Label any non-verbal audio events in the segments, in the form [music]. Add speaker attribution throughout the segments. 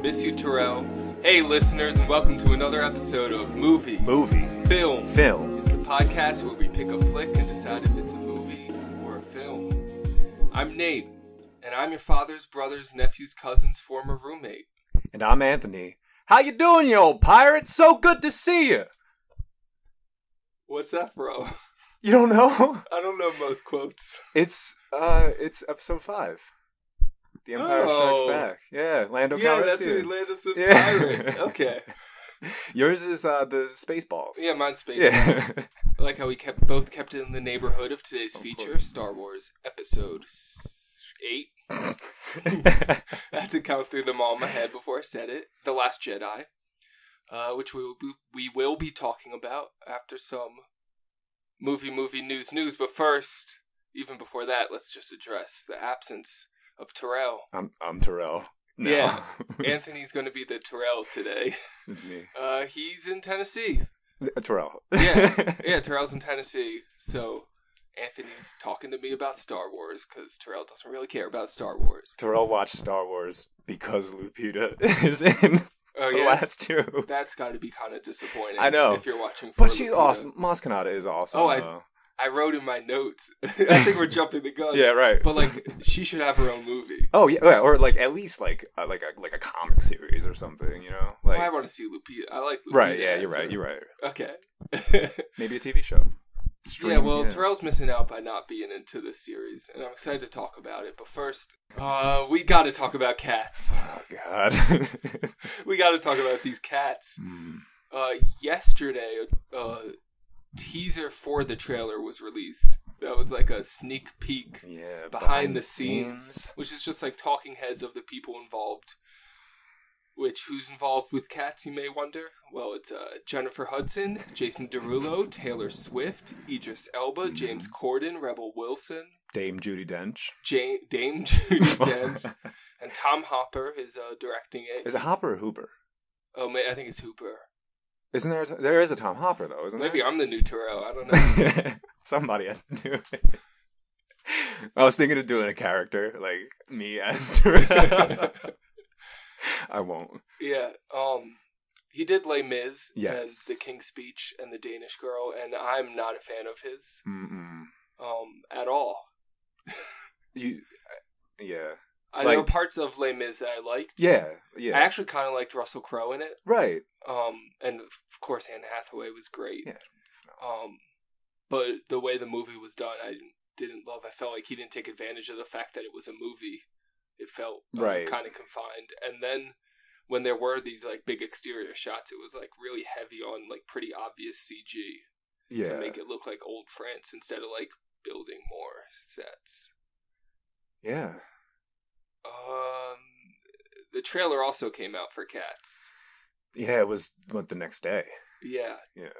Speaker 1: Miss You, Terrell. Hey, listeners, and welcome to another episode of Movie
Speaker 2: Movie.
Speaker 1: Film.
Speaker 2: Film.
Speaker 1: It's the podcast where we pick a flick and decide if it's a movie or a film. I'm Nate, and I'm your father's brother's nephew's cousin's former roommate.
Speaker 2: And I'm Anthony. How you doing, you old pirate? So good to see you.
Speaker 1: What's that from? [laughs]
Speaker 2: You don't know? [laughs]
Speaker 1: I don't know most quotes.
Speaker 2: It's uh it's episode five. The Empire
Speaker 1: Oh.
Speaker 2: Strikes Back. Yeah, Lando
Speaker 1: yeah,
Speaker 2: Calrissian.
Speaker 1: that's who Atlantis and
Speaker 2: Yeah. [laughs]
Speaker 1: Pirate. Okay.
Speaker 2: Yours is uh the Spaceballs.
Speaker 1: Yeah, mine's space.
Speaker 2: Yeah. [laughs]
Speaker 1: I like how we kept both kept it in the neighborhood of today's feature,
Speaker 2: course.
Speaker 1: Star Wars Episode s- Eight. [laughs] I had to count through them all in my head before I said it. The Last Jedi, uh, which we will be, we will be talking about after some movie movie news news. But first, even before that, let's just address the absence of
Speaker 2: [laughs]
Speaker 1: Terrell.
Speaker 2: I'm I'm Terrell. No.
Speaker 1: Yeah. Anthony's going to be the Terrell today.
Speaker 2: [laughs] it's me.
Speaker 1: Uh, he's in Tennessee.
Speaker 2: [laughs] Uh, Terrell.
Speaker 1: Yeah. Yeah, Terrell's in Tennessee, so Anthony's talking to me about Star Wars because Terrell doesn't really care about Star Wars.
Speaker 2: [laughs] Terrell watched Star Wars because Lupita [laughs] is in
Speaker 1: Oh
Speaker 2: the
Speaker 1: yeah,
Speaker 2: last two.
Speaker 1: that's got to be kind of disappointing.
Speaker 2: I know.
Speaker 1: if you're watching, for
Speaker 2: But she's
Speaker 1: Lupita.
Speaker 2: awesome. Maz Kanata is awesome.
Speaker 1: Oh, I-
Speaker 2: though.
Speaker 1: I wrote in my notes. [laughs] I think we're jumping the gun.
Speaker 2: yeah, right.
Speaker 1: but like she should have her own movie.
Speaker 2: Oh yeah, yeah, or like at least like uh, like a like a comic series or something, you know? Like
Speaker 1: Oh, I want to see Lupita. I like Lupita.
Speaker 2: right, yeah, you're
Speaker 1: so-
Speaker 2: right, you're right.
Speaker 1: Okay. [laughs]
Speaker 2: Maybe a TV show.
Speaker 1: yeah, well, Terrell's missing out by not being into this series, and I'm excited to talk about it. But first, uh, we got to talk about cats. [laughs]
Speaker 2: Oh God. [laughs]
Speaker 1: we got to talk about these cats.
Speaker 2: Hmm.
Speaker 1: uh, yesterday a teaser for the trailer was released that was like a sneak peek
Speaker 2: yeah,
Speaker 1: behind, the scenes, which is just like talking heads of the people involved which who's involved with cats you may wonder well it's uh, jennifer hudson jason derulo taylor swift idris elba james corden rebel wilson
Speaker 2: Dame Judy Dench.
Speaker 1: Ja- dame [laughs] judy dench and tom hopper is uh, directing it
Speaker 2: [laughs] Is it Hopper or Hooper?
Speaker 1: oh ma- i think it's hooper
Speaker 2: Isn't there? A t- there is a Tom Hopper though, isn't
Speaker 1: maybe
Speaker 2: there?
Speaker 1: i'm the new Toro. i don't know
Speaker 2: [laughs] Somebody had to do it. I was thinking of doing a character like me as [laughs] Terrell. I won't.
Speaker 1: [laughs] Yeah. Um he did Les Mis
Speaker 2: Yes.
Speaker 1: and The King's Speech and The Danish Girl, and I'm not a fan of his
Speaker 2: Mm-mm.
Speaker 1: um at all.
Speaker 2: You, uh, yeah,
Speaker 1: I
Speaker 2: Like-
Speaker 1: there were parts of Les Mis that I liked.
Speaker 2: yeah, yeah.
Speaker 1: I actually kind of liked Russell Crowe in it.
Speaker 2: right.
Speaker 1: Um and of course Anne Hathaway was great.
Speaker 2: Yeah.
Speaker 1: Um but the way the movie was done, I didn't- didn't love. I felt like he didn't take advantage of the fact that it was a movie. It felt
Speaker 2: Right.
Speaker 1: kind of confined. And then when there were these like big exterior shots, it was like really heavy on like pretty obvious CG.
Speaker 2: Yeah.
Speaker 1: to make it look like old France instead of like building more sets.
Speaker 2: yeah.
Speaker 1: Um, the trailer also came out for Cats.
Speaker 2: Yeah, it was what the next day.
Speaker 1: Yeah,
Speaker 2: Yeah.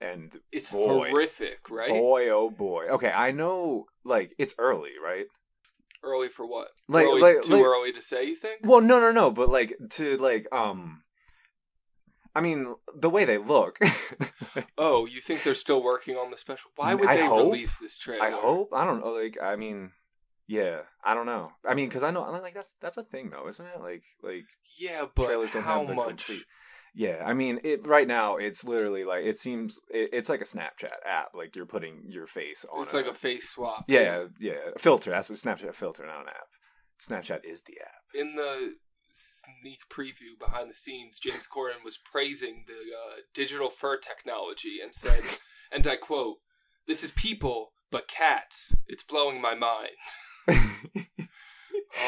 Speaker 2: And
Speaker 1: it's
Speaker 2: Boy.
Speaker 1: horrific, right?
Speaker 2: boy, oh boy. Okay, I know like it's early, right?
Speaker 1: Early for what?
Speaker 2: Like-
Speaker 1: early,
Speaker 2: like-
Speaker 1: too
Speaker 2: like-
Speaker 1: early to say. You think?
Speaker 2: Well, no, no, no, but like to like um I mean, the way they look. [laughs]
Speaker 1: oh, you think they're still working on the special? Why would
Speaker 2: Mm, I
Speaker 1: they
Speaker 2: hope.
Speaker 1: release this trailer?
Speaker 2: I hope. I don't know. Like, I mean, yeah, I don't know. I mean, because I know, I'm like, that's that's a thing though, isn't it? Like, like
Speaker 1: Yeah, but
Speaker 2: trailers don't
Speaker 1: how
Speaker 2: have the
Speaker 1: much?
Speaker 2: complete. Yeah, I mean, it right now it's literally like it seems it, it's like a Snapchat app. Like you're putting your face on.
Speaker 1: It's like a face swap.
Speaker 2: Yeah, yeah. Filter. That's what Snapchat filter, not an app. Snapchat is the app.
Speaker 1: In the sneak preview behind the scenes, James Corden was praising the uh, digital fur technology and said, and I quote, "This is people, but cats. It's blowing my mind.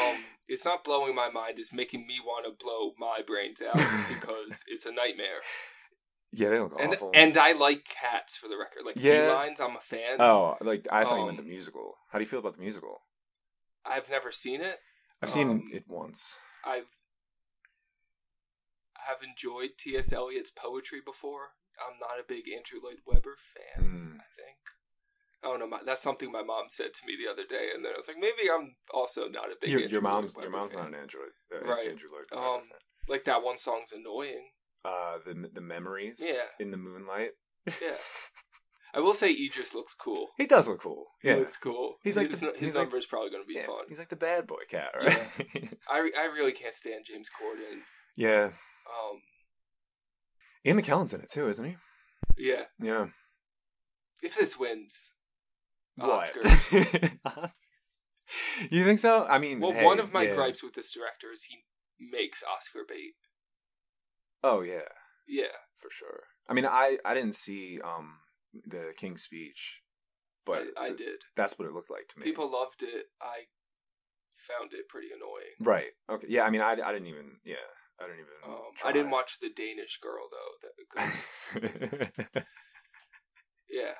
Speaker 1: Um, it's not blowing my mind. It's making me want to blow my brains out
Speaker 2: [laughs]
Speaker 1: because it's a nightmare.
Speaker 2: [laughs] yeah, they look
Speaker 1: And
Speaker 2: awful.
Speaker 1: and I like cats for the record. Like
Speaker 2: Yeah.
Speaker 1: felines, I'm a fan.
Speaker 2: oh, like I thought you meant the
Speaker 1: Um,
Speaker 2: musical. How do you feel about the musical?
Speaker 1: I've never seen it.
Speaker 2: I've seen
Speaker 1: um,
Speaker 2: it once.
Speaker 1: I've I have enjoyed T.S. Eliot's poetry before. I'm not a big Andrew Lloyd Webber fan.
Speaker 2: Mm.
Speaker 1: I think. I don't know. My, that's something my mom said to me the other day, and then I was like, maybe I'm also not a big
Speaker 2: Your,
Speaker 1: Andrew
Speaker 2: your mom's
Speaker 1: Lloyd
Speaker 2: your
Speaker 1: Webber
Speaker 2: mom's
Speaker 1: fan.
Speaker 2: not an Android. Uh,
Speaker 1: Right.
Speaker 2: Andrew Lloyd.
Speaker 1: Um,
Speaker 2: Webber fan.
Speaker 1: Like that one song's annoying.
Speaker 2: uh, the the memories.
Speaker 1: Yeah.
Speaker 2: In the moonlight.
Speaker 1: Yeah. I will say Idris looks cool.
Speaker 2: [laughs] He does look cool.
Speaker 1: He
Speaker 2: Yeah.
Speaker 1: looks cool.
Speaker 2: He's like
Speaker 1: his,
Speaker 2: the-
Speaker 1: nu- his
Speaker 2: he's like-
Speaker 1: number is probably going to be
Speaker 2: yeah.
Speaker 1: fun.
Speaker 2: He's like the bad boy cat, right?
Speaker 1: Yeah. I, re- I really can't stand James Corden.
Speaker 2: [laughs] yeah.
Speaker 1: Um,
Speaker 2: Ian McKellen's in it too, isn't he?
Speaker 1: yeah.
Speaker 2: Yeah.
Speaker 1: If this wins,
Speaker 2: What?
Speaker 1: Oscars.
Speaker 2: [laughs] you think so? I mean,
Speaker 1: well,
Speaker 2: Mm, hey,
Speaker 1: one of my
Speaker 2: yeah.
Speaker 1: gripes with this director is he makes Oscar bait.
Speaker 2: Oh yeah,
Speaker 1: Yeah,
Speaker 2: for sure. I mean, I I didn't see um the King's Speech, but
Speaker 1: I, I
Speaker 2: th-
Speaker 1: did.
Speaker 2: that's what it looked like to me.
Speaker 1: People loved it. I found it pretty annoying.
Speaker 2: right? Okay. Yeah. I mean, I, I didn't even. Yeah. I didn't even.
Speaker 1: Um,
Speaker 2: Mm, try.
Speaker 1: I didn't
Speaker 2: [laughs]
Speaker 1: watch the Danish girl though. That, 'cause- yeah,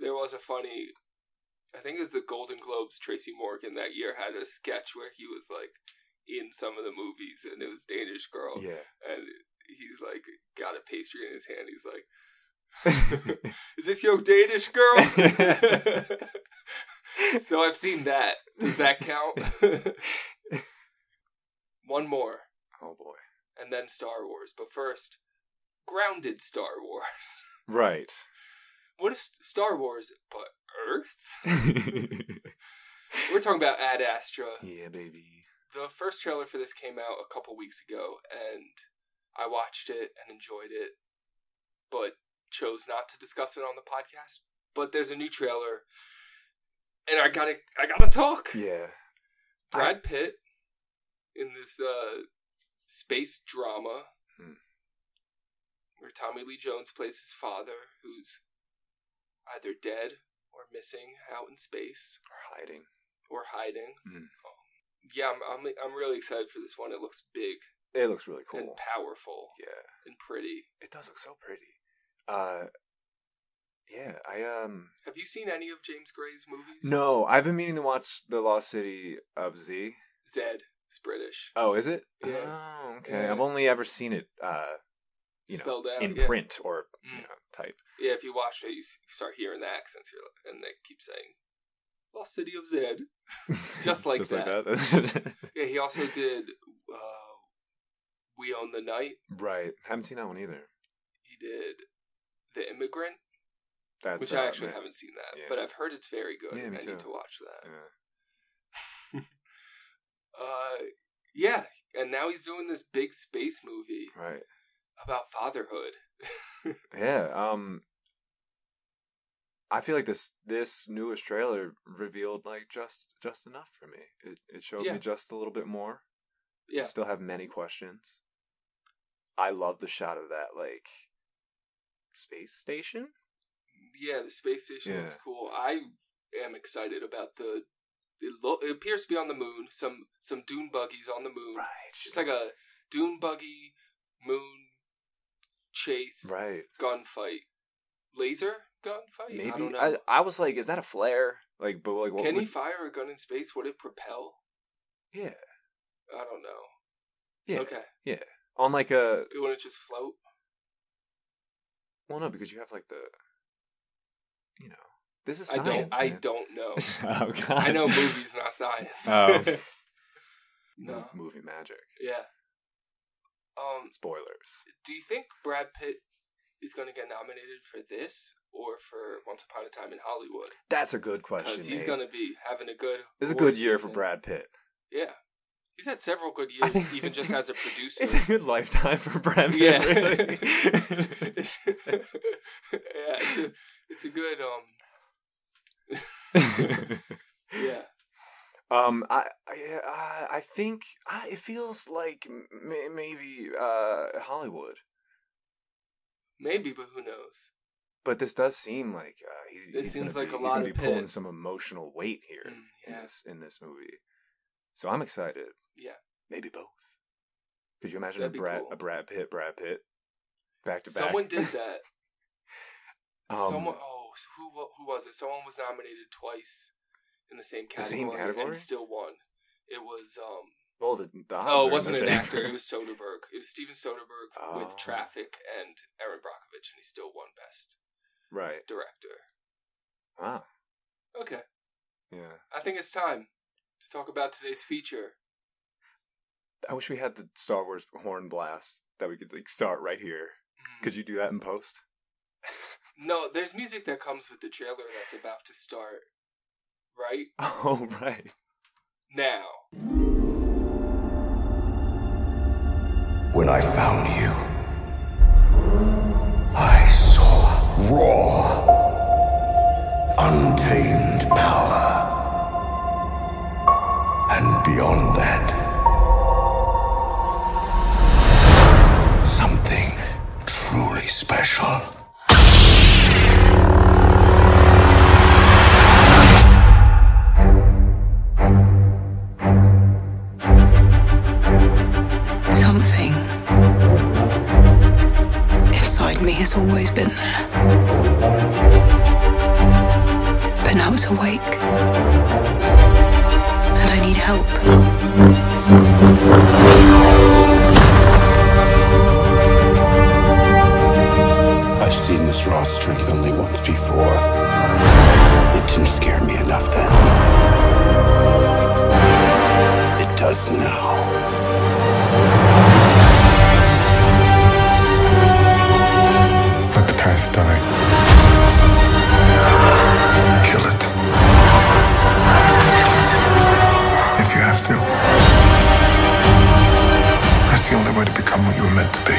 Speaker 1: there was a funny. I think it was the Golden Globes. Tracy Morgan that year had a sketch where he was like in some of the movies, and it was Danish girl,
Speaker 2: yeah.
Speaker 1: and he's like got a pastry in his hand. He's like, [laughs] Oh. "Is this your Danish girl?" so I've seen that. Does that count? One more.
Speaker 2: [laughs] oh boy.
Speaker 1: and then Star Wars. But first, grounded Star Wars. [laughs]
Speaker 2: Right. [laughs]
Speaker 1: What if S- Star Wars, but Earth? We're talking about Ad Astra.
Speaker 2: yeah, baby.
Speaker 1: The first trailer for this came out a couple weeks ago, and I watched it and enjoyed it, but chose not to discuss it on the podcast. But there's a new trailer, and I gotta, I gotta talk.
Speaker 2: Yeah.
Speaker 1: Brad Pitt in this uh, space drama
Speaker 2: Hmm.
Speaker 1: where Tommy Lee Jones plays his father, who's either dead or missing out in space
Speaker 2: Or hiding.
Speaker 1: or hiding. Oh.
Speaker 2: Hmm.
Speaker 1: Yeah, I'm, I'm I'm really excited for this one. It looks big
Speaker 2: It looks really
Speaker 1: and
Speaker 2: cool.
Speaker 1: powerful
Speaker 2: Yeah.
Speaker 1: and pretty.
Speaker 2: It does look so pretty. Uh yeah, I um
Speaker 1: Have you seen any of James Gray's movies?
Speaker 2: No, I've been meaning to watch The Lost City of Z.
Speaker 1: Zed. It's British.
Speaker 2: Oh, is it?
Speaker 1: Yeah.
Speaker 2: Oh, okay.
Speaker 1: Yeah.
Speaker 2: I've only ever seen it uh you know
Speaker 1: Spelled out.
Speaker 2: in
Speaker 1: yeah.
Speaker 2: print or you
Speaker 1: Mm.
Speaker 2: know, type.
Speaker 1: Yeah, if you watch it, you s- start hearing the accents, you're like- and they keep saying, Lost City of Zed.
Speaker 2: [laughs]
Speaker 1: Just like that.
Speaker 2: that. [laughs]
Speaker 1: [laughs] Yeah, he also did uh, We Own the Night.
Speaker 2: right. Haven't seen that one either.
Speaker 1: He did The Immigrant,
Speaker 2: That's
Speaker 1: which
Speaker 2: uh,
Speaker 1: I actually
Speaker 2: yeah.
Speaker 1: haven't seen that,
Speaker 2: Yeah.
Speaker 1: but I've heard it's very good.
Speaker 2: Yeah,
Speaker 1: and
Speaker 2: me
Speaker 1: I
Speaker 2: too.
Speaker 1: need to watch that.
Speaker 2: Yeah.
Speaker 1: Uh, yeah, and now he's doing this big space movie
Speaker 2: Right.
Speaker 1: about fatherhood.
Speaker 2: Yeah. Um I feel like this this newest trailer revealed like just just enough for me. It it showed
Speaker 1: Yeah.
Speaker 2: me just a little bit more.
Speaker 1: Yeah.
Speaker 2: Still have many questions. I love the shot of that like space station.
Speaker 1: Yeah, the space station looks
Speaker 2: Yeah.
Speaker 1: cool. I am excited about the. It, lo- it appears to be on the moon. Some some dune buggies on the moon.
Speaker 2: Right.
Speaker 1: It's like a dune buggy, moon chase,
Speaker 2: right.
Speaker 1: gunfight, laser gunfight.
Speaker 2: Maybe
Speaker 1: Oh, I don't know.
Speaker 2: I, I was like, is that a flare? Like, but like, what?
Speaker 1: Can he
Speaker 2: would-
Speaker 1: fire a gun in space? Would it propel?
Speaker 2: yeah,
Speaker 1: I don't know.
Speaker 2: yeah.
Speaker 1: Okay.
Speaker 2: On like a
Speaker 1: It wouldn't just float.
Speaker 2: well, no, because you have like the, you know, this is
Speaker 1: I don't.
Speaker 2: science.
Speaker 1: I
Speaker 2: man.
Speaker 1: don't know.
Speaker 2: [laughs] oh God.
Speaker 1: I know
Speaker 2: [laughs]
Speaker 1: movies, not science. [laughs]
Speaker 2: Oh.
Speaker 1: no.
Speaker 2: Movie magic.
Speaker 1: Yeah. Um.
Speaker 2: Spoilers.
Speaker 1: Do you think Brad Pitt is going to get nominated for this or for Once Upon a Time in Hollywood?
Speaker 2: That's a good question.
Speaker 1: Because he's
Speaker 2: Nate.
Speaker 1: going to be having a good.
Speaker 2: This is a
Speaker 1: award
Speaker 2: good year for
Speaker 1: season.
Speaker 2: Brad Pitt.
Speaker 1: Yeah. He's had several good
Speaker 2: I
Speaker 1: years,
Speaker 2: think [laughs]
Speaker 1: even
Speaker 2: it's-
Speaker 1: just as a producer.
Speaker 2: It's a good lifetime for [laughs] Brad Pitt.
Speaker 1: Yeah. [laughs]
Speaker 2: really.
Speaker 1: yeah, it's a, it's a good um [laughs] yeah.
Speaker 2: um, I, I, I- I think I, it feels like m- may- maybe uh Hollywood,
Speaker 1: Maybe, but who knows?
Speaker 2: but this does seem like uh, he's,
Speaker 1: This
Speaker 2: he's
Speaker 1: seems
Speaker 2: gonna
Speaker 1: like
Speaker 2: be,
Speaker 1: a
Speaker 2: he's
Speaker 1: lot
Speaker 2: gonna be
Speaker 1: of
Speaker 2: pulling
Speaker 1: Pitt.
Speaker 2: some emotional weight here
Speaker 1: Mm,
Speaker 2: in
Speaker 1: yeah.
Speaker 2: this in this movie. So I'm excited.
Speaker 1: Yeah.
Speaker 2: maybe both. Could you imagine a
Speaker 1: That'd be
Speaker 2: Brad
Speaker 1: cool.
Speaker 2: a Brad Pitt Brad Pitt back to back?
Speaker 1: Someone did that.
Speaker 2: [laughs] Um,
Speaker 1: Someone oh, so who wa- who was it? Someone was nominated twice in the same
Speaker 2: The
Speaker 1: category,
Speaker 2: same category? Ah,
Speaker 1: and still won. It was um
Speaker 2: Well, the, the odds
Speaker 1: oh,
Speaker 2: are
Speaker 1: it
Speaker 2: in
Speaker 1: wasn't
Speaker 2: their
Speaker 1: an actor.
Speaker 2: favor.
Speaker 1: It was Soderbergh. It was Steven Soderbergh
Speaker 2: Oh.
Speaker 1: with Traffic and Aaron Brockovich, and he still won Best
Speaker 2: [laughs] right.
Speaker 1: Director.
Speaker 2: Wow.
Speaker 1: Okay,
Speaker 2: Yeah.
Speaker 1: I think it's time to talk about today's feature.
Speaker 2: I wish we had the Star Wars horn blast that we could like start right here.
Speaker 1: Mm.
Speaker 2: Could you do that in post? [laughs]
Speaker 1: No, there's music that comes with the trailer that's about to start right
Speaker 2: Oh right.
Speaker 1: now.
Speaker 3: When I found you, I saw raw, untamed power. And beyond that, something truly special.
Speaker 4: Something inside me has always been there. But now it's awake. And I need help.
Speaker 3: I've seen this raw strength only once before. It didn't scare me enough then. It does now. Let the past die. Kill it. If you have to. That's the only way to become what you were meant to be.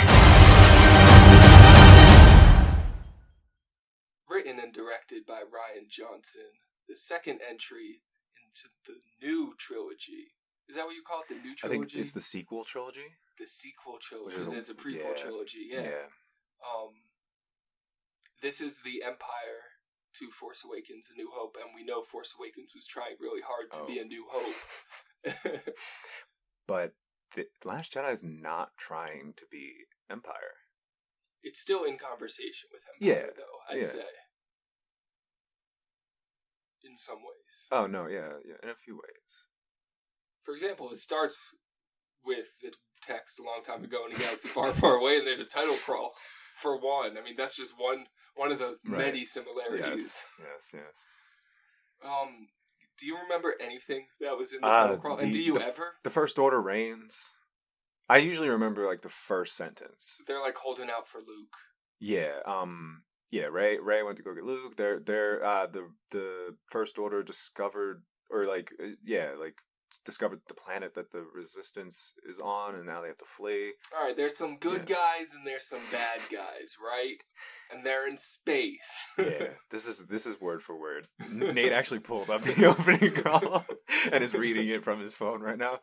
Speaker 1: Written and directed by Ryan Johnson, the second entry into the new trilogy. Is that what you call it? The new
Speaker 2: I
Speaker 1: trilogy?
Speaker 2: think it's the sequel trilogy.
Speaker 1: the sequel
Speaker 2: Which
Speaker 1: trilogy.
Speaker 2: is a-
Speaker 1: There's a prequel
Speaker 2: yeah.
Speaker 1: trilogy, yeah. Um, this is the Empire to Force Awakens, A New Hope, and we know Force Awakens was trying really hard to be
Speaker 2: Oh.
Speaker 1: a New Hope. [laughs]
Speaker 2: But the Last Jedi is not trying to be Empire.
Speaker 1: it's still in conversation with Empire,
Speaker 2: Yeah,
Speaker 1: though. I'd
Speaker 2: yeah.
Speaker 1: say, in some ways.
Speaker 2: Oh no, yeah, yeah, in a few ways.
Speaker 1: For example, it starts with the text a long time ago in a galaxy [laughs] far, far away, and there's a title crawl. For one, I mean that's just one one of the
Speaker 2: Right.
Speaker 1: many similarities.
Speaker 2: Yes, yes, yes.
Speaker 1: Um, do you remember anything that was in the
Speaker 2: Uh,
Speaker 1: title crawl? and
Speaker 2: the-
Speaker 1: do you
Speaker 2: the f-
Speaker 1: ever?
Speaker 2: The First Order reigns. I usually remember like the first sentence.
Speaker 1: They're like holding out for Luke.
Speaker 2: Yeah, um, yeah. Ray, Ray went to go get Luke. They're they're uh, the the First Order discovered or like uh, yeah like s- discovered the planet that the Resistance is on, and now they have to flee.
Speaker 1: All right, there's some good guys and there's some bad guys, right? And they're in space. [laughs]
Speaker 2: Yeah, this is this is word for word. Nate actually pulled up the [laughs] opening call and is reading it from his phone right now.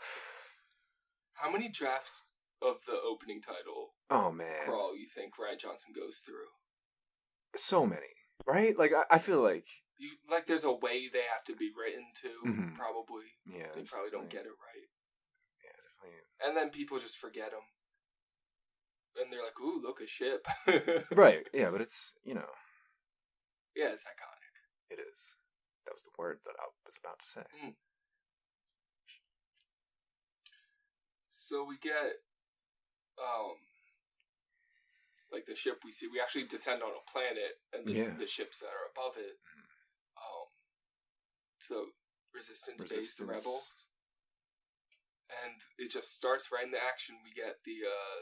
Speaker 1: How many drafts of the opening title
Speaker 2: Oh man,
Speaker 1: crawl you think Ryan Johnson goes through?
Speaker 2: so many, right? Like I, I feel like
Speaker 1: You like, there's a way they have to be written to.
Speaker 2: Mhm.
Speaker 1: Probably
Speaker 2: yeah,
Speaker 1: they
Speaker 2: there's
Speaker 1: probably don't
Speaker 2: definitely-
Speaker 1: get it right,
Speaker 2: Yeah, definitely
Speaker 1: and then people just forget them, and they're like, "Ooh, look a ship." [laughs] yeah,
Speaker 2: Right. Yeah, but it's you know
Speaker 1: it's iconic.
Speaker 2: it is. That was the word that I was about to say.
Speaker 1: So we get, um, like the ship we see. We actually descend on a planet, and the,
Speaker 2: Yeah.
Speaker 1: the ships that are above it. Um, so resistance, base, the rebel,
Speaker 2: Resistance.
Speaker 1: and it just starts right in the action. We get the uh,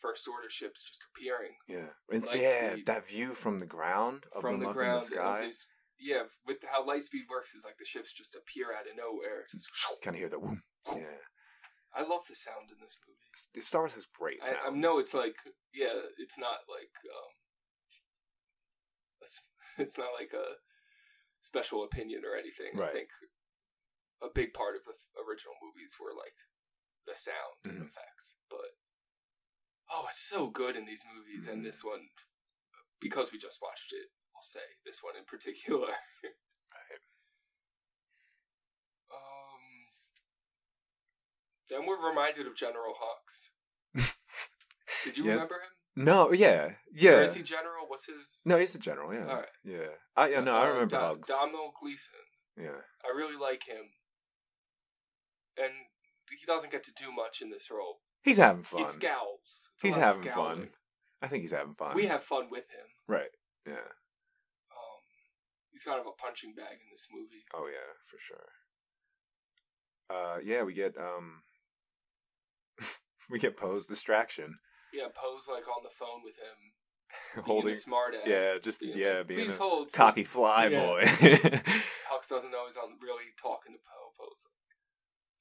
Speaker 1: first order ships just appearing
Speaker 2: Yeah. And
Speaker 1: Lightspeed.
Speaker 2: yeah, that view from the ground of
Speaker 1: from
Speaker 2: them
Speaker 1: the
Speaker 2: up
Speaker 1: ground.
Speaker 2: in the
Speaker 1: of
Speaker 2: sky.
Speaker 1: these- yeah, with how lightspeed works is like the ships just appear out of nowhere. Just, [laughs]
Speaker 2: Kind of hear that. Whoom. Yeah.
Speaker 1: I love the sound in this movie.
Speaker 2: S- Star Wars has great sound.
Speaker 1: I, I know it's like yeah, it's not like um, a s- it's [laughs] not like a special opinion or anything. I
Speaker 2: Right.
Speaker 1: think a big part of the f- original movies were like the sound and
Speaker 2: Mhm.
Speaker 1: effects, but oh, it's so good in these movies, and
Speaker 2: Mhm.
Speaker 1: this one because we just watched it, I'll say this one in particular. [laughs] Um, then we're reminded of General
Speaker 2: [laughs]
Speaker 1: Hawks. Did you
Speaker 2: Yes.
Speaker 1: remember him?
Speaker 2: No. Yeah. Yeah.
Speaker 1: Or is he general? What's his?
Speaker 2: No, he's a general. Yeah.
Speaker 1: Alright.
Speaker 2: Yeah. I yeah, no, I
Speaker 1: Uh,
Speaker 2: remember
Speaker 1: Dom-
Speaker 2: Hugs.
Speaker 1: Domhnall Gleeson.
Speaker 2: Yeah.
Speaker 1: I really like him, and he doesn't get to do much in this role.
Speaker 2: He's having fun.
Speaker 1: He scowls. It's a
Speaker 2: He's
Speaker 1: lot of
Speaker 2: having
Speaker 1: scowling.
Speaker 2: fun. I think he's having fun.
Speaker 1: We have fun with him.
Speaker 2: right. Yeah.
Speaker 1: Um, he's kind of a punching bag in this movie.
Speaker 2: Oh yeah, for sure. Uh yeah, we get um [laughs] we get Poe's distraction.
Speaker 1: [laughs] Yeah, Poe's like on the phone with him,
Speaker 2: holding.
Speaker 1: Being a smart ass.
Speaker 2: Yeah, just
Speaker 1: Being
Speaker 2: yeah,
Speaker 1: like,
Speaker 2: being
Speaker 1: please
Speaker 2: a
Speaker 1: hold. for-
Speaker 2: [laughs] cocky fly
Speaker 1: Yeah.
Speaker 2: boy. [laughs]
Speaker 1: Hux doesn't know he's on really talking to Poe. Poe's like,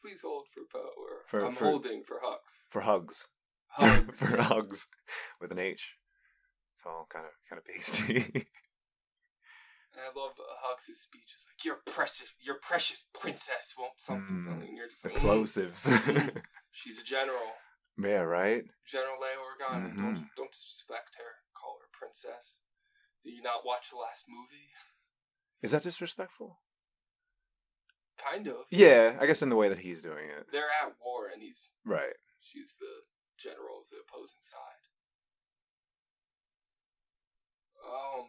Speaker 1: please hold for Poe, or
Speaker 2: For-
Speaker 1: I'm
Speaker 2: for-
Speaker 1: holding for
Speaker 2: [laughs]
Speaker 1: Hux.
Speaker 2: for hugs,
Speaker 1: Hug.
Speaker 2: [laughs] for hugs, with an H. It's all kind of kind of pasty. [laughs]
Speaker 1: and I love uh, Hux's speech. It's like your precious, your precious princess won't something
Speaker 2: Mm,
Speaker 1: something. And you're just like, mm,
Speaker 2: Plosives.
Speaker 1: she's a general,
Speaker 2: [laughs] yeah, right.
Speaker 1: General Leia Organa. Don't
Speaker 2: Mhm.
Speaker 1: don't disrespect her. Call her princess. Do you not watch the last movie?
Speaker 2: Is that disrespectful?
Speaker 1: Kind of.
Speaker 2: Yeah, I guess in the way that he's doing it.
Speaker 1: They're at war, and he's
Speaker 2: Right.
Speaker 1: she's the general of the opposing side. Um,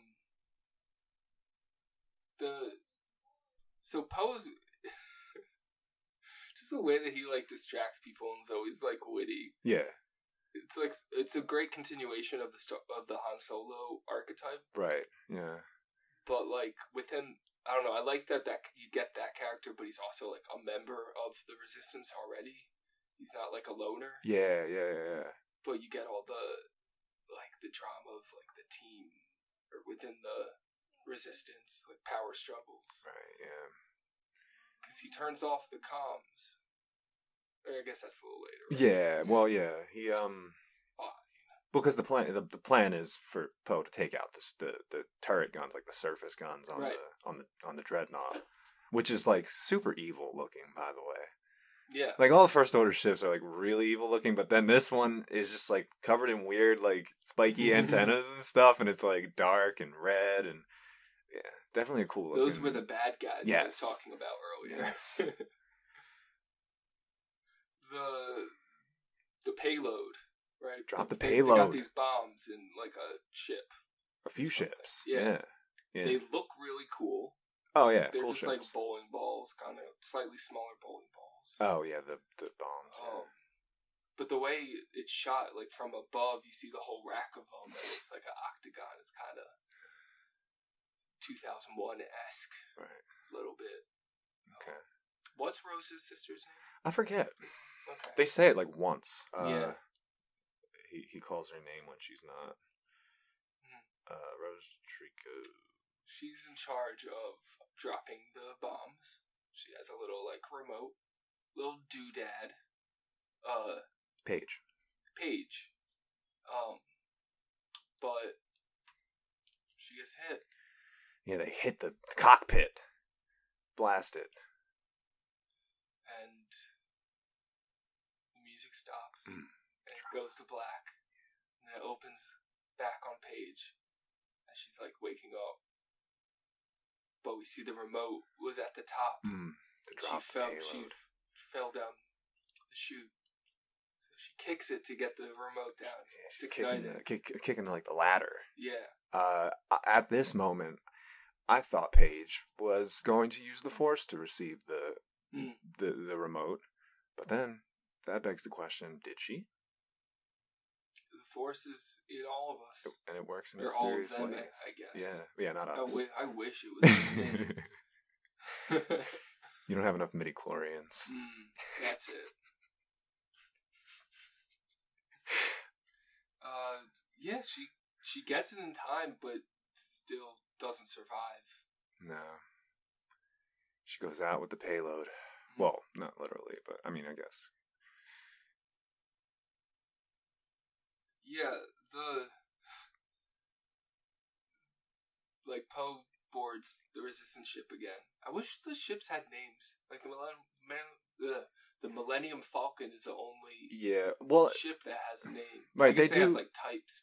Speaker 1: the so Poe's [laughs] just the way that he like distracts people and is always like witty.
Speaker 2: Yeah.
Speaker 1: It's like it's a great continuation of the sto- of the Han Solo archetype,
Speaker 2: Right. Yeah.
Speaker 1: but like with him, I don't know. I like that that you get that character, but he's also like a member of the Resistance already. He's not like a loner.
Speaker 2: Yeah. Yeah. Yeah. yeah.
Speaker 1: but you get all the like the drama of like the team or within the resistance like power struggles
Speaker 2: Right. Yeah.
Speaker 1: because he turns off the comms or i guess that's a little later right?
Speaker 2: Yeah, well, yeah, he um,
Speaker 1: Fine.
Speaker 2: because the plan the, the plan is for Poe to take out this, the the turret guns, like the surface guns on
Speaker 1: Right.
Speaker 2: the on the on the dreadnought, which is like super evil looking, by the way.
Speaker 1: yeah
Speaker 2: Like all the first order ships are like really evil looking, but then this one is just like covered in weird like
Speaker 1: [laughs]
Speaker 2: spiky antennas and stuff, and it's like dark and red and yeah, definitely a cool. Looking,
Speaker 1: those were the bad guys i was
Speaker 2: Yes.
Speaker 1: talking about earlier
Speaker 2: Yes.
Speaker 1: [laughs] the the payload right
Speaker 2: Drop the
Speaker 1: They- they got
Speaker 2: payload.
Speaker 1: these bombs in like a ship
Speaker 2: a few
Speaker 1: something.
Speaker 2: ships.
Speaker 1: Yeah.
Speaker 2: Yeah, yeah.
Speaker 1: they look really cool
Speaker 2: oh yeah,
Speaker 1: they're
Speaker 2: cool
Speaker 1: just
Speaker 2: ships.
Speaker 1: like bowling balls kind of slightly smaller bowling balls
Speaker 2: oh yeah, the the bombs. yeah.
Speaker 1: Um, but the way it's shot, like from above, you see the whole rack of them. And it's like an octagon. It's kind of 2001 esque,
Speaker 2: Right.
Speaker 1: a little bit.
Speaker 2: Okay.
Speaker 1: What's Rose's sister's name?
Speaker 2: I forget.
Speaker 1: Okay.
Speaker 2: They say it like once. Uh,
Speaker 1: Yeah.
Speaker 2: He he calls her name when she's not.
Speaker 1: Hmm.
Speaker 2: Uh, Rose Trico.
Speaker 1: She's in charge of dropping the bombs. She has a little like remote, little doodad, uh,
Speaker 2: Page.
Speaker 1: page. Um, but she gets hit.
Speaker 2: Yeah, they hit the cockpit. Blast it.
Speaker 1: and the music stops
Speaker 2: Mm.
Speaker 1: and it goes to black and then it opens back on page and she's like waking up but we see the remote was at the top
Speaker 2: Mm. To drop
Speaker 1: Hmm. she
Speaker 2: the
Speaker 1: fell
Speaker 2: payload.
Speaker 1: she f- fell down the chute so she kicks it to get the remote down
Speaker 2: Yeah,
Speaker 1: it's
Speaker 2: she's kicking the,
Speaker 1: exciting.
Speaker 2: kick, kicking like the ladder.
Speaker 1: yeah
Speaker 2: Uh, a- at this moment, I thought Paige was going to use the force to receive the
Speaker 1: Mm.
Speaker 2: the the remote, but then that begs the question: Did she?
Speaker 1: the force is in all of us
Speaker 2: And it works in
Speaker 1: Or all of
Speaker 2: mysterious
Speaker 1: them, I-
Speaker 2: ways.
Speaker 1: I guess.
Speaker 2: Yeah, yeah, not
Speaker 1: I,
Speaker 2: us. [laughs]
Speaker 1: wi- I wish it was [laughs] in.
Speaker 2: You don't have enough midi chlorians.
Speaker 1: Mm, that's it. [laughs] Uh, yeah, she she gets it in time, but still doesn't survive.
Speaker 2: No. She goes out with the payload.
Speaker 1: Mm.
Speaker 2: Well, not literally, but I mean, I guess.
Speaker 1: Yeah, the like Poe boards the resistance ship again. I wish the ships had names. Like the Millennium, the, the Millennium Falcon is the only
Speaker 2: Yeah. Well,
Speaker 1: ship that has a name. I
Speaker 2: Right,
Speaker 1: guess
Speaker 2: they
Speaker 1: Have,
Speaker 2: do-
Speaker 1: like types,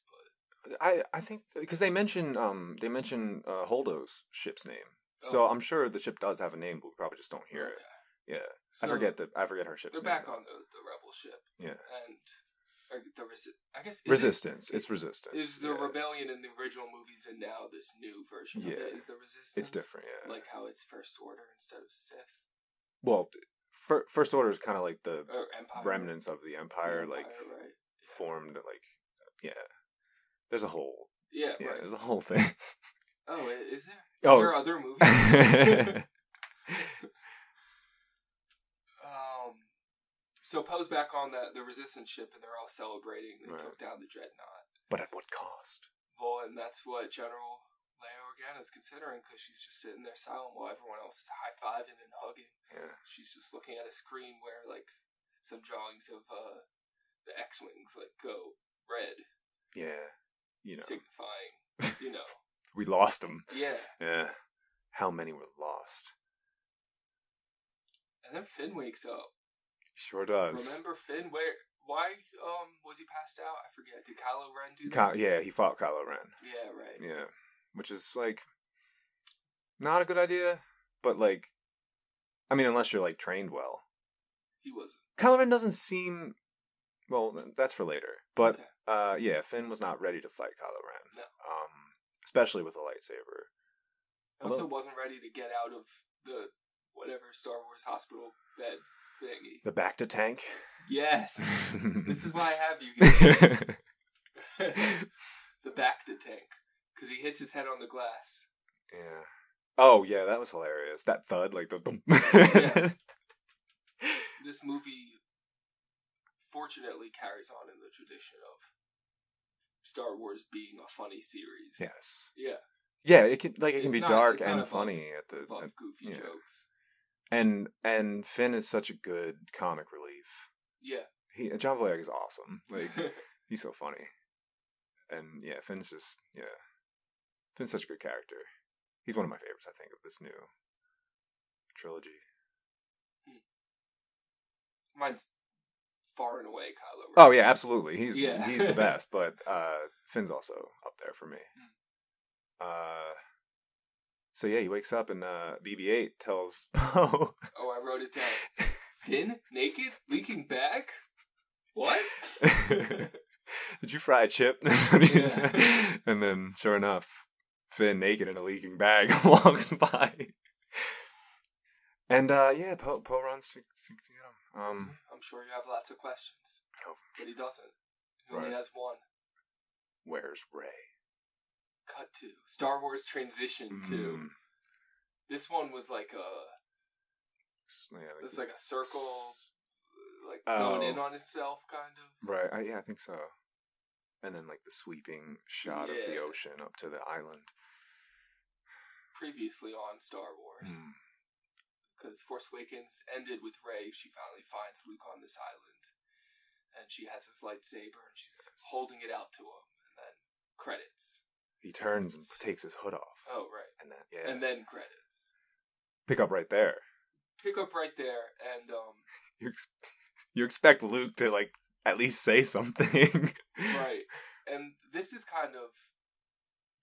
Speaker 1: but
Speaker 2: I I think because they mention um they mention uh, Holdo's ship's name, so
Speaker 1: Oh.
Speaker 2: I'm sure the ship does have a name, but we probably just don't hear
Speaker 1: okay.
Speaker 2: it. Yeah.
Speaker 1: So
Speaker 2: I forget that I forget her ship's
Speaker 1: They're
Speaker 2: name.
Speaker 1: back
Speaker 2: though.
Speaker 1: on the, the rebel ship.
Speaker 2: Yeah.
Speaker 1: and or the resi- I guess is it-
Speaker 2: Resistance. it's resistance.
Speaker 1: is the
Speaker 2: yeah.
Speaker 1: rebellion in the original movies and now this new version of it
Speaker 2: Yeah.
Speaker 1: is the resistance.
Speaker 2: It's different. Yeah.
Speaker 1: like how it's First Order instead of Sith
Speaker 2: well, fir- first order is kind of like the
Speaker 1: or Empire.
Speaker 2: remnants of the empire,
Speaker 1: Empire,
Speaker 2: like
Speaker 1: right?
Speaker 2: formed like yeah. There's a whole
Speaker 1: Yeah,
Speaker 2: yeah,
Speaker 1: right.
Speaker 2: there's a whole thing. [laughs]
Speaker 1: Oh, i- is there?
Speaker 2: Oh. [laughs]
Speaker 1: There are other movies. [laughs] um, so Poe's back on the the resistance ship, and they're all celebrating. They
Speaker 2: Right.
Speaker 1: took down the dreadnought.
Speaker 2: but at what cost?
Speaker 1: Well, and that's what General Leia Organa is considering because she's just sitting there silent while everyone else is high fiving and hugging.
Speaker 2: Yeah.
Speaker 1: She's just looking at a screen where like some drawings of uh, the X wings like go red,
Speaker 2: Yeah. You know, [laughs]
Speaker 1: signifying you know
Speaker 2: we lost them.
Speaker 1: yeah.
Speaker 2: Yeah. How many were lost?
Speaker 1: And then Finn wakes up.
Speaker 2: Sure does.
Speaker 1: Remember Finn? Where? Why? Um, was he passed out? I forget. Did Kylo Ren do that?
Speaker 2: Ky- yeah, he fought Kylo Ren.
Speaker 1: yeah, right.
Speaker 2: Yeah. Which is like not a good idea, but like I mean unless you're like trained well.
Speaker 1: He wasn't.
Speaker 2: Kylo Ren doesn't seem well, th- that's for later. But
Speaker 1: Okay.
Speaker 2: uh yeah, Finn was not ready to fight Kylo Ren.
Speaker 1: Mm-hmm. No.
Speaker 2: Um especially with a lightsaber.
Speaker 1: I also
Speaker 2: Although-
Speaker 1: wasn't ready to get out of the whatever Star Wars hospital bed thingy.
Speaker 2: The back to tank.
Speaker 1: Yes.
Speaker 2: [laughs]
Speaker 1: this is why I have you here. [laughs] the back to tank. Because he hits his head on the glass.
Speaker 2: Yeah. Oh yeah, that was hilarious. That thud, like the thump.
Speaker 1: [laughs] Yeah. This movie, fortunately, carries on in the tradition of Star Wars being a funny series.
Speaker 2: [laughs] yes.
Speaker 1: Yeah.
Speaker 2: Yeah, it can like it can
Speaker 1: It's
Speaker 2: be
Speaker 1: not-
Speaker 2: dark
Speaker 1: it's not
Speaker 2: and
Speaker 1: above-
Speaker 2: funny at the
Speaker 1: Above
Speaker 2: at-
Speaker 1: goofy
Speaker 2: uh, yeah.
Speaker 1: jokes.
Speaker 2: and and Finn is such a good comic relief.
Speaker 1: Yeah.
Speaker 2: He John Boyega is awesome. Like he's so funny, and yeah, Finn's just yeah, Finn's such a good character. He's one of my favorites, I think, of this new trilogy.
Speaker 1: [laughs] Mine's far and away Kylo Ren.
Speaker 2: Oh yeah, absolutely. He's
Speaker 1: Yeah.
Speaker 2: he's the best, but uh, Finn's also up there for me. Uh, so yeah, he wakes up and uh, BB-8 tells [laughs] Poe,
Speaker 1: Oh, I wrote it down. Finn? Naked? Leaking back? What?
Speaker 2: [laughs] "Did you fry a chip?" [laughs] That's what he said. And then, sure enough, Finn, naked in a leaking bag, [laughs] walks by. And uh, yeah, Poe po runs to, to, to get him. Um,
Speaker 1: I'm sure you have lots of questions.
Speaker 2: Oh,
Speaker 1: But he doesn't. He only
Speaker 2: Right.
Speaker 1: has one.
Speaker 2: where's Ray?
Speaker 1: Cut to Star Wars
Speaker 2: Mm.
Speaker 1: Transition Two. This one was like a
Speaker 2: yeah, like-
Speaker 1: it's like a circle, like
Speaker 2: Oh.
Speaker 1: going in on itself, kind of.
Speaker 2: Right. I, yeah, I think so. And then like the sweeping shot of the
Speaker 1: Yeah.
Speaker 2: ocean up to the island.
Speaker 1: Previously on Star Wars,
Speaker 2: Mm.
Speaker 1: because Force Awakens ended with Rey. She finally finds Luke on this island, and she has his lightsaber and she's holding it out to him, and then credits.
Speaker 2: He turns and takes his hood off.
Speaker 1: Oh right,
Speaker 2: And that yeah.
Speaker 1: and then credits.
Speaker 2: pick up right there.
Speaker 1: Pick up right there, and um,
Speaker 2: You ex- you expect Luke to like at least say something.
Speaker 1: right and this is kind of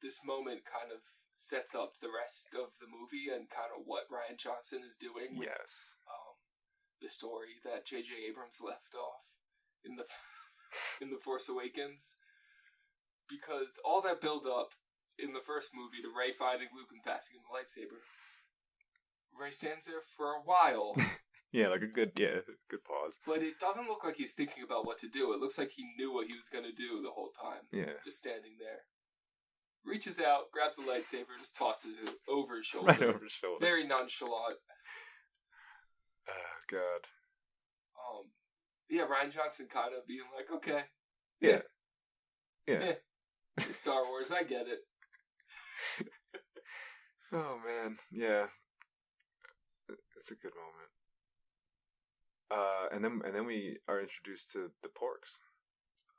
Speaker 1: this moment kind of sets up the rest of the movie and kind of what ryan johnson is doing with
Speaker 2: [laughs] Yes.
Speaker 1: um, the story that jj abrams left off in the [laughs] in the force awakens because all that build up in the first movie to ray finding luke and passing him the lightsaber ray stands there for a while
Speaker 2: Yeah, like a good yeah, good pause.
Speaker 1: but it doesn't look like he's thinking about what to do it looks like he knew what he was going to do the whole time
Speaker 2: Yeah.
Speaker 1: just standing there. Reaches out, grabs a lightsaber, just tosses it over his shoulder.
Speaker 2: [laughs] Right over his shoulder.
Speaker 1: Very nonchalant.
Speaker 2: Oh god.
Speaker 1: Um, yeah, Ryan Johnson kind of being like, okay,
Speaker 2: Yeah. Yeah. [laughs]
Speaker 1: it's Star Wars, I get it.
Speaker 2: Oh man. Yeah. It's a good moment. Uh and then and then we are introduced to the porks.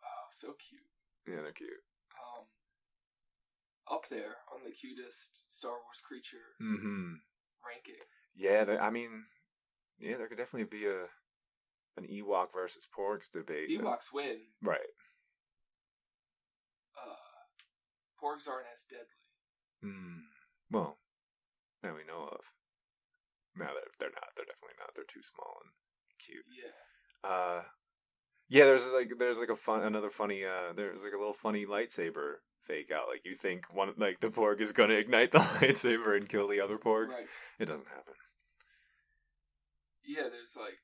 Speaker 1: Oh, so cute.
Speaker 2: Yeah, they're cute.
Speaker 1: Um, up there on the cutest Star Wars creature
Speaker 2: Mm-hmm.
Speaker 1: ranking.
Speaker 2: Yeah, there, I mean, yeah, there could definitely be a an Ewok versus Porgs debate. that-
Speaker 1: Ewoks win.
Speaker 2: right?
Speaker 1: Uh, Porgs aren't as deadly.
Speaker 2: Mm. Well, that we know of. No, they're they're not. They're definitely not. They're too small and cute.
Speaker 1: Yeah.
Speaker 2: Uh, yeah, there's like there's like a fun another funny uh there's like a little funny lightsaber fake out. Like you think one like the Porg is gonna [laughs] ignite the lightsaber and kill the other Porg.
Speaker 1: Right.
Speaker 2: It doesn't happen.
Speaker 1: Yeah, there's like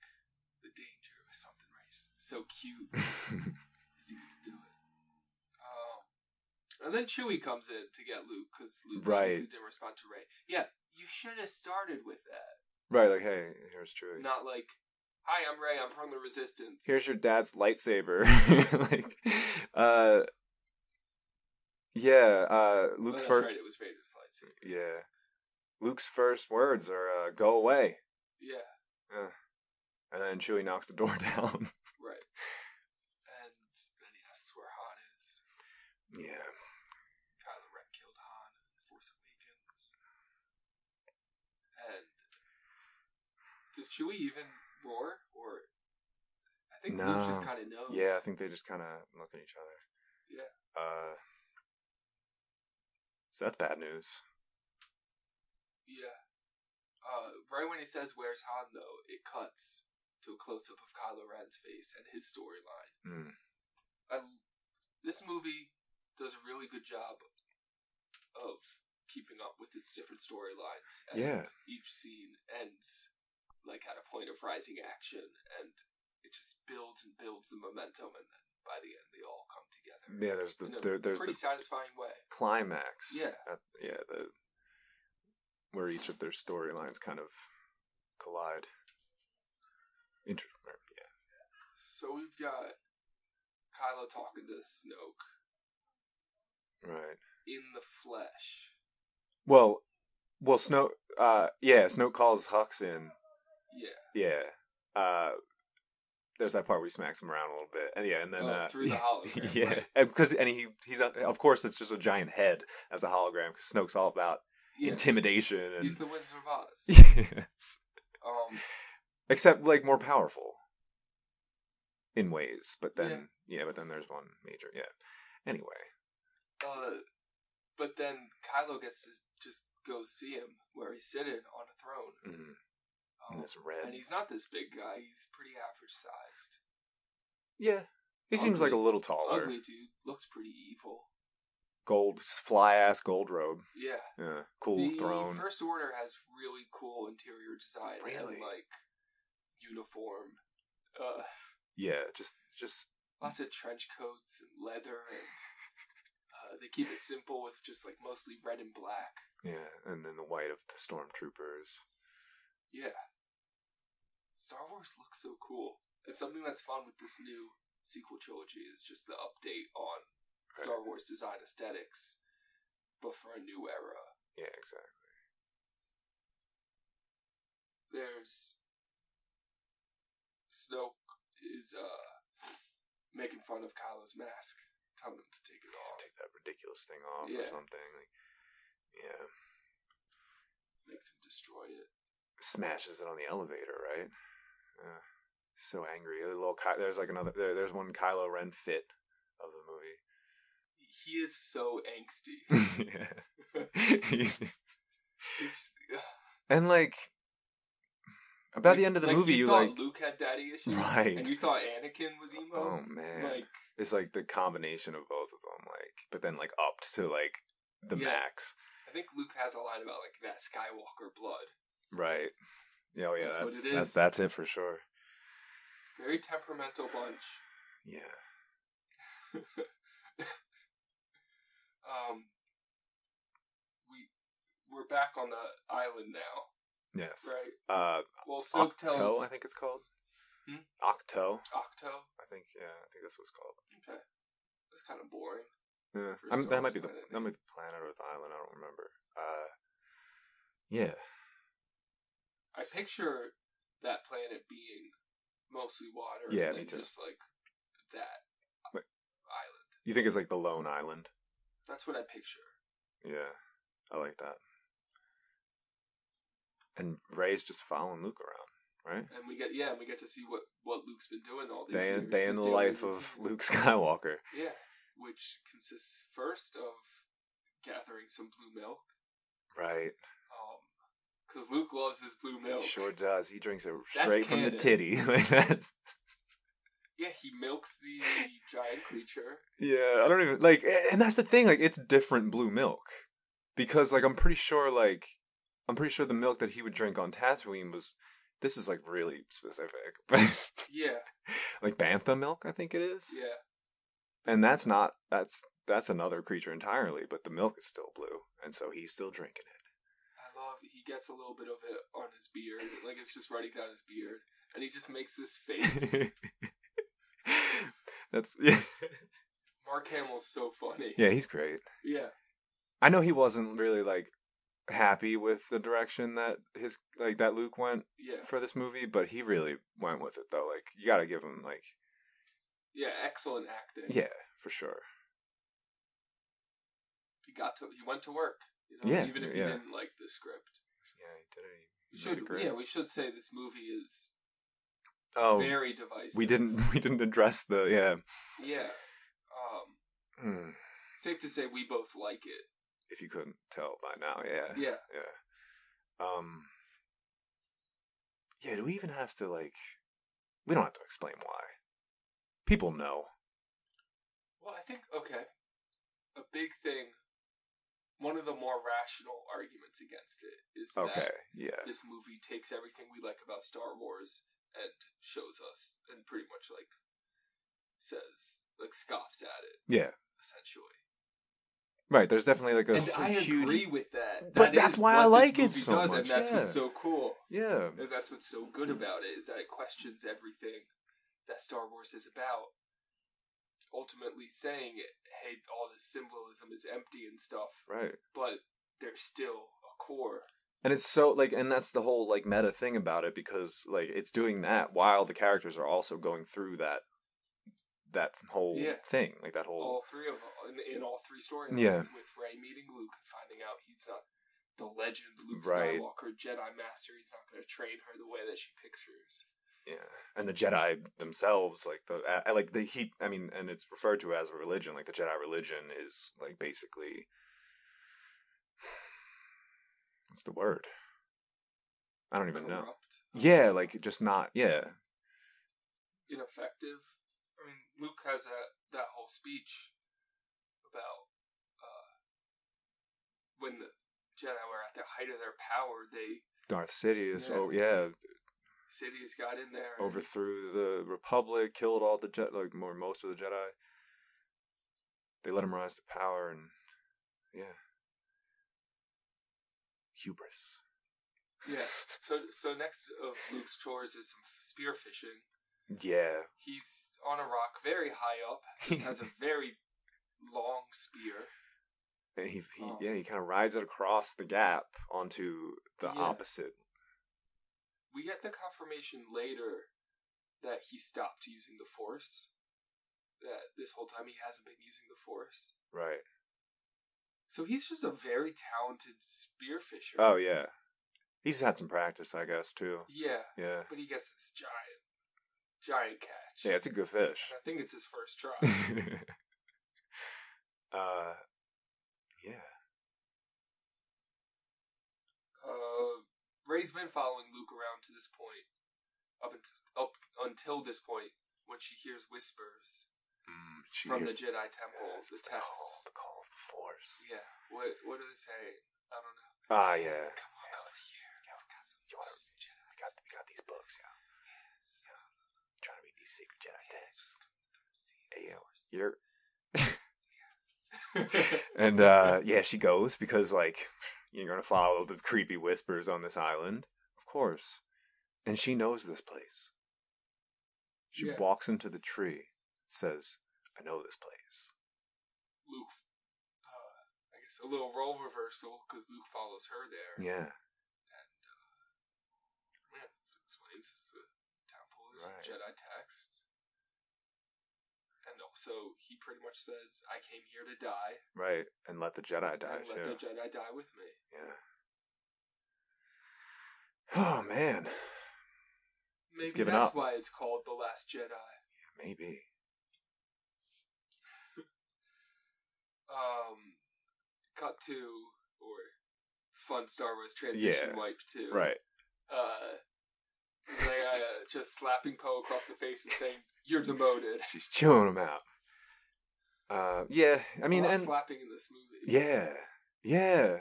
Speaker 1: the danger or something, right? So cute. Is he gonna do it? Um, and then Chewie comes in to get Luke because Luke
Speaker 2: Right.
Speaker 1: obviously didn't respond to Ray. Yeah, you should have started with that,
Speaker 2: [laughs] right? Like hey, here's Chewie.
Speaker 1: not like, "Hi, I'm Ray. I'm from the Resistance."
Speaker 2: [laughs] here's your dad's lightsaber like uh Yeah, uh,
Speaker 1: Oh,
Speaker 2: Luke's
Speaker 1: that's
Speaker 2: first.
Speaker 1: right. It was Vader's lightsaber.
Speaker 2: Yeah, Luke's first words are uh, "Go away,"
Speaker 1: Yeah,
Speaker 2: and then Chewie knocks the door [laughs] down.
Speaker 1: right. And then he asks where Han is.
Speaker 2: yeah,
Speaker 1: Kylo Ren killed Han in The Force Awakens. And does Chewie even roar? Or I think Luke just
Speaker 2: No.
Speaker 1: kind of knows.
Speaker 2: yeah. I think they just kind of look at each other.
Speaker 1: Yeah.
Speaker 2: Uh, so that's bad news.
Speaker 1: Yeah. Uh, right when he says "Where's Han," though, it cuts to a close-up of Kylo Ren's face and his storyline.
Speaker 2: Mm.
Speaker 1: I, this movie does a really good job of keeping up with its different storylines. And
Speaker 2: Yeah.
Speaker 1: Each scene ends like at a point of rising action, and it just builds and builds the momentum, and then by the end they all come together
Speaker 2: Yeah, there's the
Speaker 1: in a
Speaker 2: there, there's
Speaker 1: pretty
Speaker 2: the
Speaker 1: satisfying way.
Speaker 2: climax.
Speaker 1: Yeah.
Speaker 2: at, yeah, the where each of their storylines kind of collide. Inter- or, yeah,
Speaker 1: So we've got Kylo talking to Snoke.
Speaker 2: right.
Speaker 1: in the flesh.
Speaker 2: Well, well, Snow. Uh, yeah, Snow calls Hux in.
Speaker 1: Yeah.
Speaker 2: Yeah. Uh, there's that part where he smacks him around a little bit, and yeah, and then
Speaker 1: Oh,
Speaker 2: uh, [laughs]
Speaker 1: through the hologram,
Speaker 2: yeah,
Speaker 1: right.
Speaker 2: and because and he he's uh, of course it's just a giant head as a hologram because Snoke's all about
Speaker 1: Yeah.
Speaker 2: intimidation and
Speaker 1: He's the Wizard of Oz.
Speaker 2: [laughs] yes.
Speaker 1: Um,
Speaker 2: except like more powerful in ways, but then yeah, but then there's one major yeah. Anyway,
Speaker 1: uh, but then Kylo gets to just go see him where he's sitting on a throne.
Speaker 2: mm,
Speaker 1: Um,
Speaker 2: and this red
Speaker 1: and he's not this big guy. He's pretty average sized.
Speaker 2: yeah, he seems like a
Speaker 1: Ugly.
Speaker 2: little taller.
Speaker 1: Ugly dude. Looks pretty evil.
Speaker 2: Gold fly ass gold robe,
Speaker 1: Yeah.
Speaker 2: yeah, cool
Speaker 1: the
Speaker 2: throne.
Speaker 1: First Order has really cool interior design. and,
Speaker 2: Really?
Speaker 1: like, uniform. Uh,
Speaker 2: Yeah, just just
Speaker 1: lots of trench coats and leather and uh, they keep it simple with just like mostly red and black
Speaker 2: yeah, and then the white of the stormtroopers.
Speaker 1: yeah star wars looks so cool it's something that's fun with this new sequel trilogy is just the update on star wars design aesthetics but for a new era
Speaker 2: Yeah, exactly.
Speaker 1: there's snoke is uh making fun of kylo's mask telling him to take it
Speaker 2: Just
Speaker 1: off
Speaker 2: take that ridiculous thing off
Speaker 1: Yeah.
Speaker 2: or something. Like, yeah,
Speaker 1: makes him destroy it
Speaker 2: smashes it on the elevator, right? Uh, so angry. A little Ky- there's like another there, there's one Kylo Ren fit of the
Speaker 1: he is so angsty
Speaker 2: [laughs] movie.
Speaker 1: [laughs]
Speaker 2: yeah.
Speaker 1: It's just- uh,
Speaker 2: and like about the
Speaker 1: Like-
Speaker 2: end of the
Speaker 1: like,
Speaker 2: movie, you,
Speaker 1: thought
Speaker 2: like
Speaker 1: Luke had daddy issues,
Speaker 2: Right.
Speaker 1: And you thought Anakin was emo.
Speaker 2: oh man,
Speaker 1: Like
Speaker 2: it's like the combination of both of them. Like, but then like upped to like the
Speaker 1: Yeah.
Speaker 2: max,
Speaker 1: I think Luke has a line about like that Skywalker blood.
Speaker 2: right? Yeah, oh, yeah,
Speaker 1: That's what
Speaker 2: that's
Speaker 1: it
Speaker 2: that's,
Speaker 1: is.
Speaker 2: that's it for sure.
Speaker 1: Very temperamental bunch. [laughs]
Speaker 2: Yeah,
Speaker 1: Um, we we're back on the island now,
Speaker 2: yes.
Speaker 1: right?
Speaker 2: Uh,
Speaker 1: Well, Snoke
Speaker 2: Octo,
Speaker 1: tells
Speaker 2: I think it's called.
Speaker 1: Hmm?
Speaker 2: Octo,
Speaker 1: Octo.
Speaker 2: I think. Yeah, I think that's what it's called.
Speaker 1: Okay, that's kind of boring.
Speaker 2: Yeah.
Speaker 1: For
Speaker 2: I'm,
Speaker 1: Star
Speaker 2: that might be
Speaker 1: Wars
Speaker 2: the
Speaker 1: planet,
Speaker 2: that might be the planet or the island. I don't remember. Uh, yeah,
Speaker 1: I picture that planet being mostly water.
Speaker 2: Yeah,
Speaker 1: and
Speaker 2: me
Speaker 1: then
Speaker 2: too.
Speaker 1: Just like that
Speaker 2: Wait.
Speaker 1: island.
Speaker 2: you think it's like the Lone Island?
Speaker 1: That's what I picture.
Speaker 2: Yeah, I like that. And Ray's just following Luke around, right?
Speaker 1: And we get yeah, and we get to see what what Luke's been doing all these
Speaker 2: Day
Speaker 1: years.
Speaker 2: in, day in
Speaker 1: He's
Speaker 2: the
Speaker 1: dealing
Speaker 2: life
Speaker 1: with
Speaker 2: of [laughs]
Speaker 1: his-
Speaker 2: Luke Skywalker.
Speaker 1: Yeah, which consists first of gathering some blue milk,
Speaker 2: Right,
Speaker 1: because Luke loves his blue
Speaker 2: he
Speaker 1: milk.
Speaker 2: sure does. He drinks it
Speaker 1: That's
Speaker 2: straight from the
Speaker 1: canon.
Speaker 2: titty. [laughs] like that's
Speaker 1: [laughs] Yeah, he milks
Speaker 2: [laughs]
Speaker 1: the giant creature.
Speaker 2: Yeah, I don't even like, a- and that's the thing. Like, it's different blue milk because, like, I'm pretty sure, like, I'm pretty sure the milk that he would drink on Tatooine was. This is like really specific, [laughs] but
Speaker 1: Yeah,
Speaker 2: like bantha milk, I think it is,
Speaker 1: yeah,
Speaker 2: and that's not that's that's another creature entirely. But the milk is still blue, and so he's still drinking it.
Speaker 1: I love. He gets a little bit of it on his beard, like it's just running down his beard, and
Speaker 2: [laughs]
Speaker 1: he just makes this face.
Speaker 2: that's yeah,
Speaker 1: Mark Hamill's so funny.
Speaker 2: Yeah, he's great.
Speaker 1: Yeah.
Speaker 2: I know he wasn't really like happy with the direction that his like that Luke went
Speaker 1: Yeah.
Speaker 2: for this movie, but he really went with it though. Like you got to give him like
Speaker 1: Yeah, excellent acting.
Speaker 2: yeah, for sure.
Speaker 1: He got to he went to work. You know,
Speaker 2: Yeah,
Speaker 1: even if
Speaker 2: yeah.
Speaker 1: he didn't like the script.
Speaker 2: Yeah, he did it.
Speaker 1: We
Speaker 2: He made
Speaker 1: should
Speaker 2: it great.
Speaker 1: yeah, we should say this movie is
Speaker 2: oh,
Speaker 1: very divisive.
Speaker 2: we didn't [laughs] we didn't address the yeah.
Speaker 1: Yeah. Um
Speaker 2: Hmm.
Speaker 1: safe to say we both like
Speaker 2: [laughs]
Speaker 1: it.
Speaker 2: If you couldn't tell by now, yeah.
Speaker 1: Yeah.
Speaker 2: Yeah. Um Yeah, do we even have to like we don't have to explain why. People know.
Speaker 1: Well, I think okay. A big thing one of the more rational arguments against it is
Speaker 2: Okay.
Speaker 1: that
Speaker 2: Yeah.
Speaker 1: this movie takes everything we like about Star Wars and shows us and pretty much like says like scoffs at it
Speaker 2: Yeah.
Speaker 1: essentially.
Speaker 2: Right, there's definitely like a
Speaker 1: And
Speaker 2: hu-
Speaker 1: I
Speaker 2: huge
Speaker 1: agree with that.
Speaker 2: But
Speaker 1: That
Speaker 2: that's
Speaker 1: is
Speaker 2: why
Speaker 1: what
Speaker 2: I
Speaker 1: this
Speaker 2: like
Speaker 1: movie
Speaker 2: it so
Speaker 1: does,
Speaker 2: much,
Speaker 1: And that's what's
Speaker 2: yeah.
Speaker 1: so cool.
Speaker 2: Yeah.
Speaker 1: And that's what's so good about it is that it questions everything that Star Wars is about. Ultimately saying, hey, all this symbolism is empty and stuff,
Speaker 2: Right.
Speaker 1: but there's still a core.
Speaker 2: And it's so like and that's the whole like meta thing about it because like it's doing that while the characters are also going through that that whole
Speaker 1: Yeah.
Speaker 2: thing, like that whole
Speaker 1: all three of in, in all three storylines
Speaker 2: Yeah.
Speaker 1: with Ray meeting Luke and finding out he's not the legend Luke
Speaker 2: Right.
Speaker 1: Skywalker Jedi Master. He's not going to train her the way that she pictures.
Speaker 2: Yeah, and the Jedi themselves, like the uh, like the he, I mean, and it's referred to as a religion. Like the Jedi religion is like basically, what's the word? I don't even know.
Speaker 1: Corrupt, uh,
Speaker 2: Yeah, like just not. Yeah,
Speaker 1: ineffective. I mean, Luke has that that whole speech about uh, when the Jedi were at the height of their power. They
Speaker 2: Darth Sidious.
Speaker 1: Yeah.
Speaker 2: Oh yeah,
Speaker 1: Sidious got in there. and-
Speaker 2: overthrew the Republic, killed all the Jedi, like more most of the Jedi. They let him rise to power, and yeah, hubris.
Speaker 1: [laughs] Yeah. So so next of Luke's chores is some spear fishing.
Speaker 2: Yeah,
Speaker 1: He's on a rock very high up. He has a very long spear.
Speaker 2: And he, he
Speaker 1: Um,
Speaker 2: yeah, he kind of rides it across the gap onto the
Speaker 1: Yeah.
Speaker 2: opposite.
Speaker 1: We get the confirmation later that he stopped using the force. That this whole time he hasn't been using the force.
Speaker 2: Right.
Speaker 1: So he's just a very talented spear fisher.
Speaker 2: Oh yeah. He's had some practice, I guess, too.
Speaker 1: Yeah,
Speaker 2: Yeah.
Speaker 1: but he gets this giant, giant catch.
Speaker 2: Yeah, it's a good fish. [laughs]
Speaker 1: And I think it's his first try.
Speaker 2: uh yeah.
Speaker 1: uh, Ray's been following Luke around to this point, up until, up until this point, when she hears whispers
Speaker 2: Mm, she
Speaker 1: from
Speaker 2: hears-
Speaker 1: the Jedi Temple,
Speaker 2: Yes,
Speaker 1: the
Speaker 2: it's
Speaker 1: texts.
Speaker 2: call, the call of the force.
Speaker 1: Yeah, what what do they say? I don't know.
Speaker 2: Ah yeah.
Speaker 1: Come on, that was you. It's got some
Speaker 2: You wanna-
Speaker 1: Jedi.
Speaker 2: We got we got these books, yeah. Yeah. trying to read these secret Jedi texts. Hey, yo,
Speaker 1: [laughs]
Speaker 2: you're and uh yeah she goes because like you're gonna follow the creepy whispers on this island of course and she knows this place she
Speaker 1: Yeah.
Speaker 2: walks into the tree says i know this place
Speaker 1: Luke, uh, I guess a little role reversal because Luke follows her there.
Speaker 2: yeah
Speaker 1: Man, explains this the temple is
Speaker 2: Right.
Speaker 1: Jedi text. And also, he pretty much says, "I came here to die,
Speaker 2: right and let the jedi die
Speaker 1: and let
Speaker 2: too
Speaker 1: the Jedi die with me."
Speaker 2: yeah oh man
Speaker 1: Maybe
Speaker 2: given
Speaker 1: that's
Speaker 2: up.
Speaker 1: why it's called The Last Jedi.
Speaker 2: maybe
Speaker 1: Um, cut to or fun Star Wars transition
Speaker 2: Yeah,
Speaker 1: wipe to
Speaker 2: right
Speaker 1: Uh, Leia just slapping Poe across the face and saying, "You're demoted."
Speaker 2: she's chewing them out uh yeah i
Speaker 1: A
Speaker 2: mean
Speaker 1: lot of
Speaker 2: and
Speaker 1: slapping in this movie.
Speaker 2: yeah yeah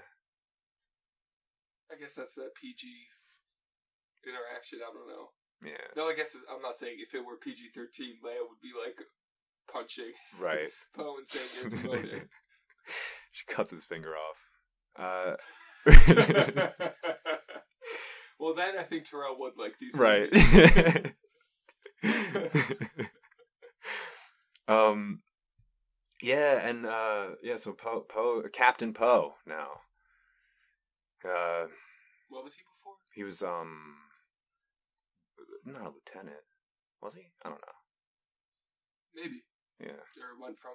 Speaker 1: I guess that's that PG interaction. I don't know.
Speaker 2: yeah
Speaker 1: No, I guess it's- I'm not saying if it were PG thirteen, Leia would be like punching [laughs]
Speaker 2: right
Speaker 1: Poe and saying, "You're demoted."
Speaker 2: [laughs] she cuts his finger off. Uh,
Speaker 1: [laughs] well, then I think Terrell would like these.
Speaker 2: [laughs] right. [laughs]
Speaker 1: movies.
Speaker 2: um, Yeah, and uh, yeah, so Poe, Poe, Captain Poe now. Uh,
Speaker 1: What was he before?
Speaker 2: he was um, not a lieutenant, was he? I don't
Speaker 1: Maybe.
Speaker 2: know. Yeah,
Speaker 1: Or went from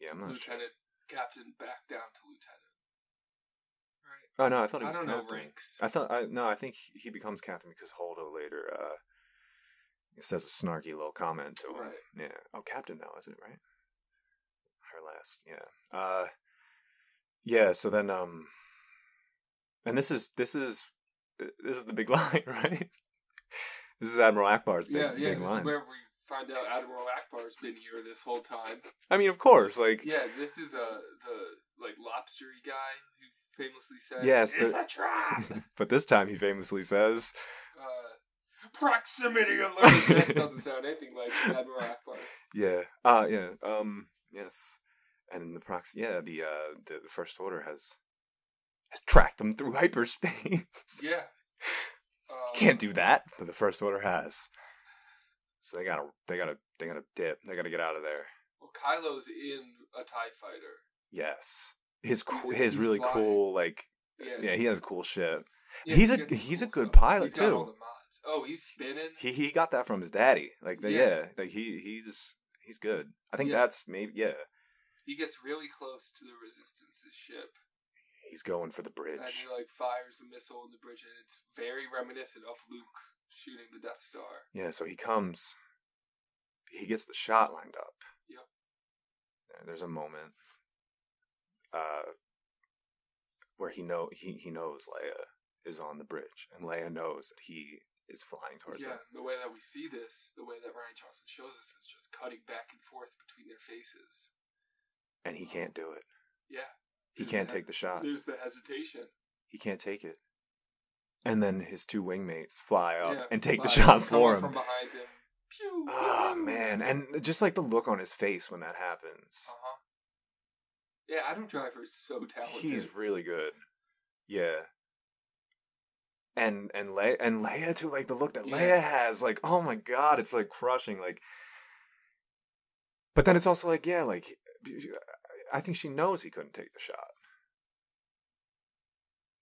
Speaker 2: yeah, I'm not
Speaker 1: lieutenant, captain, back down to lieutenant. Right.
Speaker 2: sure. Oh no, I thought he
Speaker 1: I
Speaker 2: was
Speaker 1: don't
Speaker 2: captain.
Speaker 1: know ranks.
Speaker 2: I thought I no, I think he becomes captain because Holdo later uh, says a snarky little comment to him.
Speaker 1: Right.
Speaker 2: Yeah. Oh, captain now, isn't it right? Her last, yeah. Uh, yeah. So then, um, and this is this is this is the big [laughs] line, right? This is Admiral Akbar's big,
Speaker 1: yeah, yeah.
Speaker 2: big
Speaker 1: this
Speaker 2: line.
Speaker 1: is where we find out Admiral Akbar's been here this whole time.
Speaker 2: I mean, of course, like
Speaker 1: Yeah, this is uh the like lobstery guy who famously said,
Speaker 2: Yes,
Speaker 1: it's
Speaker 2: the-
Speaker 1: a
Speaker 2: [laughs]
Speaker 1: trap."
Speaker 2: [laughs] but this time he famously says,
Speaker 1: uh, proximity alert. [laughs] That doesn't sound anything like Admiral Akbar.
Speaker 2: Yeah. Uh
Speaker 1: Mm-hmm.
Speaker 2: yeah. Um yes. And in the proxy yeah, the uh the, the first order has has tracked them through [laughs] hyperspace.
Speaker 1: Yeah. Um,
Speaker 2: Can't do that, but the first order has. So they gotta they gotta they gotta dip. They gotta get out of there.
Speaker 1: Well, Kylo's in a Tie Fighter.
Speaker 2: Yes. His cool,
Speaker 1: He's-
Speaker 2: his
Speaker 1: he's
Speaker 2: really
Speaker 1: flying.
Speaker 2: cool like
Speaker 1: Yeah.
Speaker 2: yeah, he has cool shit.
Speaker 1: Yeah,
Speaker 2: he's
Speaker 1: he
Speaker 2: a-
Speaker 1: gets
Speaker 2: he's a
Speaker 1: cool
Speaker 2: good
Speaker 1: stuff.
Speaker 2: pilot,
Speaker 1: He's got
Speaker 2: too.
Speaker 1: all the mods. Oh, he's spinning.
Speaker 2: He he got that from his daddy. Like the, yeah.
Speaker 1: Yeah.
Speaker 2: like he he's he's good. I think
Speaker 1: Yeah.
Speaker 2: that's maybe yeah.
Speaker 1: he gets really close to the Resistance's ship.
Speaker 2: He's going for the bridge.
Speaker 1: And he like fires a missile in the bridge, and it's very reminiscent of Luke shooting the Death Star.
Speaker 2: Yeah, so he comes. He gets the shot lined up.
Speaker 1: Yep.
Speaker 2: Yeah, There's a moment uh, where he know he, he knows Leia is on the bridge, and Leia knows that he is flying towards
Speaker 1: yeah,
Speaker 2: her.
Speaker 1: and the way that we see this, the way that Ryan Johnson shows us, is just cutting back and forth between their faces.
Speaker 2: and he can't do it.
Speaker 1: Yeah,
Speaker 2: He
Speaker 1: There's
Speaker 2: can't
Speaker 1: the-
Speaker 2: take the shot.
Speaker 1: there's the hesitation.
Speaker 2: He can't take it. And then his two wingmates fly up
Speaker 1: Yeah,
Speaker 2: and take the
Speaker 1: fire
Speaker 2: shot
Speaker 1: coming
Speaker 2: for him.
Speaker 1: from behind him. Pew.
Speaker 2: oh man! And just like the look on his face when that happens.
Speaker 1: Uh huh. Yeah, Adam Driver is so talented.
Speaker 2: He's really good. Yeah. And and Le- and Leia too, like the look that
Speaker 1: Yeah.
Speaker 2: Leia has, like oh my god, it's like crushing, like. But then it's also like yeah, like I think she knows he couldn't take the shot.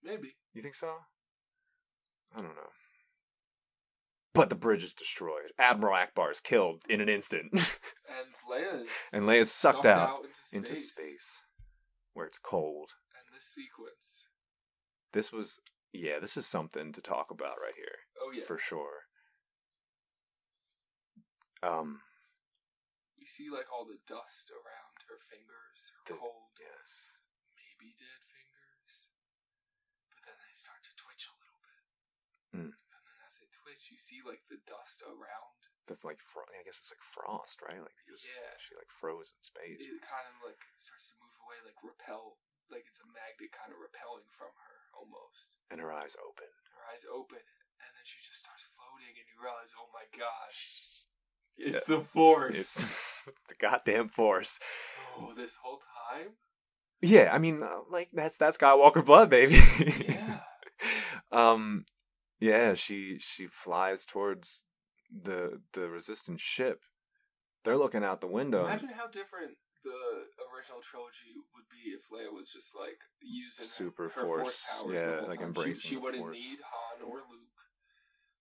Speaker 1: maybe.
Speaker 2: You think so? I don't know. But the bridge is destroyed. Admiral Akbar is killed in an instant, [laughs]
Speaker 1: And Leia is
Speaker 2: and Leia's sucked
Speaker 1: sucked
Speaker 2: out,
Speaker 1: into space.
Speaker 2: into space, where it's cold.
Speaker 1: And this sequence.
Speaker 2: This was yeah, this is something to talk about right here.
Speaker 1: Oh yeah.
Speaker 2: for sure. Um,
Speaker 1: We see like all the dust around her fingers, her
Speaker 2: The-
Speaker 1: cold,
Speaker 2: yes,
Speaker 1: maybe dead fingers. But then they start to twitch a little bit.
Speaker 2: Mm.
Speaker 1: And then as they twitch, you see like the dust around.
Speaker 2: the like fro- I guess it's like frost, right? Like because
Speaker 1: Yeah.
Speaker 2: she like froze in space.
Speaker 1: It kind of like starts to move away, like repel, like it's a magnet kind of repelling from her almost.
Speaker 2: and her eyes open.
Speaker 1: Her eyes open, and then she just starts floating, and you realize, oh my gosh,
Speaker 2: Yeah.
Speaker 1: it's the force.
Speaker 2: It's [laughs] the goddamn force.
Speaker 1: Oh, this whole
Speaker 2: [laughs]
Speaker 1: time?
Speaker 2: Yeah, I mean, uh, like that's that's Skywalker blood, baby.
Speaker 1: Yeah.
Speaker 2: [laughs] um, yeah, she she flies towards the the resistance ship. They're looking out the window.
Speaker 1: Imagine how different the original trilogy would be if Leia was just like using her-
Speaker 2: Super
Speaker 1: her
Speaker 2: force,
Speaker 1: powers the
Speaker 2: yeah,
Speaker 1: whole
Speaker 2: like
Speaker 1: time.
Speaker 2: embracing
Speaker 1: She, she
Speaker 2: the
Speaker 1: wouldn't
Speaker 2: force.
Speaker 1: need Han or Luke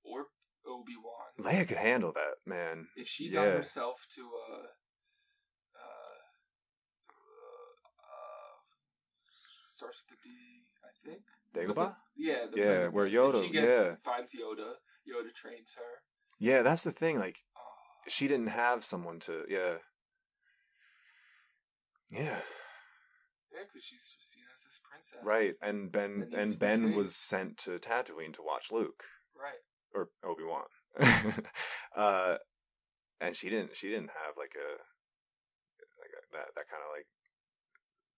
Speaker 1: or Obi Wan.
Speaker 2: Leia could handle that, man.
Speaker 1: if she
Speaker 2: yeah.
Speaker 1: got herself to a, uh, uh, starts with the D, I think.
Speaker 2: Dagobah?
Speaker 1: Yeah, the
Speaker 2: Yeah,
Speaker 1: Dagobah.
Speaker 2: where
Speaker 1: If
Speaker 2: Yoda-
Speaker 1: She gets
Speaker 2: yeah.
Speaker 1: finds Yoda. Yoda trains her.
Speaker 2: Yeah, that's the thing. Like
Speaker 1: Oh,
Speaker 2: she didn't have someone to yeah yeah
Speaker 1: yeah, because she's just seen as this princess.
Speaker 2: right and ben
Speaker 1: That needs to
Speaker 2: and
Speaker 1: be
Speaker 2: ben
Speaker 1: saved.
Speaker 2: was sent to tatooine to watch luke
Speaker 1: Right.
Speaker 2: or obi-wan [laughs] uh and she didn't she didn't have like a like a, that that kind of like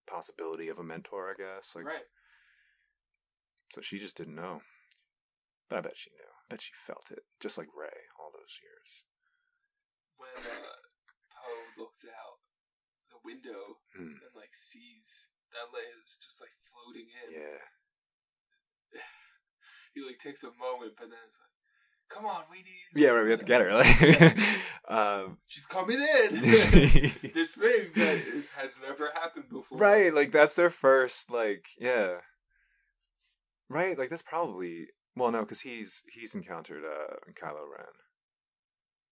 Speaker 2: possibility of a mentor i guess like
Speaker 1: right.
Speaker 2: so she just didn't know but i bet she knew i bet she felt it just like ray all those years
Speaker 1: when uh, Poe looks out the window
Speaker 2: Hmm.
Speaker 1: and like sees that Leia's just like floating in.
Speaker 2: yeah
Speaker 1: He like takes a moment, but then it's like, Come on, we need.
Speaker 2: Yeah, right, we have to get her. [laughs] Like, um,
Speaker 1: She's coming in.
Speaker 2: [laughs]
Speaker 1: this thing that is, has never happened [laughs] before.
Speaker 2: right, like that's their first, like, yeah, right, like that's probably well, no, because he's he's encountered uh Kylo Ren,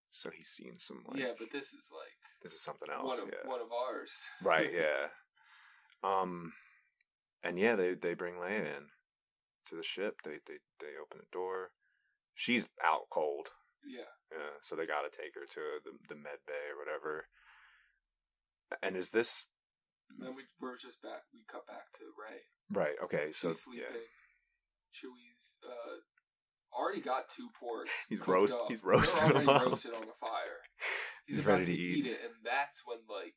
Speaker 2: so he's seen some like,
Speaker 1: yeah, but this is like
Speaker 2: this is something
Speaker 1: one
Speaker 2: else,
Speaker 1: of
Speaker 2: yeah,
Speaker 1: one of ours.
Speaker 2: right,
Speaker 1: [laughs]
Speaker 2: yeah, um, and yeah, they they bring Leia in to the ship. They they they open the door. She's out cold.
Speaker 1: Yeah.
Speaker 2: Yeah, so they got to take her to the the med bay or whatever. And is this Hmm.
Speaker 1: Then we we're just back. We cut back to Ray.
Speaker 2: right? Okay, so
Speaker 1: She's sleeping.
Speaker 2: yeah,
Speaker 1: Chewie's uh, already got two porks.
Speaker 2: [laughs] He's
Speaker 1: cooked
Speaker 2: roast-
Speaker 1: up.
Speaker 2: he's roasted
Speaker 1: They're already
Speaker 2: them up.
Speaker 1: roasted on the
Speaker 2: [laughs]
Speaker 1: fire. He's,
Speaker 2: He's
Speaker 1: about
Speaker 2: ready
Speaker 1: to
Speaker 2: to eat.
Speaker 1: eat. it, and that's when like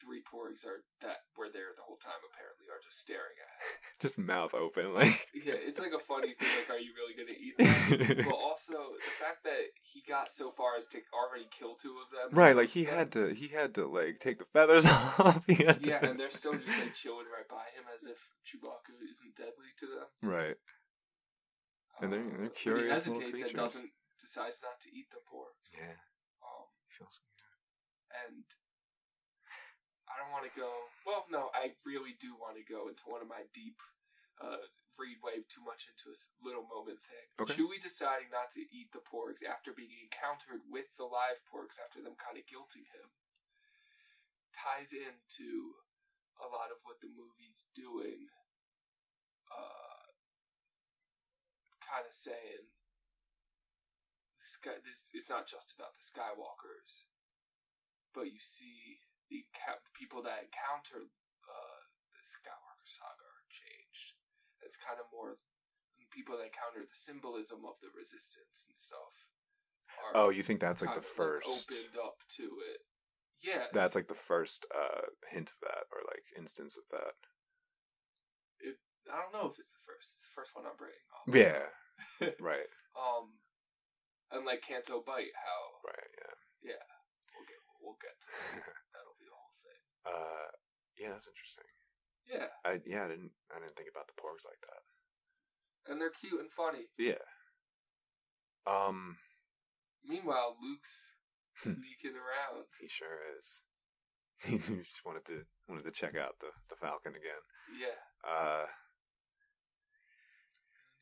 Speaker 1: three porks are that were there the whole time. Apparently, are just staring at. Him. [laughs]
Speaker 2: [laughs] just mouth open, like
Speaker 1: Yeah, it's like a funny thing. Like, are you really gonna eat that?
Speaker 2: [laughs]
Speaker 1: but also the fact that he got so far as to already kill two of them.
Speaker 2: right, like he
Speaker 1: Yeah.
Speaker 2: had to he had to like take the feathers [laughs] off. he had
Speaker 1: [laughs] Yeah,
Speaker 2: to-
Speaker 1: and they're still just like chilling right by him as if Chewbacca isn't deadly to them.
Speaker 2: [laughs] right. And they're-
Speaker 1: Uh, but
Speaker 2: they're curious little
Speaker 1: He hesitates
Speaker 2: creatures.
Speaker 1: and doesn't decides not to eat the porks.
Speaker 2: Yeah,
Speaker 1: Um,
Speaker 2: he feels
Speaker 1: and I don't want to go. Well, no, I really do want to go into one of my deep uh, read way too much into a s- little moment thing.
Speaker 2: Okay.
Speaker 1: Chewie deciding not to eat the porks after being encountered with the live porks after them kind of guilting him ties into a lot of what the movie's doing. Uh, kind of saying this guy, this it's not just about the Skywalkers but you see the, encoun- the people that encounter uh, the Skywalker saga are changed. It's kind of more people that encounter the symbolism of the resistance and stuff. Are
Speaker 2: oh, you think that's like
Speaker 1: kind of,
Speaker 2: the first?
Speaker 1: opened up to it. Yeah,
Speaker 2: that's like the first uh hint of that, or like instance of that.
Speaker 1: I don't know if it's the first. It's the first one I'm bringing up. [laughs]
Speaker 2: Yeah, right,
Speaker 1: um, and like Canto Bite, how
Speaker 2: right, yeah.
Speaker 1: we'll get we'll get to
Speaker 2: [laughs]
Speaker 1: that. that'll be the whole thing.
Speaker 2: Uh, yeah, that's interesting.
Speaker 1: Yeah,
Speaker 2: I yeah, I didn't I didn't think about the porgs like that.
Speaker 1: and they're cute and funny.
Speaker 2: Yeah. Um,
Speaker 1: Meanwhile, Luke's
Speaker 2: Hmm.
Speaker 1: sneaking around.
Speaker 2: he sure is. [laughs] He just wanted to wanted to check out the the Falcon again.
Speaker 1: Yeah.
Speaker 2: Uh,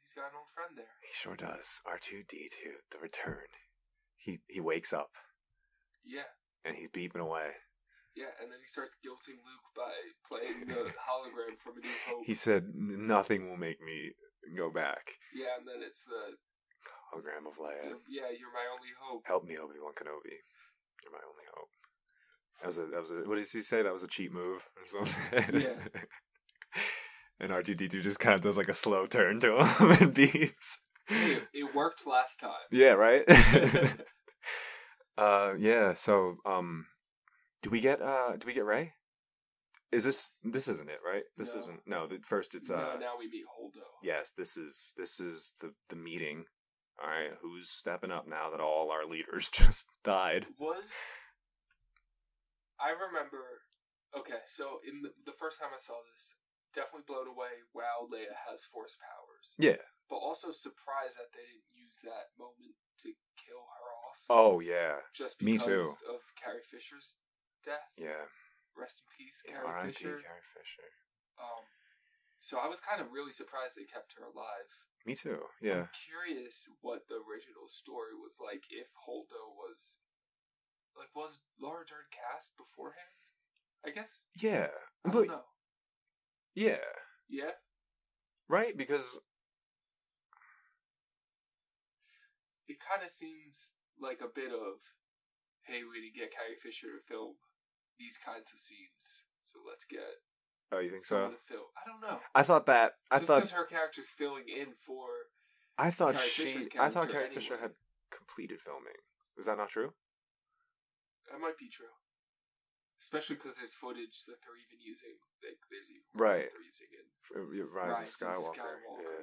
Speaker 1: He's got an old friend there.
Speaker 2: he sure does. R two D two, the return. He he wakes up
Speaker 1: Yeah,
Speaker 2: and he's beeping away.
Speaker 1: yeah, and then he starts guilting Luke by playing
Speaker 2: [laughs]
Speaker 1: the hologram from A New Hope.
Speaker 2: He said, "N- "Nothing will make me go back."
Speaker 1: Yeah, and then it's the
Speaker 2: Hologram of Leia,
Speaker 1: you're- yeah, you're my only
Speaker 2: [laughs]
Speaker 1: hope.
Speaker 2: help me, Obi Wan Kenobi. You're my only hope. That was a that was a what does he say? That was a cheat move or something.
Speaker 1: Yeah.
Speaker 2: [laughs] and R two D two just kind of does like a slow turn to him [laughs] and beeps.
Speaker 1: Hey, it worked last time.
Speaker 2: Yeah, right.
Speaker 1: [laughs]
Speaker 2: uh, yeah. So, um, do we get uh, do we get Ray? Is this this isn't it, right? This
Speaker 1: No.
Speaker 2: isn't. No, the, first [laughs] it's
Speaker 1: No,
Speaker 2: uh,
Speaker 1: now we meet Holdo.
Speaker 2: yes, this is this is the the meeting. All right, who's stepping up now that all our leaders [laughs] just died?
Speaker 1: Was I remember? Okay, so in the, the first time I saw this, definitely blown away. Wow, Leia has force powers,
Speaker 2: Yeah.
Speaker 1: but also surprised that they didn't use that moment to kill her off.
Speaker 2: Oh yeah.
Speaker 1: just
Speaker 2: me
Speaker 1: because
Speaker 2: too.
Speaker 1: of Carrie Fisher's death.
Speaker 2: Yeah.
Speaker 1: Rest in peace,
Speaker 2: yeah
Speaker 1: Carrie
Speaker 2: R.I.P.
Speaker 1: Fisher.
Speaker 2: Carrie Fisher.
Speaker 1: Um, so I was kind of really surprised they kept her alive.
Speaker 2: Me too. Yeah.
Speaker 1: I'm curious what the original story was like if Holdo was like was Laura Dern cast beforehand? I guess.
Speaker 2: Yeah.
Speaker 1: I
Speaker 2: but
Speaker 1: don't know.
Speaker 2: yeah.
Speaker 1: Yeah.
Speaker 2: Right. Because
Speaker 1: It kind of seems like a bit of hey, we didn't get Carrie Fisher to film these kinds of scenes. So let's get
Speaker 2: oh, you think
Speaker 1: someone
Speaker 2: so?
Speaker 1: to film. I don't know.
Speaker 2: I thought that. I
Speaker 1: Just
Speaker 2: thought
Speaker 1: because her character's filling in for
Speaker 2: I thought
Speaker 1: Carrie
Speaker 2: she.
Speaker 1: Fisher's
Speaker 2: I thought
Speaker 1: character
Speaker 2: Carrie Fisher
Speaker 1: anyway.
Speaker 2: had completed filming. Is that not true?
Speaker 1: That might be true. Especially because there's footage that they're even using. Like, there's even
Speaker 2: Right.
Speaker 1: they're using it.
Speaker 2: F- uh, yeah, Rise, of
Speaker 1: Rise of
Speaker 2: Skywalker.
Speaker 1: Skywalker.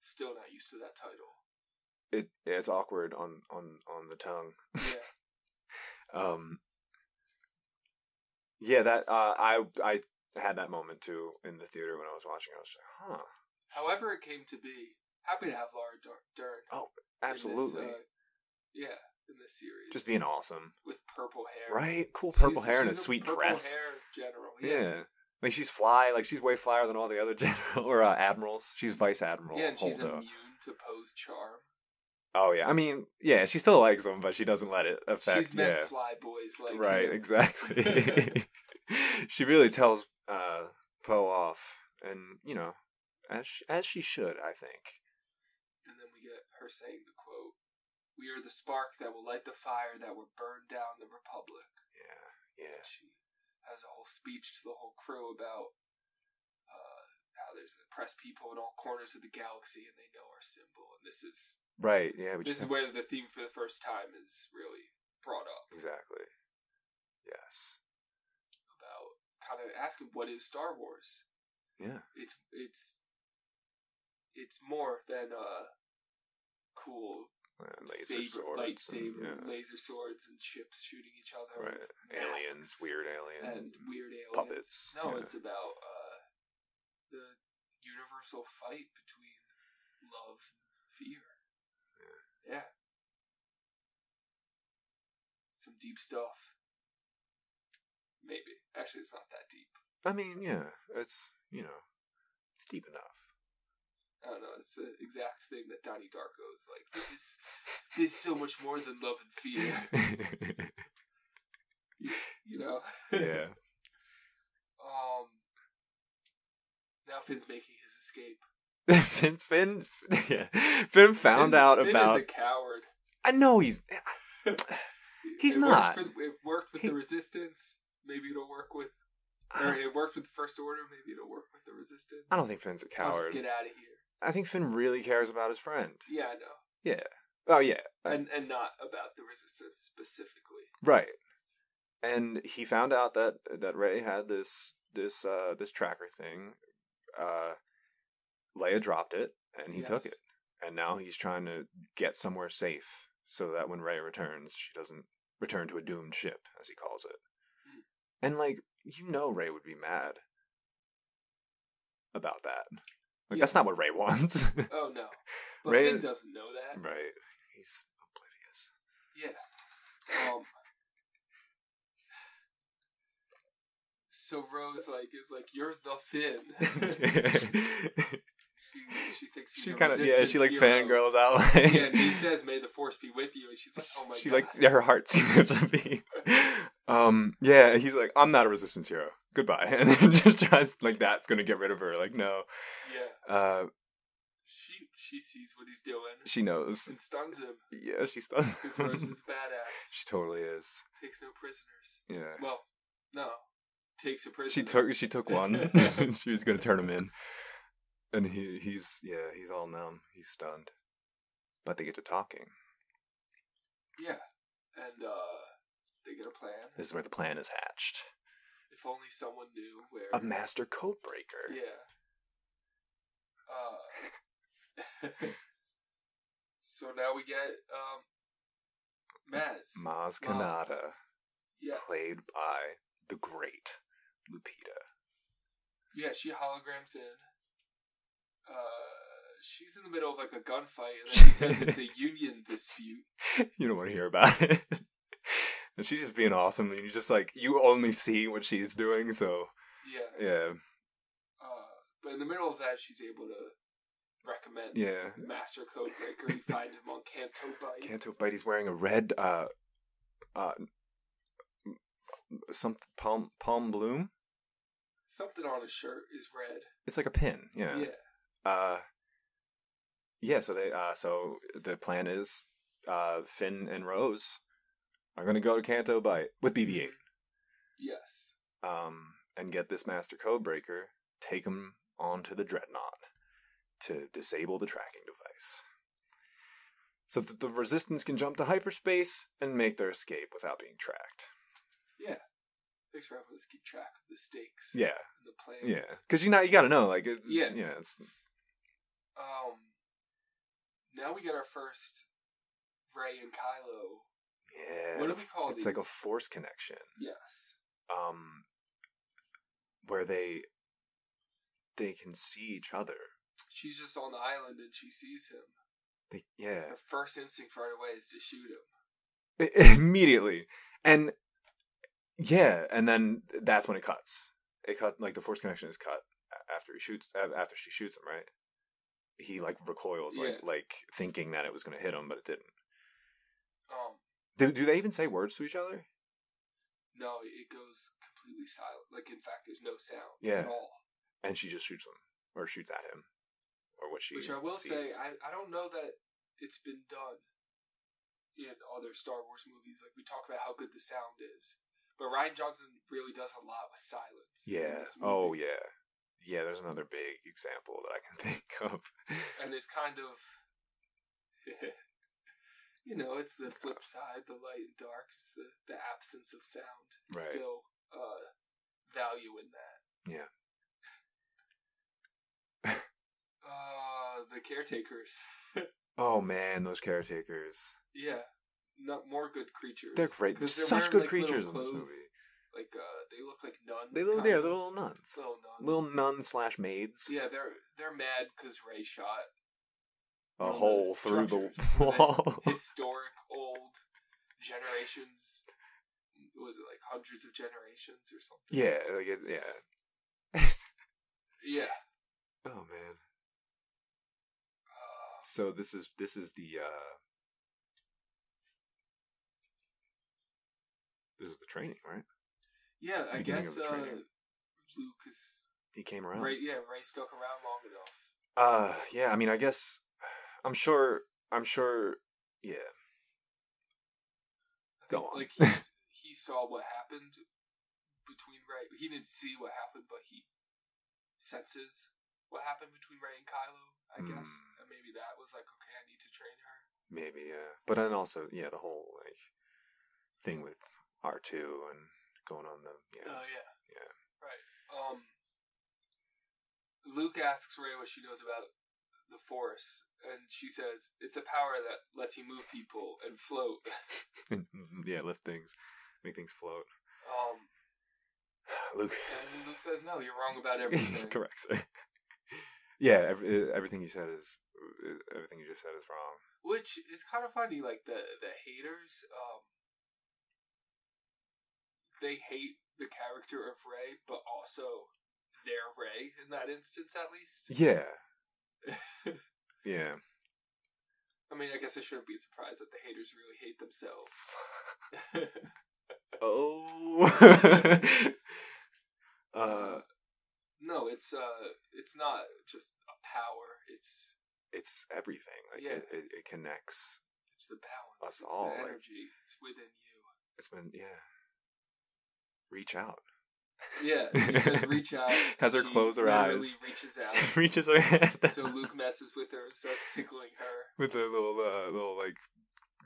Speaker 1: Still not used to that title.
Speaker 2: Yeah. It yeah, it's awkward on on on the tongue.
Speaker 1: Yeah.
Speaker 2: Um. Yeah, that uh, I I had that moment too in the theater when I was watching. I was like, huh.
Speaker 1: However, it came to be. Happy to have Laura Dur- Dern.
Speaker 2: Oh,
Speaker 1: in this,
Speaker 2: Absolutely.
Speaker 1: uh, yeah, in this series,
Speaker 2: Just being awesome,
Speaker 1: with purple hair,
Speaker 2: right? Cool
Speaker 1: She's-
Speaker 2: purple hair and a
Speaker 1: she's
Speaker 2: sweet
Speaker 1: purple
Speaker 2: dress.
Speaker 1: Hair general,
Speaker 2: Yeah.
Speaker 1: yeah.
Speaker 2: Like she's fly, like she's way flyer than all the other [laughs] general or uh, admirals. She's vice admiral.
Speaker 1: Yeah, and she's
Speaker 2: Holdo.
Speaker 1: immune to Poe's charm.
Speaker 2: Oh yeah, I mean, yeah, she still likes him, but she doesn't let it affect.
Speaker 1: she's met
Speaker 2: yeah,
Speaker 1: fly boys like
Speaker 2: right,
Speaker 1: him.
Speaker 2: exactly.
Speaker 1: [laughs]
Speaker 2: [laughs] she really tells uh, Poe off, and you know, as sh- as she should, I think.
Speaker 1: And then we get her saying the quote, "We are the spark that will light the fire that will burn down the republic."
Speaker 2: Yeah, yeah.
Speaker 1: She has a whole speech to the whole crew about uh, how there's oppressed people in all corners of the galaxy, and they know our symbol. And this is
Speaker 2: Right, yeah. We
Speaker 1: this is
Speaker 2: just have-
Speaker 1: where the theme for the first time is really brought up
Speaker 2: exactly. Yes.
Speaker 1: about kind of asking what is Star Wars.
Speaker 2: Yeah.
Speaker 1: It's it's it's more than uh cool
Speaker 2: And
Speaker 1: saber,
Speaker 2: laser uh, swords. and-
Speaker 1: lightsaber,
Speaker 2: yeah.
Speaker 1: laser swords, and ships shooting each other.
Speaker 2: Right.
Speaker 1: with
Speaker 2: Aliens,
Speaker 1: masks
Speaker 2: weird
Speaker 1: and
Speaker 2: aliens,
Speaker 1: weird aliens.
Speaker 2: puppets.
Speaker 1: No,
Speaker 2: yeah.
Speaker 1: it's about uh, the universal fight between love and fear. Yeah. Some deep stuff. Maybe. Actually, it's not that deep.
Speaker 2: I mean, yeah, it's you know, it's deep enough. [laughs]
Speaker 1: I don't know. It's the exact thing that Donnie Darko is like. This is this is so much more than love and
Speaker 2: [laughs]
Speaker 1: fear. You know. [laughs]
Speaker 2: yeah.
Speaker 1: Um. Now Finn's making his escape.
Speaker 2: Finn, Finn, [laughs] yeah. Finn found
Speaker 1: Finn-
Speaker 2: out
Speaker 1: Finn
Speaker 2: about.
Speaker 1: is a coward.
Speaker 2: I know he's. He's
Speaker 1: it
Speaker 2: not.
Speaker 1: Worked for, it worked with
Speaker 2: He-
Speaker 1: the resistance. Maybe it'll work with. Or
Speaker 2: I
Speaker 1: it worked with the first order. Maybe it'll work with the resistance.
Speaker 2: I don't think Finn's a
Speaker 1: I'll just
Speaker 2: coward.
Speaker 1: get out of here.
Speaker 2: I think Finn really cares about his friend.
Speaker 1: Yeah, I know.
Speaker 2: Oh yeah, I-
Speaker 1: And and not about the resistance specifically.
Speaker 2: right. And he found out that that Ray had this this uh this tracker thing. Uh, Leia dropped it, and he took
Speaker 1: Yes.
Speaker 2: it. [laughs] And now he's trying to get somewhere safe so that when Ray returns, she doesn't return to a doomed ship, as he calls it.
Speaker 1: Hmm.
Speaker 2: And like you know, Ray would be mad about that. Like
Speaker 1: Yeah.
Speaker 2: that's not what Ray wants, [laughs]
Speaker 1: Oh no. But
Speaker 2: Ray-
Speaker 1: Finn doesn't know that.
Speaker 2: right? He's
Speaker 1: [laughs]
Speaker 2: oblivious.
Speaker 1: Yeah. Um. [sighs] So Rose like is like you're the Finn.
Speaker 2: [laughs]
Speaker 1: [laughs] she, she thinks he's
Speaker 2: she
Speaker 1: a
Speaker 2: kind of yeah,
Speaker 1: resistance
Speaker 2: she like
Speaker 1: hero.
Speaker 2: fangirls out. Like, [laughs]
Speaker 1: Yeah, and he says, "May the force be with you," and she's like, "Oh my
Speaker 2: she
Speaker 1: god."
Speaker 2: like yeah, her heart [laughs] seems to be. Um, yeah, and he's like, I'm not a resistance hero. Goodbye, [laughs] and then just tries like that's gonna get rid of her. Like no,
Speaker 1: yeah.
Speaker 2: uh,
Speaker 1: She she sees what he's doing
Speaker 2: she knows.
Speaker 1: and stuns him
Speaker 2: Yeah, she stuns. [laughs]
Speaker 1: because Rose is badass.
Speaker 2: she totally is.
Speaker 1: Takes no prisoners.
Speaker 2: Yeah,
Speaker 1: Well, no, takes a prisoner.
Speaker 2: she took she
Speaker 1: [laughs]
Speaker 2: took one. [laughs] she was gonna turn him in, and he he's yeah he's all numb. He's stunned, but they get to talking.
Speaker 1: Yeah, and uh, they get a plan.
Speaker 2: This is where the plan is hatched.
Speaker 1: If only someone knew where.
Speaker 2: A master code breaker.
Speaker 1: Yeah. Uh. [laughs] so now we get um, Maz. Maz.
Speaker 2: Maz Kanata,
Speaker 1: yeah,
Speaker 2: played by the great Lupita.
Speaker 1: yeah. She holograms in. Uh, she's in the middle of like a gunfight, and then she
Speaker 2: [laughs]
Speaker 1: says it's a union dispute.
Speaker 2: [laughs] You don't want to hear [laughs] about it. and she's just being awesome, and you just like you only see what she's doing. So
Speaker 1: Yeah.
Speaker 2: yeah,
Speaker 1: Uh, but in the middle of that, she's able to recommend
Speaker 2: yeah.
Speaker 1: Master Codebreaker. You find him on Canto Bite.
Speaker 2: Canto Bite. He's wearing a red, uh, uh, some palm palm bloom.
Speaker 1: Something on his shirt is red.
Speaker 2: It's like a pin. Yeah.
Speaker 1: Yeah.
Speaker 2: Uh, yeah. So they. Uh, so the plan is, uh, Finn and Rose are gonna go to Canto Bite with BB-8.
Speaker 1: Yes.
Speaker 2: um, and get this master code breaker, take him onto the dreadnought to disable the tracking device. So that the resistance can jump to hyperspace and make their escape without being tracked.
Speaker 1: Yeah. Thanks for having us keep track of the stakes.
Speaker 2: Yeah,
Speaker 1: And the plans.
Speaker 2: yeah. Because you know you gotta know, like, it's, yeah,
Speaker 1: Yeah.
Speaker 2: yeah. It's,
Speaker 1: Um. Now we get our first Ray and Kylo.
Speaker 2: yeah.
Speaker 1: What do we call
Speaker 2: It's like a
Speaker 1: these?
Speaker 2: force connection,
Speaker 1: Yes.
Speaker 2: um, where they they can see each other.
Speaker 1: She's just on the island and she sees him.
Speaker 2: They, yeah. [laughs]
Speaker 1: Her first instinct right away is to shoot him.
Speaker 2: immediately and yeah and then that's when it cuts it cut like the force connection is cut a- after he shoots a- after she shoots him right he like recoils like
Speaker 1: Yeah.
Speaker 2: like thinking that it was going to hit him but it didn't
Speaker 1: Um,
Speaker 2: do, do they even say words to each other
Speaker 1: no, it goes completely silent. Like in fact, there's no sound
Speaker 2: Yeah.
Speaker 1: at all.
Speaker 2: and she just shoots him or shoots at him or what she
Speaker 1: Which I will say,
Speaker 2: sees.
Speaker 1: I I don't know that it's been done in other Star Wars movies. Like we talk about how good the sound is, but Ryan Johnson really does a lot with silence. in
Speaker 2: yeah
Speaker 1: this movie.
Speaker 2: oh yeah yeah there's another big example that i can [laughs] think of
Speaker 1: and it's kind of [laughs] you know it's the flip side the light and dark it's the, the absence of sound It's
Speaker 2: Right.
Speaker 1: still uh value in that
Speaker 2: Yeah.
Speaker 1: [laughs] uh the caretakers
Speaker 2: oh man those caretakers
Speaker 1: yeah not more good creatures
Speaker 2: they're great
Speaker 1: 'Cause they're
Speaker 2: such
Speaker 1: wearing, like,
Speaker 2: good
Speaker 1: little
Speaker 2: creatures in this
Speaker 1: clothes,
Speaker 2: movie
Speaker 1: like uh they look like nuns
Speaker 2: They little
Speaker 1: kind
Speaker 2: they're
Speaker 1: of.
Speaker 2: little nuns.
Speaker 1: little nuns
Speaker 2: Little nun slash maids.
Speaker 1: uh, yeah they're they're mad because ray shot
Speaker 2: a
Speaker 1: little
Speaker 2: hole through the
Speaker 1: structures [laughs] with
Speaker 2: wall. [laughs]
Speaker 1: historic old generations was it like hundreds of generations or something
Speaker 2: yeah, like it, yeah.
Speaker 1: yeah
Speaker 2: Oh man.
Speaker 1: uh,
Speaker 2: So this is this is the uh This is the training, right?
Speaker 1: yeah i
Speaker 2: Beginning
Speaker 1: guess
Speaker 2: of the
Speaker 1: uh
Speaker 2: training.
Speaker 1: luke is
Speaker 2: He came around.
Speaker 1: ray yeah ray stuck around long enough
Speaker 2: Uh yeah, I mean I guess I'm sure I'm sure yeah.
Speaker 1: I
Speaker 2: Go
Speaker 1: think,
Speaker 2: on. [laughs]
Speaker 1: like he's, he saw what happened between ray he didn't see what happened but he senses what happened between ray and kylo i guess
Speaker 2: Hmm.
Speaker 1: and maybe that was like okay i need to train her
Speaker 2: Maybe, yeah. But then also, yeah, the whole like thing with R two and going on the yeah.
Speaker 1: Oh yeah.
Speaker 2: Yeah.
Speaker 1: Right. Um Luke asks Ray what she knows about the Force, and she says it's a power that lets you move people and float. [laughs]
Speaker 2: [laughs] mm, yeah, lift things, make things float.
Speaker 1: Um
Speaker 2: [sighs] [laughs] Luke
Speaker 1: and Luke says, No, you're wrong
Speaker 2: [laughs]
Speaker 1: about everything.
Speaker 2: Correct, sir. yeah, ev- eh, everything you said is eh, everything you just said is wrong.
Speaker 1: Which is kind of funny, like the the haters, um they hate the character of Ray, but also their Ray in that instance at least.
Speaker 2: [laughs] Yeah. [laughs] yeah.
Speaker 1: I mean, I guess I shouldn't be surprised that the haters really hate themselves. [laughs]
Speaker 2: Oh. [laughs] uh,
Speaker 1: No, it's uh, it's not just a power. It's
Speaker 2: it's everything. Like
Speaker 1: Yeah.
Speaker 2: it, it, it connects.
Speaker 1: it's the balance. it's
Speaker 2: Us all,
Speaker 1: the
Speaker 2: like-
Speaker 1: energy. It's within you.
Speaker 2: It's been yeah. Reach out.
Speaker 1: Yeah, he
Speaker 2: [laughs]
Speaker 1: says reach out.
Speaker 2: Has her
Speaker 1: She
Speaker 2: close her
Speaker 1: literally
Speaker 2: eyes.
Speaker 1: Reaches
Speaker 2: [laughs]
Speaker 1: out.
Speaker 2: Reaches her hand.
Speaker 1: so Luke messes with her and starts tickling her.
Speaker 2: with a little uh, little like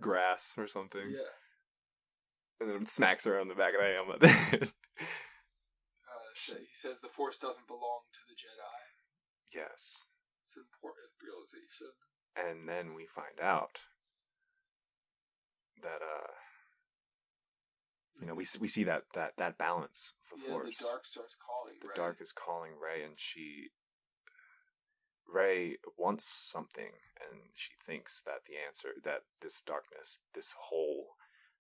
Speaker 2: grass or something,
Speaker 1: Yeah.
Speaker 2: and then smacks her on the back of the head with [laughs] it.
Speaker 1: Uh, so he says the Force doesn't belong to the Jedi.
Speaker 2: yes.
Speaker 1: It's an important realization.
Speaker 2: and then we find out that uh you know we s- we see that that that balance of the
Speaker 1: Mm-hmm. yeah,
Speaker 2: force
Speaker 1: the dark starts calling.
Speaker 2: The
Speaker 1: right?
Speaker 2: dark is calling ray and she ray wants something and she thinks that the answer that this darkness this hole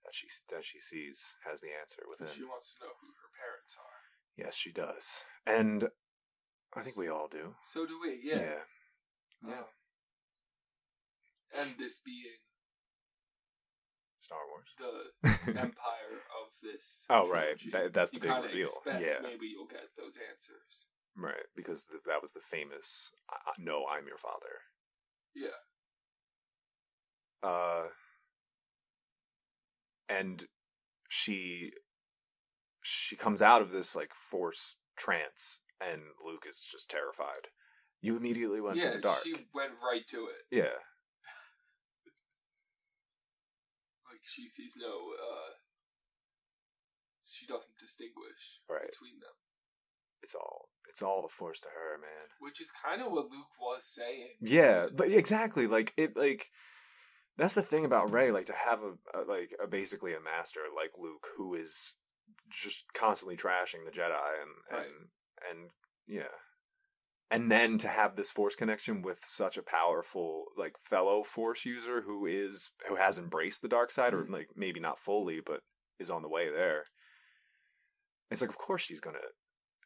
Speaker 2: that she that she sees has the answer
Speaker 1: And
Speaker 2: within
Speaker 1: she wants to know who her parents are.
Speaker 2: yes she does and i think we all do
Speaker 1: So do we.
Speaker 2: yeah
Speaker 1: Yeah.
Speaker 2: yeah,
Speaker 1: Um, and this being
Speaker 2: star wars
Speaker 1: the empire of this.
Speaker 2: [laughs] oh right
Speaker 1: trilogy.
Speaker 2: that, that's the
Speaker 1: you
Speaker 2: big
Speaker 1: kind of
Speaker 2: reveal
Speaker 1: expect
Speaker 2: yeah
Speaker 1: maybe you'll get those answers.
Speaker 2: Right, because th- that was the famous I- I- "No, I'm your father."
Speaker 1: Yeah.
Speaker 2: Uh, and she she comes out of this like force trance, and Luke is just terrified. You immediately went
Speaker 1: yeah,
Speaker 2: to the dark.
Speaker 1: she went right to it.
Speaker 2: Yeah,
Speaker 1: Like she sees no. uh She doesn't distinguish
Speaker 2: Right.
Speaker 1: between them,
Speaker 2: it's all it's all the force to her, man.
Speaker 1: which is kind of what Luke was saying.
Speaker 2: Yeah, but exactly. Like it, like that's the thing about Ray. Like to have a, a like a basically a master like Luke, who is just constantly trashing the Jedi and and
Speaker 1: Right.
Speaker 2: and yeah, and then to have this force connection with such a powerful like fellow force user who is who has embraced the dark side or like maybe not fully but is on the way there it's like of course she's gonna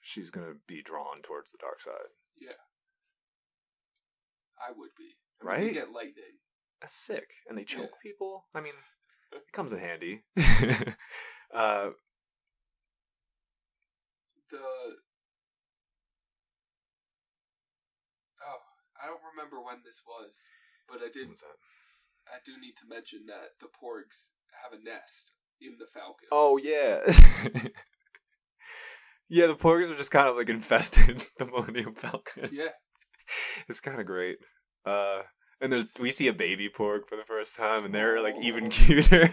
Speaker 2: she's gonna be drawn towards the dark side
Speaker 1: I would be. I mean, you
Speaker 2: Right?
Speaker 1: get lightning.
Speaker 2: that's sick and they choke
Speaker 1: Yeah.
Speaker 2: people i mean it comes in handy [laughs] uh
Speaker 1: The oh, I don't remember when this was, but I did.
Speaker 2: what was that?
Speaker 1: I do need to mention that the Porgs have a nest in the Falcon.
Speaker 2: oh yeah [laughs] yeah the porgs are just kind of like infested [laughs] the millennium falcon
Speaker 1: yeah,
Speaker 2: it's kind of great. Uh, and there's we see a baby pork for the first time, and they're like even
Speaker 1: Oh.
Speaker 2: [laughs] cuter.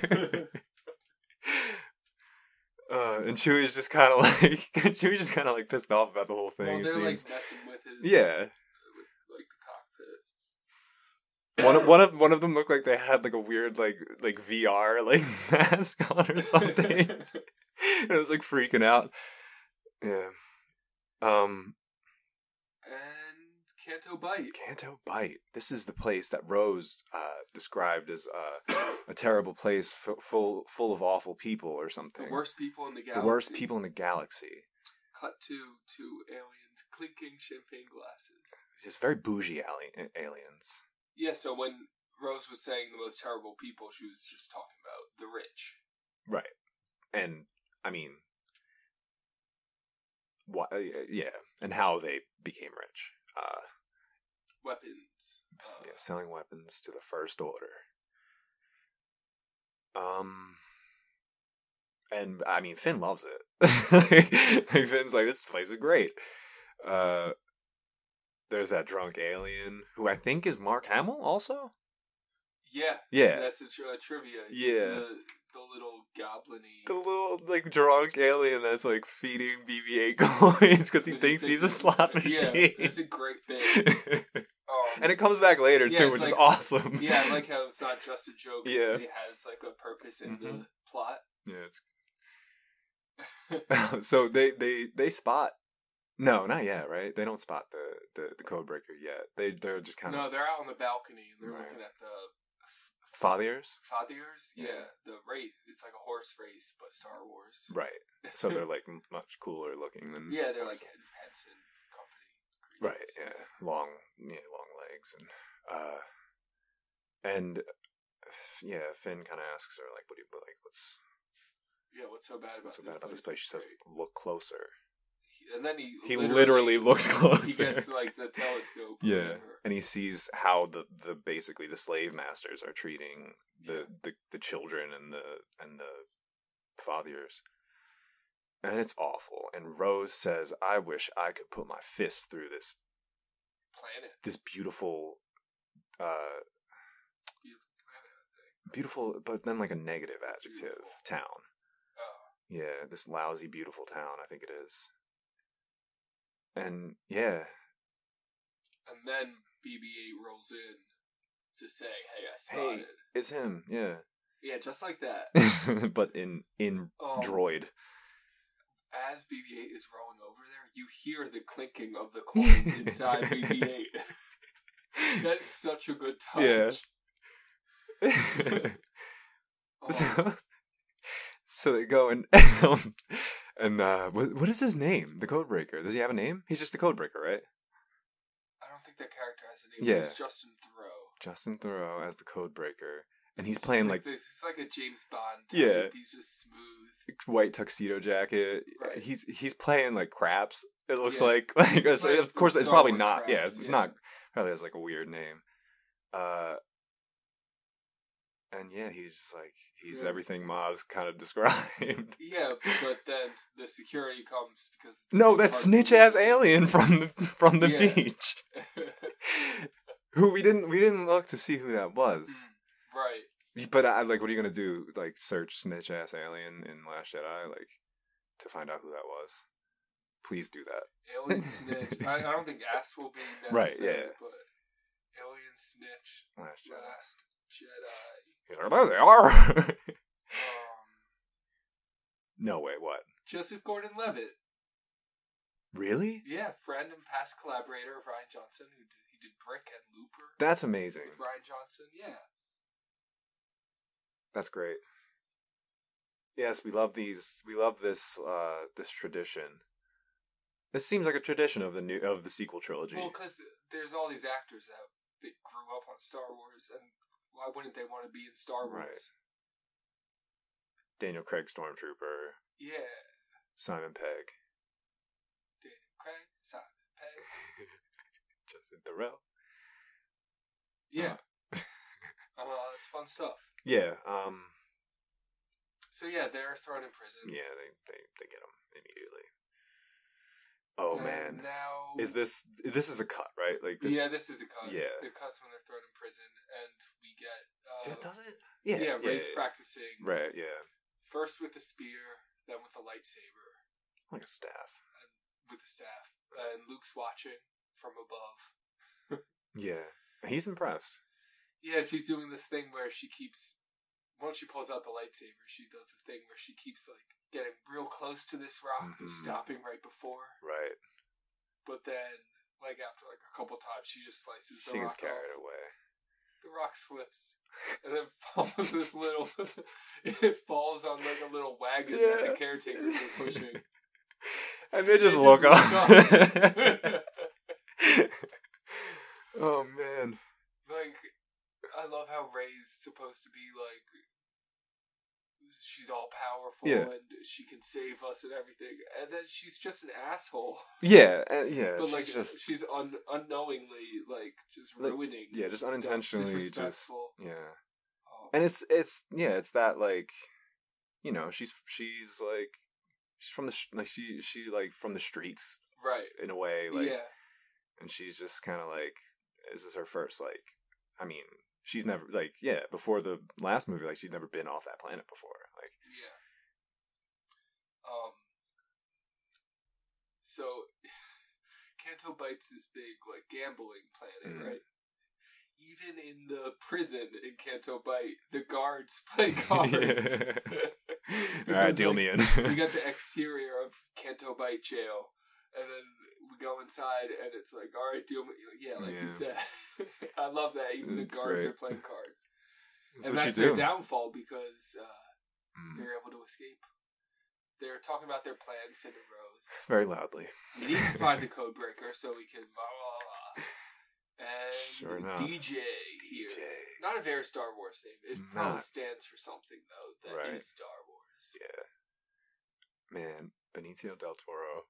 Speaker 2: uh, and Chewie's just kind of [laughs] like Chewie's just kind of like pissed off about the whole thing.
Speaker 1: well,
Speaker 2: it
Speaker 1: they're
Speaker 2: seems.
Speaker 1: like messing with his uh,
Speaker 2: yeah,
Speaker 1: with, like the cockpit.
Speaker 2: one of, one of one of them looked like they had like a weird like like VR like [laughs] mask on [laughs]
Speaker 1: [laughs]
Speaker 2: or something. and it was like freaking out. Yeah. Um,
Speaker 1: And Canto Bite.
Speaker 2: Canto Bite. This is the place that Rose uh, described as uh, a terrible place f- full full of awful people or something.
Speaker 1: The worst people in the
Speaker 2: The
Speaker 1: galaxy.
Speaker 2: worst people in the galaxy.
Speaker 1: Cut to two aliens clinking champagne glasses.
Speaker 2: Just very bougie ali- aliens.
Speaker 1: Yeah, so when Rose was saying the most terrible people, she was just talking about the rich.
Speaker 2: Right. And I mean, why, uh, yeah, and how they became rich. Uh,
Speaker 1: Weapons.
Speaker 2: s-
Speaker 1: Uh,
Speaker 2: yeah, selling weapons to the First Order. Um, and I mean, Finn loves it. [laughs] like, Finn's like, this place is great. Uh, there's that drunk alien who I think is Mark Hamill, also.
Speaker 1: yeah.
Speaker 2: Yeah,
Speaker 1: That's a tri- trivia. He's
Speaker 2: Yeah.
Speaker 1: The, the little goblin
Speaker 2: the little like drunk alien that's like feeding BB-8 [laughs] coins because he
Speaker 1: [laughs]
Speaker 2: thinks he's a slot machine.
Speaker 1: Yeah, it's
Speaker 2: [laughs]
Speaker 1: a great thing. Um,
Speaker 2: and it comes back later
Speaker 1: Yeah,
Speaker 2: too,
Speaker 1: it's
Speaker 2: which is
Speaker 1: like-
Speaker 2: awesome.
Speaker 1: yeah, I like how it's not just a joke.
Speaker 2: Yeah. Mm-hmm.
Speaker 1: It has like a purpose in the plot.
Speaker 2: Yeah, it's [laughs] so they they they spot. No, not yet, right? They don't spot the the, the code breaker yet. They they're just kind
Speaker 1: No,
Speaker 2: of
Speaker 1: they're out on the balcony and they're
Speaker 2: Right.
Speaker 1: looking at the
Speaker 2: fathiers,
Speaker 1: Fathers, yeah.
Speaker 2: Yeah.
Speaker 1: the race. It's like a horse race, but Star Wars.
Speaker 2: right?
Speaker 1: [laughs]
Speaker 2: So they're like m- much cooler looking than
Speaker 1: yeah, they're like Hen- Henson Company.
Speaker 2: right,
Speaker 1: creatures.
Speaker 2: yeah, long yeah long legs and uh and f- yeah, Finn kind of asks her like, what do you like? What's
Speaker 1: Yeah, what's so bad about
Speaker 2: what's so
Speaker 1: this
Speaker 2: bad about this place?
Speaker 1: place?
Speaker 2: She says,
Speaker 1: Great.
Speaker 2: look closer.
Speaker 1: He- and then he
Speaker 2: He literally
Speaker 1: [laughs]
Speaker 2: looks closer.
Speaker 1: he gets like the telescope. or
Speaker 2: [laughs] Yeah,
Speaker 1: whatever.
Speaker 2: and he sees how the the basically the slave masters are treating the
Speaker 1: Yeah.
Speaker 2: the, the children and the and the fathers, and it's awful. And Rose says, "I wish I could put my fist through this
Speaker 1: planet.
Speaker 2: this beautiful, uh,
Speaker 1: Beautiful planet.
Speaker 2: beautiful, but then like a negative adjective
Speaker 1: Beautiful.
Speaker 2: town.
Speaker 1: Oh,
Speaker 2: Yeah, this lousy, beautiful town. I think it is. And yeah,
Speaker 1: and then BB-8 rolls in to say, "Hey, I
Speaker 2: Hey.
Speaker 1: spotted."
Speaker 2: it's him.
Speaker 1: [laughs]
Speaker 2: Yeah,
Speaker 1: Yeah, just like that.
Speaker 2: [laughs] but in in
Speaker 1: Um, [laughs]
Speaker 2: droid.
Speaker 1: As BB-8 is rolling over there, you hear the clinking of the
Speaker 2: [laughs]
Speaker 1: coins inside BB-8. [laughs] that is such a good touch.
Speaker 2: Yeah.
Speaker 1: Oh,
Speaker 2: [laughs] so, so they go and [laughs] um, and uh, what, what is his name? The codebreaker. Does he have a name? He's just the codebreaker, right?
Speaker 1: I don't think that character has a name.
Speaker 2: Yeah.
Speaker 1: It's Justin Thoreau.
Speaker 2: Justin Thoreau as the codebreaker, and he's playing like,
Speaker 1: this. He's like a James Bond. Type.
Speaker 2: Yeah.
Speaker 1: He's just smooth.
Speaker 2: [laughs] white tuxedo jacket.
Speaker 1: Right.
Speaker 2: He's he's playing like craps. It looks
Speaker 1: Yeah.
Speaker 2: like [laughs] like
Speaker 1: He's playing
Speaker 2: of course
Speaker 1: some
Speaker 2: it's
Speaker 1: Star
Speaker 2: probably
Speaker 1: Wars
Speaker 2: not. yeah,
Speaker 1: craps,
Speaker 2: it's
Speaker 1: yeah.
Speaker 2: not. Probably has like a weird name. Uh. And yeah, he's just like he's
Speaker 1: Yeah.
Speaker 2: everything Maz kind of [laughs] described.
Speaker 1: Yeah, but then the security comes because
Speaker 2: No, that snitch
Speaker 1: [laughs]
Speaker 2: ass alien [laughs] from the from the
Speaker 1: Yeah.
Speaker 2: beach.
Speaker 1: right.
Speaker 2: Who we didn't we didn't look to see who that was.
Speaker 1: Mm, Hmm.
Speaker 2: But I like what are you gonna do? Like search snitch ass alien in Last Jedi, like to find out who that was. Please do that. [laughs]
Speaker 1: Alien snitch. I, I don't think ass will be
Speaker 2: Right,
Speaker 1: necessary.
Speaker 2: yeah.
Speaker 1: But alien snitch.
Speaker 2: Last Jedi.
Speaker 1: Last Jedi.
Speaker 2: He's like, there they are. [laughs]
Speaker 1: Um,
Speaker 2: no way, what?
Speaker 1: Joseph Gordon-Levitt.
Speaker 2: Really?
Speaker 1: Yeah, friend and past collaborator of Ryan Johnson, who did, he did Brick and Looper
Speaker 2: That's amazing.
Speaker 1: with Ryan Johnson. Yeah,
Speaker 2: That's great. Yes, we love these. We love this. Uh, this tradition. This seems like a tradition of the new of the sequel trilogy.
Speaker 1: Well, 'cause well, because there's all these actors that that grew up on Star Wars, and why wouldn't they want to be in Star Wars?
Speaker 2: Right. Daniel Craig, Stormtrooper,
Speaker 1: Yeah,
Speaker 2: Simon Pegg, [laughs]
Speaker 1: Daniel Craig, Simon Pegg.
Speaker 2: Justin Thoreau. [laughs]
Speaker 1: Yeah, uh, it's fun stuff.
Speaker 2: Yeah. Um.
Speaker 1: So yeah, they're thrown in prison.
Speaker 2: Yeah. They they they get him immediately. Oh
Speaker 1: And
Speaker 2: man.
Speaker 1: now
Speaker 2: Is this this is a cut right? Like this.
Speaker 1: yeah, this is a cut.
Speaker 2: Yeah.
Speaker 1: the cuts when they're thrown in prison, and we get uh,
Speaker 2: That doesn't it?
Speaker 1: yeah,
Speaker 2: Yeah.
Speaker 1: Ray's practicing
Speaker 2: Right. Yeah.
Speaker 1: first with a spear, then with a lightsaber,
Speaker 2: Like a staff.
Speaker 1: with a staff, and Luke's watching from above.
Speaker 2: Yeah. He's impressed.
Speaker 1: Yeah, and she's doing this thing where she keeps. Once she pulls out the lightsaber, she does this thing where she keeps like getting real close to this rock and
Speaker 2: Mhm.
Speaker 1: stopping right before.
Speaker 2: Right.
Speaker 1: But then, like after like a couple times, she just slices the
Speaker 2: she
Speaker 1: rock
Speaker 2: gets carried
Speaker 1: off.
Speaker 2: away.
Speaker 1: The rock slips [laughs] and then falls this little. [laughs] it falls on like a little wagon that
Speaker 2: Yeah.
Speaker 1: the caretakers are pushing. [laughs]
Speaker 2: and [laughs] they just
Speaker 1: just
Speaker 2: look
Speaker 1: look
Speaker 2: up. [laughs] oh man.
Speaker 1: [laughs] like I love how Ray's supposed to be like she's all powerful
Speaker 2: Yeah.
Speaker 1: and she can save us and everything, and then she's just an asshole.
Speaker 2: Yeah, uh, yeah.
Speaker 1: but
Speaker 2: she's
Speaker 1: like
Speaker 2: just
Speaker 1: she's un- unknowingly like just
Speaker 2: Like,
Speaker 1: ruining.
Speaker 2: yeah, just
Speaker 1: stuff,
Speaker 2: unintentionally just
Speaker 1: disrespectful.
Speaker 2: yeah.
Speaker 1: Oh,
Speaker 2: And it's it's yeah, it's that like you know, she's she's like she's from the sh- like she she like from the streets
Speaker 1: right.
Speaker 2: in a way like
Speaker 1: yeah,
Speaker 2: and she's just kind of like this is her first like I mean, she's never like yeah, before the last movie like she'd never been off that planet before. Like
Speaker 1: [laughs] yeah. Um. So, [laughs] Kanto bites this big like gambling planet,
Speaker 2: Mhm.
Speaker 1: right? Even in the prison in Kanto Bite, the guards [laughs]
Speaker 2: [laughs]
Speaker 1: play cards.
Speaker 2: All right,
Speaker 1: Because,
Speaker 2: deal
Speaker 1: like,
Speaker 2: me in.
Speaker 1: [laughs] we got
Speaker 2: [laughs]
Speaker 1: the exterior of Kanto Bite Jail, and then we go inside, and it's like, all right, deal. with- Yeah, like you
Speaker 2: Yeah.
Speaker 1: said, [laughs] I love that. Even
Speaker 2: It's
Speaker 1: the guards
Speaker 2: great.
Speaker 1: are playing cards,
Speaker 2: That's
Speaker 1: and
Speaker 2: what
Speaker 1: that's
Speaker 2: you
Speaker 1: their
Speaker 2: do.
Speaker 1: downfall because uh,
Speaker 2: Mm.
Speaker 1: they're able to escape. They're talking about their plan, Finn and
Speaker 2: [laughs]
Speaker 1: Rose.
Speaker 2: Very loudly.
Speaker 1: We need to find a code breaker so we can blah blah blah. And
Speaker 2: Sure enough.
Speaker 1: DJ here,
Speaker 2: DJ.
Speaker 1: not a very Star Wars name. It probably
Speaker 2: Not.
Speaker 1: stands for something though that is
Speaker 2: Right.
Speaker 1: Star Wars.
Speaker 2: Yeah. Man, Benicio del Toro.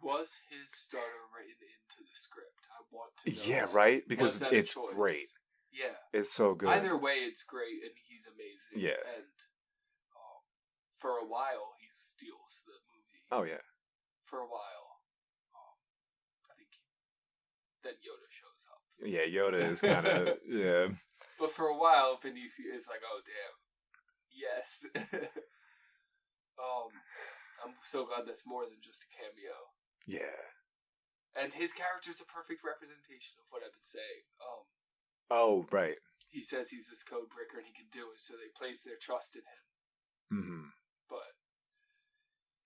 Speaker 1: Was his starter written into the script? I want to know.
Speaker 2: Yeah,
Speaker 1: that.
Speaker 2: right?
Speaker 1: Was
Speaker 2: Because
Speaker 1: that a
Speaker 2: it's
Speaker 1: choice?
Speaker 2: great.
Speaker 1: Yeah.
Speaker 2: It's so good.
Speaker 1: Either way, it's great, and he's amazing.
Speaker 2: Yeah.
Speaker 1: And um, for a while, he steals the movie.
Speaker 2: Oh yeah.
Speaker 1: For a while, um, I think then Yoda shows up.
Speaker 2: Yeah, Yoda
Speaker 1: [laughs]
Speaker 2: is kind of yeah.
Speaker 1: But for a while, Benicio is like, "Oh damn, yes." [laughs] um, I'm so glad that's more than just a cameo.
Speaker 2: Yeah.
Speaker 1: And his character's a perfect representation of what I've been saying. Um,
Speaker 2: Oh, right.
Speaker 1: he says he's this code breaker and he can do it, so they place their trust in him.
Speaker 2: Mhm.
Speaker 1: But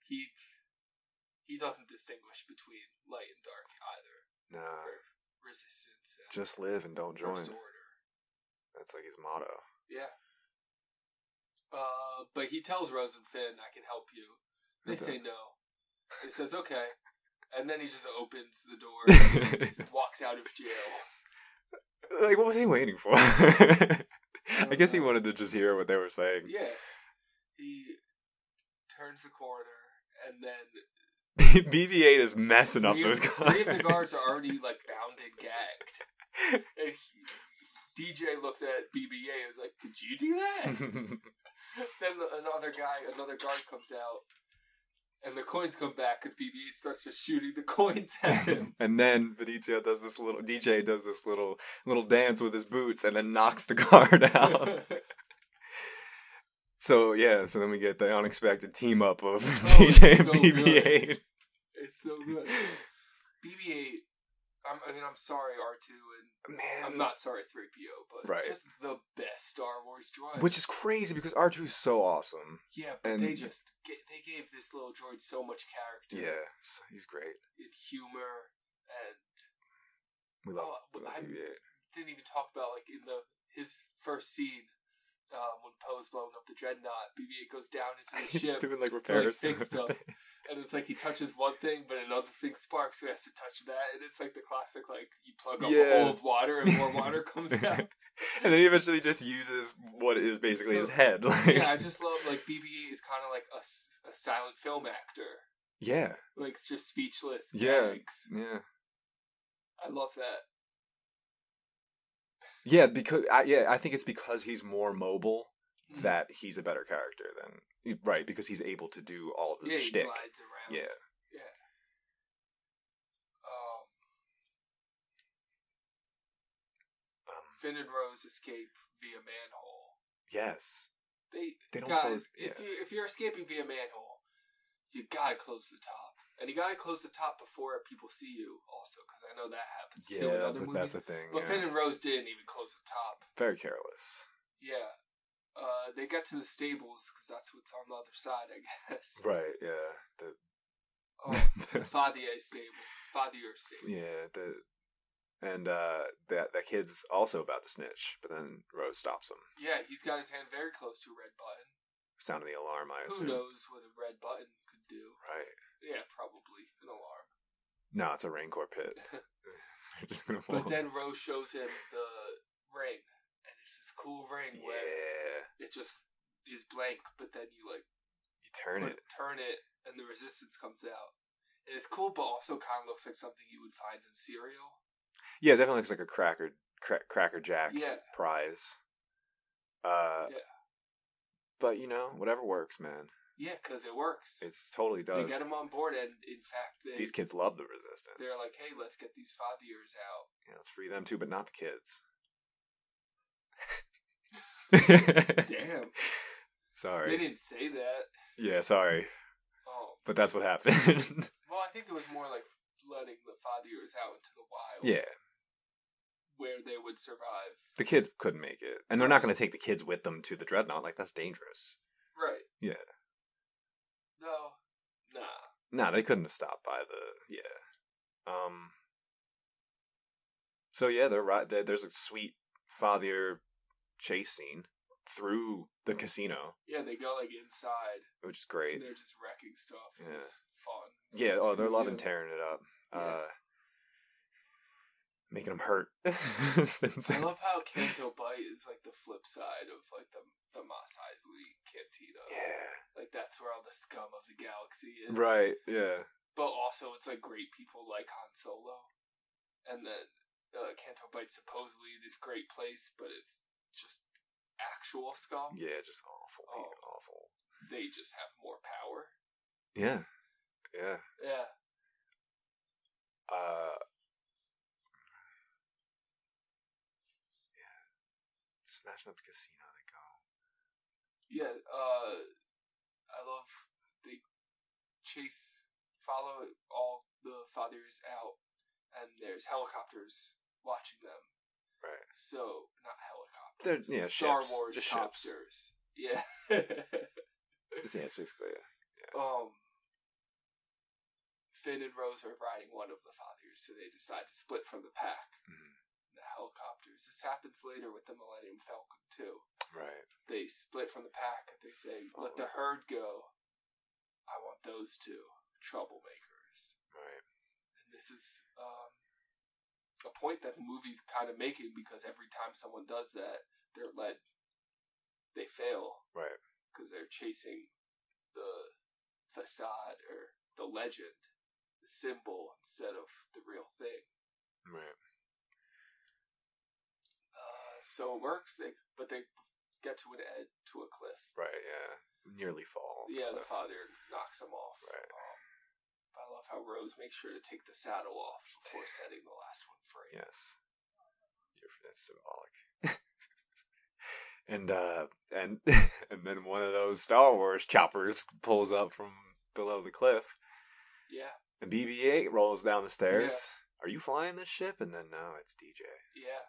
Speaker 1: he he doesn't distinguish between light and dark either,
Speaker 2: Nah.
Speaker 1: or resistance and
Speaker 2: Just live and don't join.
Speaker 1: first order.
Speaker 2: That's like his motto.
Speaker 1: Yeah. Uh, but he tells Rose and Finn, "I can help you." They
Speaker 2: Okay.
Speaker 1: say no. He says, "Okay," and then he just opens the
Speaker 2: [laughs]
Speaker 1: door, and [laughs] just walks out of jail.
Speaker 2: Like what was he waiting for? I
Speaker 1: don't
Speaker 2: guess he
Speaker 1: know.
Speaker 2: wanted to just hear what they were saying.
Speaker 1: Yeah, he turns the corner, and then
Speaker 2: [laughs] BB-8 is messing up
Speaker 1: three,
Speaker 2: those
Speaker 1: of, three of the guards are
Speaker 2: guards.
Speaker 1: already like bound and gagged. And he- DJ looks at BBA and is like, "Did you do that?" then the, another guy, another guard comes out, and the coins come back because BB-8 starts just shooting the [laughs] coins at
Speaker 2: [laughs]
Speaker 1: him.
Speaker 2: and then Benicio does this little DJ does this little little dance with his boots and then knocks the [laughs] guard
Speaker 1: [laughs]
Speaker 2: out. so yeah, so then we get the unexpected team up of [laughs] DJ
Speaker 1: Oh, it's so
Speaker 2: and BB-8.
Speaker 1: it's so good. BB-8, I'm, I mean, I'm sorry, R2, and
Speaker 2: Man,
Speaker 1: I'm not sorry, 3PO, but
Speaker 2: Right.
Speaker 1: just the best Star Wars droid.
Speaker 2: which is crazy because R2 is so awesome.
Speaker 1: yeah, but
Speaker 2: and-
Speaker 1: they just get, they gave this little droid so much character
Speaker 2: Yeah, s- he's great.
Speaker 1: and humor, and
Speaker 2: We love.
Speaker 1: Oh,
Speaker 2: we
Speaker 1: but
Speaker 2: love
Speaker 1: I'm-
Speaker 2: BB-8.
Speaker 1: [laughs] didn't even talk about like in the his first scene um, when Poe's blowing up the dreadnought. BB-8 goes down into the
Speaker 2: [laughs] He's
Speaker 1: ship.
Speaker 2: doing like repairs.
Speaker 1: fix [laughs]
Speaker 2: [laughs]
Speaker 1: stuff. And it's like he touches one thing, but another thing sparks, so he has to touch that. And it's like the classic, like, you plug up a
Speaker 2: Yeah.
Speaker 1: hole of water and more
Speaker 2: [laughs]
Speaker 1: water comes out.
Speaker 2: and then he eventually just uses what is basically
Speaker 1: So-
Speaker 2: his head. [laughs] Like,
Speaker 1: Yeah, I just love, like, BB 8 is kind of like a, s- a silent film actor.
Speaker 2: yeah,
Speaker 1: Like, it's just speechless.
Speaker 2: Yeah.
Speaker 1: gags.
Speaker 2: yeah,
Speaker 1: I love that.
Speaker 2: yeah. Because I, yeah, I think it's because he's more mobile
Speaker 1: Mm-hmm.
Speaker 2: that he's a better character than right because he's able to do all the
Speaker 1: yeah, he
Speaker 2: shtick.
Speaker 1: glides around.
Speaker 2: Yeah,
Speaker 1: Um,
Speaker 2: um,
Speaker 1: Finn and Rose escape via manhole.
Speaker 2: yes,
Speaker 1: They,
Speaker 2: They don't
Speaker 1: guys,
Speaker 2: close-
Speaker 1: If
Speaker 2: yeah.
Speaker 1: you if you're escaping via manhole, you gotta close the top, and you gotta close the top before people see you. Also, because I know that happens
Speaker 2: yeah.
Speaker 1: too in
Speaker 2: That's
Speaker 1: other
Speaker 2: a,
Speaker 1: movies.
Speaker 2: that's a thing.
Speaker 1: but
Speaker 2: yeah.
Speaker 1: Finn and Rose didn't even close the top.
Speaker 2: Very careless.
Speaker 1: Yeah, uh, they got to the stables because that's what's on the other side, I [laughs] guess.
Speaker 2: Right. Yeah. The [laughs]
Speaker 1: Oh, Fadier stable, Fadier stable.
Speaker 2: yeah the and uh that that kid's also about to snitch, but then Rose stops him.
Speaker 1: yeah, he's got his hand very close to a red button.
Speaker 2: Sounding the alarm, I
Speaker 1: Who
Speaker 2: assume.
Speaker 1: knows what a red button could do?
Speaker 2: Right.
Speaker 1: Yeah, probably an alarm.
Speaker 2: No, it's a Rancor
Speaker 1: [laughs]
Speaker 2: pit. [laughs] They're just gonna
Speaker 1: But
Speaker 2: fall.
Speaker 1: then Rose shows him the ring, and it's this cool ring
Speaker 2: yeah,
Speaker 1: where it
Speaker 2: you
Speaker 1: just is blank, but then you like
Speaker 2: turn
Speaker 1: put-
Speaker 2: it.
Speaker 1: turn it, and the resistance comes out. And it's cool, but also kind of looks like something you would find in cereal.
Speaker 2: Yeah, it definitely looks like a cracker cra- cracker jack
Speaker 1: Yeah.
Speaker 2: prize. Uh,
Speaker 1: Yeah.
Speaker 2: but you know, whatever works, man.
Speaker 1: Yeah, because it works.
Speaker 2: It's totally
Speaker 1: they
Speaker 2: does.
Speaker 1: get him on board, and in fact, they,
Speaker 2: These kids love the resistance.
Speaker 1: they're like, "Hey, let's get these five years out."
Speaker 2: [laughs] yeah, let's free them too, but not the kids.
Speaker 1: [laughs]
Speaker 2: [laughs]
Speaker 1: Damn, they
Speaker 2: [laughs] sorry.
Speaker 1: didn't say that.
Speaker 2: Yeah, sorry,
Speaker 1: Oh,
Speaker 2: but that's what happened. [laughs]
Speaker 1: well, I think it was more like letting the five years out into the wild,
Speaker 2: yeah,
Speaker 1: where they would survive.
Speaker 2: the kids couldn't make it, and they're not going to take the kids with them to the dreadnought. Like that's dangerous.
Speaker 1: Right?
Speaker 2: Yeah.
Speaker 1: No, nah.
Speaker 2: No, they couldn't have stopped by the yeah. Um. So yeah, they're right. There, there's a sweet father chase scene through the casino,
Speaker 1: Yeah, they go like inside
Speaker 2: which is
Speaker 1: Oh. and
Speaker 2: great.
Speaker 1: they're just wrecking stuff. and
Speaker 2: Yeah.
Speaker 1: It's fun.
Speaker 2: Yeah.
Speaker 1: It's
Speaker 2: Oh, they're
Speaker 1: good,
Speaker 2: loving
Speaker 1: yeah.
Speaker 2: tearing it up.
Speaker 1: Yeah.
Speaker 2: Uh, making them hurt. [laughs]
Speaker 1: I love how Canto Bite is like the flip side of like the the Mos Eisley Cantina.
Speaker 2: Yeah.
Speaker 1: Like that's where all the scum of the galaxy is.
Speaker 2: Right. Yeah.
Speaker 1: But also, it's like great people like Han Solo, and then uh, Canto Bite supposedly this great place, but it's just actual scum.
Speaker 2: Yeah. Just awful. people, Awful.
Speaker 1: They just have more power.
Speaker 2: Yeah. Yeah.
Speaker 1: Yeah.
Speaker 2: Uh, yeah, smashing up the casino. They go.
Speaker 1: Yeah, uh, I love they chase, follow all the fathers out, and there's helicopters watching them.
Speaker 2: Right.
Speaker 1: So not
Speaker 2: They're-
Speaker 1: helicopters,
Speaker 2: yeah,
Speaker 1: Star
Speaker 2: ships,
Speaker 1: Wars
Speaker 2: just ships.
Speaker 1: copters.
Speaker 2: [laughs]
Speaker 1: Yeah.
Speaker 2: [laughs] Yeah, it's basically.
Speaker 1: um, Finn and Rose are riding one of the fathers, so they decide to split from the pack.
Speaker 2: Mhm.
Speaker 1: The helicopters. This happens later with the Millennium Falcon too
Speaker 2: Right.
Speaker 1: they split from the pack. They say, "Let the
Speaker 2: Follow.
Speaker 1: herd go." I want those two troublemakers,
Speaker 2: Right.
Speaker 1: and this is um, a point that the movie's kind of making because every time someone does that, they're led, they fail
Speaker 2: Right.
Speaker 1: because they're chasing the facade or the legend, the symbol instead of the real thing.
Speaker 2: Right.
Speaker 1: Uh, so it works, they, but they get to an ed to a cliff.
Speaker 2: Right. Yeah. Nearly fall. off the
Speaker 1: Yeah, the
Speaker 2: cliff.
Speaker 1: father knocks him off.
Speaker 2: Right.
Speaker 1: Um, I love how Rose makes sure to take the saddle off before setting the last one free.
Speaker 2: Yes. You're, that's symbolic. [laughs] and uh and [laughs] and then one of those Star Wars choppers pulls up from below the cliff
Speaker 1: Yeah,
Speaker 2: and BB-8 rolls down the stairs. Are you flying this ship? And then no, it's DJ.
Speaker 1: yeah.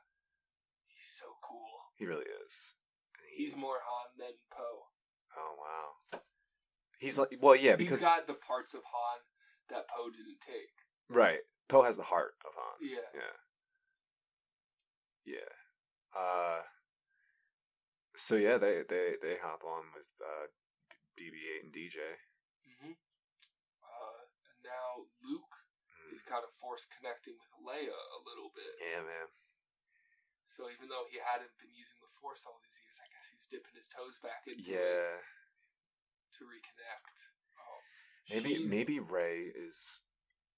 Speaker 1: He's so cool.
Speaker 2: He really is. And he-
Speaker 1: He's more Han than Poe.
Speaker 2: oh wow. He's like, well, yeah,
Speaker 1: He's
Speaker 2: because
Speaker 1: got the parts of Han that Poe didn't take.
Speaker 2: right, Poe has the heart of Han.
Speaker 1: Yeah.
Speaker 2: Yeah. Yeah. Uh so yeah, they they they hop on with uh BB8 and DJ.
Speaker 1: hmm Uh, and now Luke is kind of force connecting with Leia a little bit.
Speaker 2: Mm. Yeah, man.
Speaker 1: So even though he hadn't been using the force all these years, I guess he's dipping his toes back into it
Speaker 2: Yeah.
Speaker 1: to reconnect. Oh,
Speaker 2: Maybe
Speaker 1: she's-
Speaker 2: maybe Ray is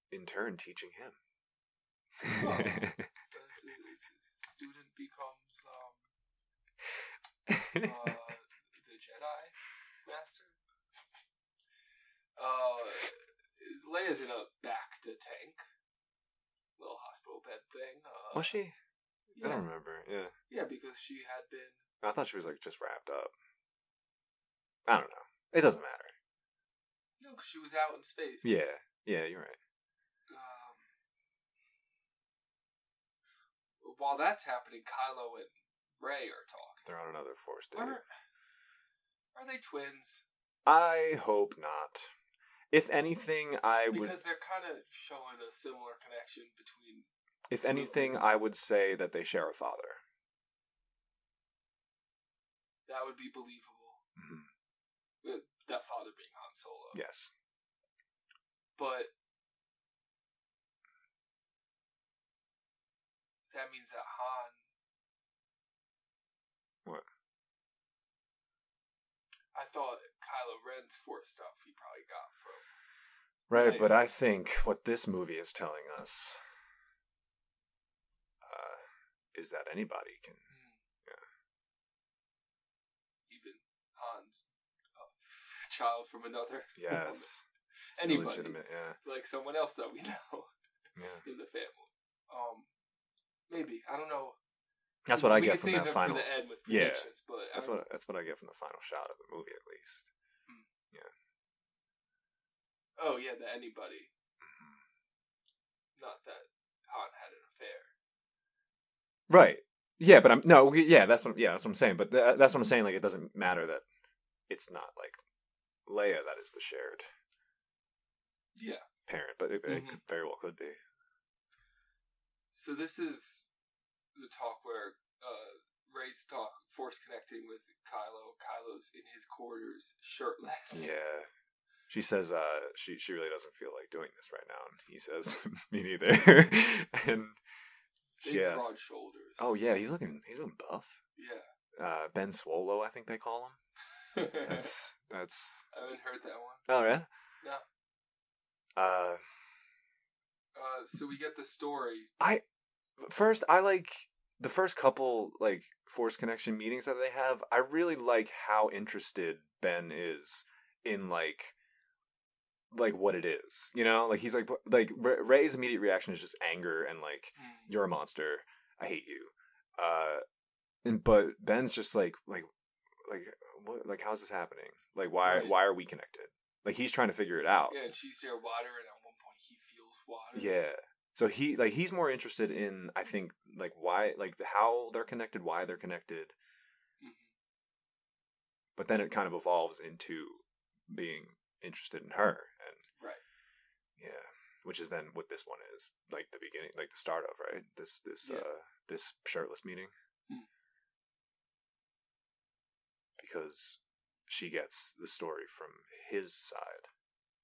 Speaker 2: in turn teaching him. [laughs]
Speaker 1: Oh. this is- this is- student becomes um, uh, the Jedi Master. Uh, Leia's in a back to tank little hospital bed thing. Uh,
Speaker 2: was she? I
Speaker 1: Yeah,
Speaker 2: don't remember. Yeah.
Speaker 1: yeah, because she had been.
Speaker 2: I thought she was like just wrapped up. I don't know. It doesn't matter.
Speaker 1: No, 'cause she was out in space.
Speaker 2: Yeah. Yeah, you're right.
Speaker 1: Um, while that's happening, Kylo and Ray are talking.
Speaker 2: They're on another force date.
Speaker 1: Are, are they twins?
Speaker 2: I hope not. If anything, I would.
Speaker 1: Because they're kind of showing a similar connection between.
Speaker 2: If anything, I would say that they share a father.
Speaker 1: That would be believable.
Speaker 2: Mhm.
Speaker 1: With That father being Han Solo.
Speaker 2: Yes.
Speaker 1: But that means that Han.
Speaker 2: What?
Speaker 1: I thought Kylo Ren's force stuff he probably got from.
Speaker 2: Right,
Speaker 1: Right.
Speaker 2: but I think what this movie is telling us uh, is that anybody
Speaker 1: [laughs]
Speaker 2: can.
Speaker 1: even Han's uh, child from another. [laughs]
Speaker 2: Yes. It's
Speaker 1: Anybody.
Speaker 2: Legitimate, yeah.
Speaker 1: like someone else that we [laughs] know
Speaker 2: yeah.
Speaker 1: in the family. Um, maybe I don't know.
Speaker 2: That's what I
Speaker 1: We can
Speaker 2: get from
Speaker 1: save it
Speaker 2: that final.
Speaker 1: For the end with
Speaker 2: Yeah.
Speaker 1: predictions, but I
Speaker 2: That's
Speaker 1: mean,
Speaker 2: what that's what I get from the final shot of the movie, at least.
Speaker 1: Oh yeah, the anybody.
Speaker 2: Mm-hmm.
Speaker 1: Not that Han had an affair.
Speaker 2: Right. Yeah, but I'm no. we- Yeah, that's what. Yeah, that's what I'm saying. But tha- that's what I'm saying. Like, it doesn't matter that it's not like Leia that is the shared
Speaker 1: Yeah.
Speaker 2: parent, but it, it
Speaker 1: Mhm.
Speaker 2: could, very well could be.
Speaker 1: So this is the talk where uh, Ray's talk force connecting with Kylo. Kylo's in his quarters, shirtless.
Speaker 2: Yeah. She says uh, she she really doesn't feel like doing this right now, and he says [laughs] me neither. [laughs] and
Speaker 1: [laughs] Big
Speaker 2: she asks,
Speaker 1: broad shoulders.
Speaker 2: "Oh yeah, he's looking he's looking buff."
Speaker 1: yeah. [laughs]
Speaker 2: Uh, ben Swolo, I think they call him. That's that's
Speaker 1: I haven't heard that one.
Speaker 2: oh yeah.
Speaker 1: Yeah.
Speaker 2: Uh,
Speaker 1: Uh, so we get the story.
Speaker 2: first I like the first couple like force connection meetings that they have. I really like how interested Ben is in like like what it is. You know, like he's like like Ra- Ray's immediate reaction is just anger and like
Speaker 1: Hmm.
Speaker 2: you're a monster. I hate you. Uh, and but Ben's just like like like what like how's this happening? Like why
Speaker 1: Right.
Speaker 2: why are we connected? Like he's trying to figure it out.
Speaker 1: Yeah, and she's there water, and at one point he feels water.
Speaker 2: Yeah. So he like he's more interested in I think like why like how they're connected, why they're connected.
Speaker 1: Mhm.
Speaker 2: But then it kind of evolves into being interested in her and
Speaker 1: Right.
Speaker 2: yeah, which is then what this one is like the beginning, like the start of right this this
Speaker 1: Yeah.
Speaker 2: uh this shirtless meeting
Speaker 1: Hmm.
Speaker 2: because she gets the story from his side.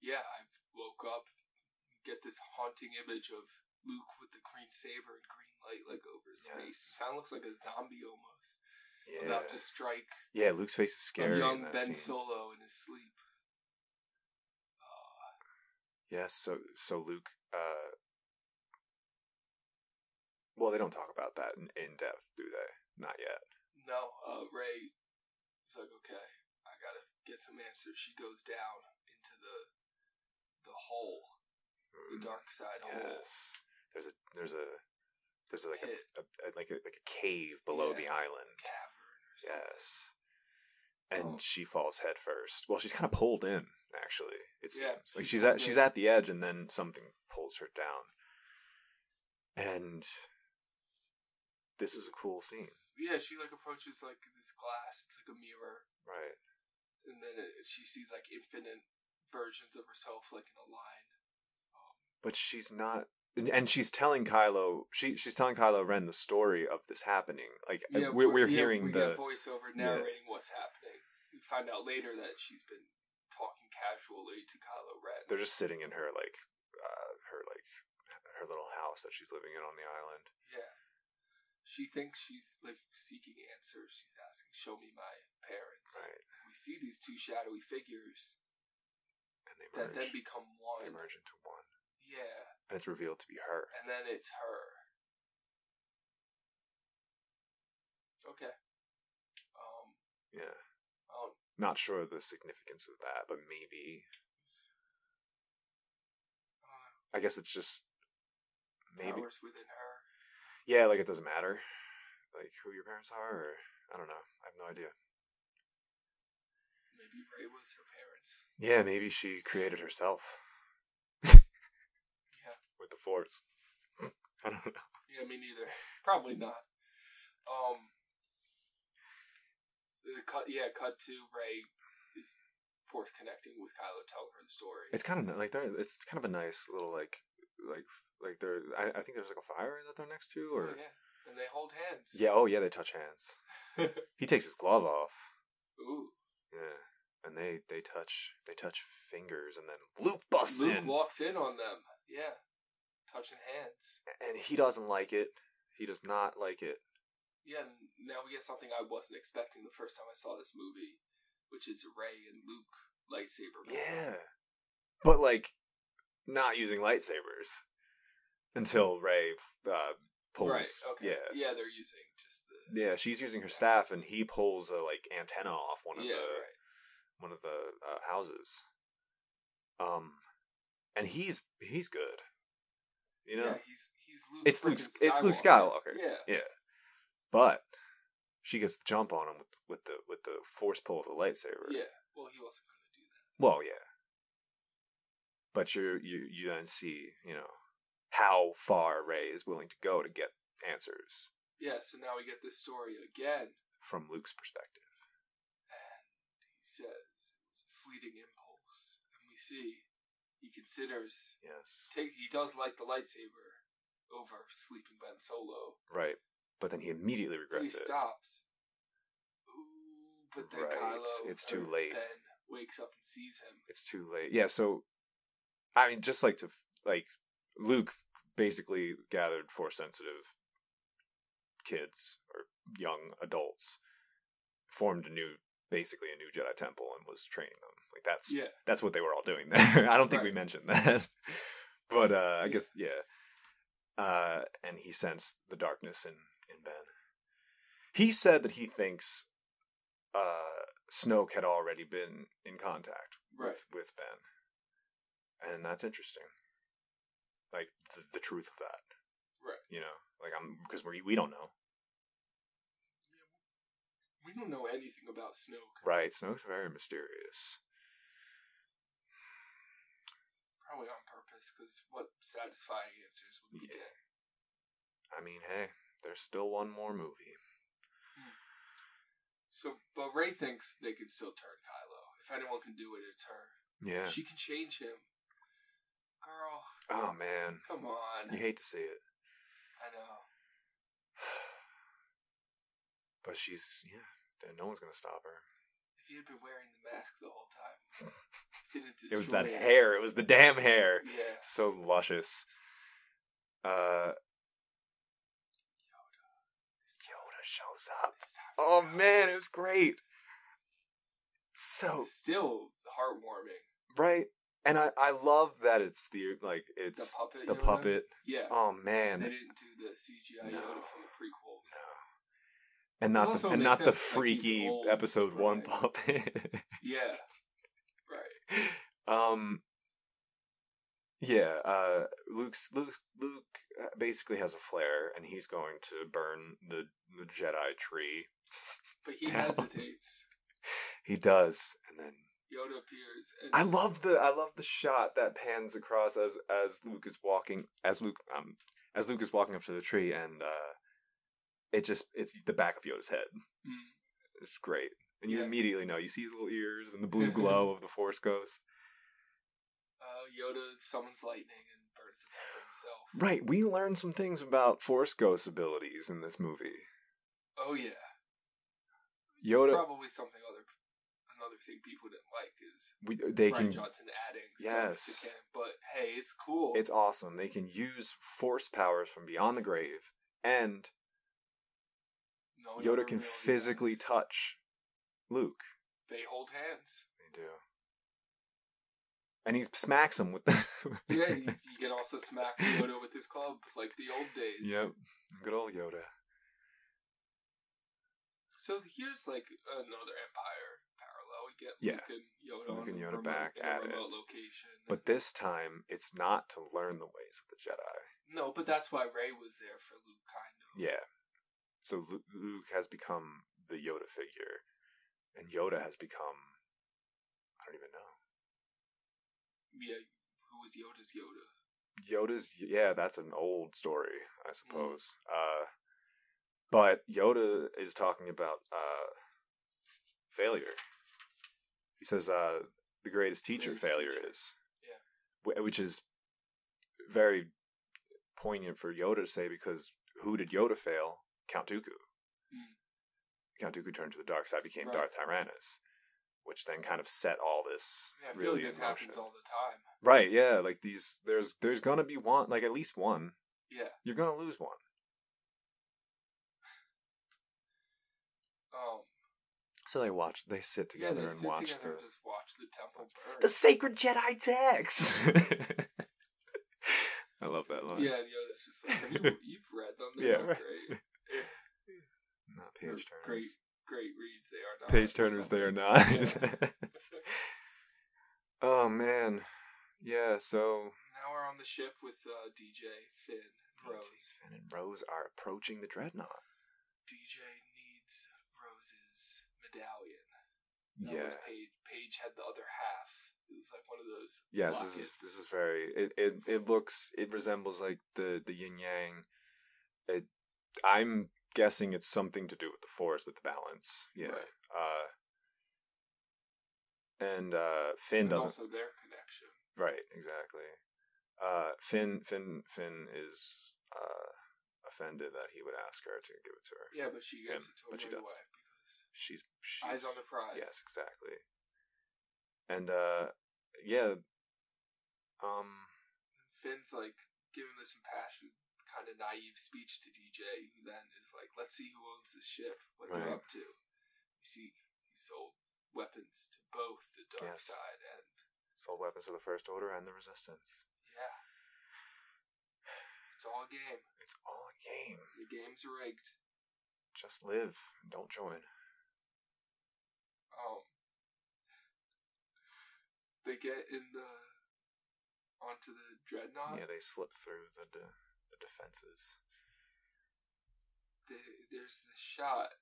Speaker 1: Yeah, I woke up. Get this haunting image of Luke with the green saber and green light like over his face.
Speaker 2: Yes.
Speaker 1: Kind of looks like a zombie almost,
Speaker 2: Yeah,
Speaker 1: about to strike
Speaker 2: yeah. Luke's face is
Speaker 1: a
Speaker 2: scary. in
Speaker 1: young
Speaker 2: that
Speaker 1: Ben
Speaker 2: scene.
Speaker 1: Solo in his sleep. Uh,
Speaker 2: Yes, so so Luke uh well, they don't talk about that in, in depth, do they? Not yet.
Speaker 1: no, uh, Ray is like, okay, I gotta get some answers. She goes down into the the hole, the
Speaker 2: Mm,
Speaker 1: dark side hole.
Speaker 2: Yes. There's a there's a there's like
Speaker 1: Pit.
Speaker 2: a, a, a like a like a cave below
Speaker 1: Yeah.
Speaker 2: the island.
Speaker 1: cavern or something.
Speaker 2: Yes. And
Speaker 1: Oh.
Speaker 2: she falls head first. Well, she's kind of pulled in, actually. It seems
Speaker 1: Yeah,
Speaker 2: like
Speaker 1: she's
Speaker 2: she's
Speaker 1: pulled
Speaker 2: at she's
Speaker 1: in.
Speaker 2: at the edge, and then something pulls her down. And this is a cool scene,
Speaker 1: Yeah, she like approaches like this glass. It's like a mirror,
Speaker 2: right?
Speaker 1: and then it, she sees like infinite versions of herself, like in a line.
Speaker 2: But she's not. and- And she's telling Kylo. She she's telling Kylo Ren the story of this happening. Like we're
Speaker 1: but-
Speaker 2: we're
Speaker 1: yeah, we
Speaker 2: hearing the
Speaker 1: get voiceover
Speaker 2: yeah.
Speaker 1: narrating what's happening. We find out later that she's been talking casually to Kylo Ren.
Speaker 2: they're just sitting in her like uh, her like her little house that she's living in on the island.
Speaker 1: Yeah. She thinks she's like seeking answers. She's asking, "Show me my parents."
Speaker 2: Right,
Speaker 1: We see these two shadowy figures
Speaker 2: and they
Speaker 1: that
Speaker 2: merge.
Speaker 1: then become one.
Speaker 2: they merge into one,
Speaker 1: Yeah,
Speaker 2: and it's revealed to be her.
Speaker 1: and then it's her. Okay. Um.
Speaker 2: Yeah,
Speaker 1: Um.
Speaker 2: not sure of the significance of that, but maybe
Speaker 1: uh,
Speaker 2: I guess it's just maybe
Speaker 1: Powers within her.
Speaker 2: yeah, like it doesn't matter, like who your parents are. Or, I don't know. I have no idea.
Speaker 1: Maybe Ray was her parents.
Speaker 2: Yeah, maybe she created herself. With the force. [laughs] I don't know.
Speaker 1: Yeah, me neither. [laughs] Probably not. Um. so the cut. Yeah, cut to Ray is force connecting with Kylo, telling her the story.
Speaker 2: It's kind of like they're. It's kind of a nice little like like like they're. I, I think there's like a fire that they're next to, or
Speaker 1: Oh, yeah, and they hold hands.
Speaker 2: yeah. Oh yeah, they touch hands.
Speaker 1: [laughs]
Speaker 2: he takes his glove off.
Speaker 1: Ooh.
Speaker 2: Yeah, and they they touch they touch fingers, and then Luke busts
Speaker 1: Luke
Speaker 2: in,
Speaker 1: walks in on them. Yeah, touching hands.
Speaker 2: and he doesn't like it. He does not like it.
Speaker 1: Yeah, and now we get something I wasn't expecting the first time I saw this movie, which is Ray and Luke lightsaber. battle.
Speaker 2: Yeah, but like not using lightsabers until Ray uh, pulls.
Speaker 1: Right. Okay.
Speaker 2: Yeah.
Speaker 1: Yeah, they're using just the.
Speaker 2: Yeah, she's using her staff, and he pulls a like antenna off one of
Speaker 1: yeah.
Speaker 2: the
Speaker 1: Right.
Speaker 2: one of the uh, houses. Um, and he's he's good. You know,
Speaker 1: yeah, he's he's Luke.
Speaker 2: It's Luke-
Speaker 1: frickin'
Speaker 2: it's Luke Skywalker.
Speaker 1: Yeah.
Speaker 2: but she gets the jump on him with, with the with the force pull of the lightsaber.
Speaker 1: Yeah. Well, he wasn't going to do that.
Speaker 2: Well, yeah. But you you you then see you know how far Ray is willing to go to get answers
Speaker 1: Yeah. So now we get this story again,
Speaker 2: from Luke's perspective.
Speaker 1: and he says it was a fleeting impulse, and we see he considers
Speaker 2: Yes.
Speaker 1: take he does like the lightsaber over sleeping Ben Solo.
Speaker 2: Right. But then he immediately
Speaker 1: But he
Speaker 2: regrets it.
Speaker 1: stops. Ooh, but then
Speaker 2: Right,
Speaker 1: Kylo
Speaker 2: it's
Speaker 1: or
Speaker 2: too late.
Speaker 1: Ben wakes up and sees him.
Speaker 2: it's too late. Yeah, so I mean, just like to like Luke basically gathered force sensitive kids or young adults, formed a new basically a new Jedi temple and was training them. Like that's
Speaker 1: Yeah.
Speaker 2: that's what they were all doing there. [laughs] I don't think we
Speaker 1: Right.
Speaker 2: mentioned that, [laughs] but uh, I
Speaker 1: Yeah.
Speaker 2: guess yeah. Uh, and he sensed the darkness in in Ben. He said that he thinks uh, Snoke had already been in contact
Speaker 1: Right.
Speaker 2: with with Ben, and that's interesting. Like th- the truth of that,
Speaker 1: Right.
Speaker 2: you know, like I'm because we we don't know,
Speaker 1: We don't know anything about Snoke.
Speaker 2: right? Snoke's very mysterious.
Speaker 1: Probably on purpose, because what satisfying answers would we
Speaker 2: Yeah.
Speaker 1: get?
Speaker 2: I mean, hey, there's still one more movie.
Speaker 1: So, but Ray thinks they can still turn Kylo. If anyone can do it, it's her.
Speaker 2: Yeah.
Speaker 1: She can change him. Girl,
Speaker 2: Oh man,
Speaker 1: come on.
Speaker 2: you hate to see it,
Speaker 1: I know.
Speaker 2: but she's yeah. then No one's gonna stop her.
Speaker 1: If he had been wearing the mask the whole time, [laughs] didn't
Speaker 2: It was that
Speaker 1: destroy him.
Speaker 2: hair. It was the damn hair.
Speaker 1: Yeah.
Speaker 2: So luscious. Uh. Yoda shows up.
Speaker 1: It's time to
Speaker 2: Oh
Speaker 1: go.
Speaker 2: man, it was great. So
Speaker 1: Still heartwarming.
Speaker 2: right, and I I love that it's the like
Speaker 1: The
Speaker 2: it's
Speaker 1: puppet.
Speaker 2: the
Speaker 1: Yoda.
Speaker 2: puppet.
Speaker 1: Yeah.
Speaker 2: Oh
Speaker 1: they
Speaker 2: man,
Speaker 1: didn't do the CGI
Speaker 2: No.
Speaker 1: Yoda from the prequels.
Speaker 2: and not
Speaker 1: also
Speaker 2: the and
Speaker 1: makes
Speaker 2: not the
Speaker 1: sense, like, he's
Speaker 2: freaky
Speaker 1: old,
Speaker 2: episode one
Speaker 1: right.
Speaker 2: puppet. [laughs]
Speaker 1: Yeah. Right.
Speaker 2: um yeah uh luke's luke luke uh, basically has a flare and he's going to burn the, the jedi tree
Speaker 1: But he
Speaker 2: Down.
Speaker 1: hesitates.
Speaker 2: he does and then
Speaker 1: Yoda appears. And
Speaker 2: i love the i love the shot that pans across as as luke is walking as luke um as luke is walking up to the tree and uh it just it's the back of yoda's head
Speaker 1: Mm.
Speaker 2: It's great. And you
Speaker 1: Yeah.
Speaker 2: immediately know. You see his little ears and the blue glow of the Force Ghost.
Speaker 1: Uh, Yoda summons lightning and burns the temple himself.
Speaker 2: Right, we learn some things about Force Ghost's abilities in this movie.
Speaker 1: Oh yeah,
Speaker 2: Yoda,
Speaker 1: probably something other. Another thing people didn't like is
Speaker 2: we, they
Speaker 1: Brian
Speaker 2: can.
Speaker 1: Johnson adding
Speaker 2: Yes.
Speaker 1: stuff to canon. But hey, it's cool.
Speaker 2: It's awesome. They can use Force powers from beyond the grave, and
Speaker 1: No one ever
Speaker 2: Yoda can
Speaker 1: really
Speaker 2: physically
Speaker 1: does.
Speaker 2: touch Luke.
Speaker 1: They hold hands.
Speaker 2: They do. And he smacks him with [laughs] the.
Speaker 1: Yeah,
Speaker 2: [laughs]
Speaker 1: you, you can also smack Yoda with his club like the old days.
Speaker 2: Yep. Good old Yoda.
Speaker 1: So here's like another Empire parallel. We get
Speaker 2: Yeah.
Speaker 1: Luke and Yoda,
Speaker 2: Luke
Speaker 1: on a
Speaker 2: and Yoda
Speaker 1: remote,
Speaker 2: back
Speaker 1: in
Speaker 2: at
Speaker 1: a
Speaker 2: it.
Speaker 1: remote location.
Speaker 2: But this time, it's not to learn the ways of the Jedi.
Speaker 1: no, but that's why Ray was there for Luke, kind of.
Speaker 2: Yeah. So Lu- Luke has become the Yoda figure, and Yoda has become. I don't even know.
Speaker 1: Yeah, who was Yoda's Yoda?
Speaker 2: Yoda's. Yeah, that's an old story,
Speaker 1: Mm.
Speaker 2: I suppose. Uh, but Yoda is talking about uh, failure. He says uh, the greatest teacher
Speaker 1: Greatest
Speaker 2: failure
Speaker 1: teacher.
Speaker 2: is. Yeah. Which is very poignant for Yoda to say because who did Yoda fail? Count Dooku.
Speaker 1: Mm.
Speaker 2: Count Dooku turned to the dark side, became
Speaker 1: Right.
Speaker 2: Darth Tyrannus, which then kind of set all this
Speaker 1: Yeah, I feel
Speaker 2: really
Speaker 1: like this
Speaker 2: in motion.
Speaker 1: happens all the time.
Speaker 2: Right? Yeah, like these. There's there's gonna be one, like at least one.
Speaker 1: Yeah.
Speaker 2: You're gonna lose one.
Speaker 1: Um.
Speaker 2: So they watch. They sit
Speaker 1: Yeah,
Speaker 2: together
Speaker 1: they
Speaker 2: and
Speaker 1: sit
Speaker 2: watch
Speaker 1: together and
Speaker 2: the
Speaker 1: just watch the temple burn.
Speaker 2: the sacred Jedi text. [laughs] I love that line.
Speaker 1: yeah, and Yoda's just like,
Speaker 2: [laughs]
Speaker 1: Have you, you've read them. They're
Speaker 2: Yeah,
Speaker 1: not
Speaker 2: right.
Speaker 1: great.
Speaker 2: Not page
Speaker 1: They're
Speaker 2: turners.
Speaker 1: Great, great reads. They are not.
Speaker 2: Page
Speaker 1: or
Speaker 2: turners. They are
Speaker 1: something.
Speaker 2: not.
Speaker 1: Yeah.
Speaker 2: [laughs] oh man. Yeah. So
Speaker 1: now we're on the ship with uh, DJ Finn Rose.
Speaker 2: Finn and Rose are approaching the dreadnought.
Speaker 1: DJ needs Rose's medallion. That
Speaker 2: Yeah.
Speaker 1: was Paige. Paige had the other half. It was like one of those.
Speaker 2: Yes, this is this is very. It, it it looks. It resembles like the the yin yang. It. I'm guessing it's something to do with the force, with the balance. Yeah.
Speaker 1: Right.
Speaker 2: Uh. And uh,
Speaker 1: And
Speaker 2: Finn doesn't.
Speaker 1: also their connection.
Speaker 2: Right. Exactly. Uh, Finn Finn Finn is uh offended that he would ask her to give it to her.
Speaker 1: Yeah, but she gives
Speaker 2: Him,
Speaker 1: it to him
Speaker 2: but she
Speaker 1: right
Speaker 2: does.
Speaker 1: away because
Speaker 2: She's, she's
Speaker 1: eyes on the prize.
Speaker 2: Yes, exactly. And uh, yeah. Um.
Speaker 1: Finn's like giving this impassioned, kind of naive speech to DJ, who then is like, "Let's see who owns this ship. What they're
Speaker 2: Right.
Speaker 1: up to." You see, he sold weapons to both the dark
Speaker 2: Yes.
Speaker 1: side and
Speaker 2: Sold weapons of the First Order and the Resistance.
Speaker 1: yeah, it's all a game.
Speaker 2: It's all a game.
Speaker 1: The game's rigged.
Speaker 2: Just live. and Don't join.
Speaker 1: Um, they get in the onto the dreadnought.
Speaker 2: Yeah, they slip through the de- the defenses.
Speaker 1: the- there's this shot.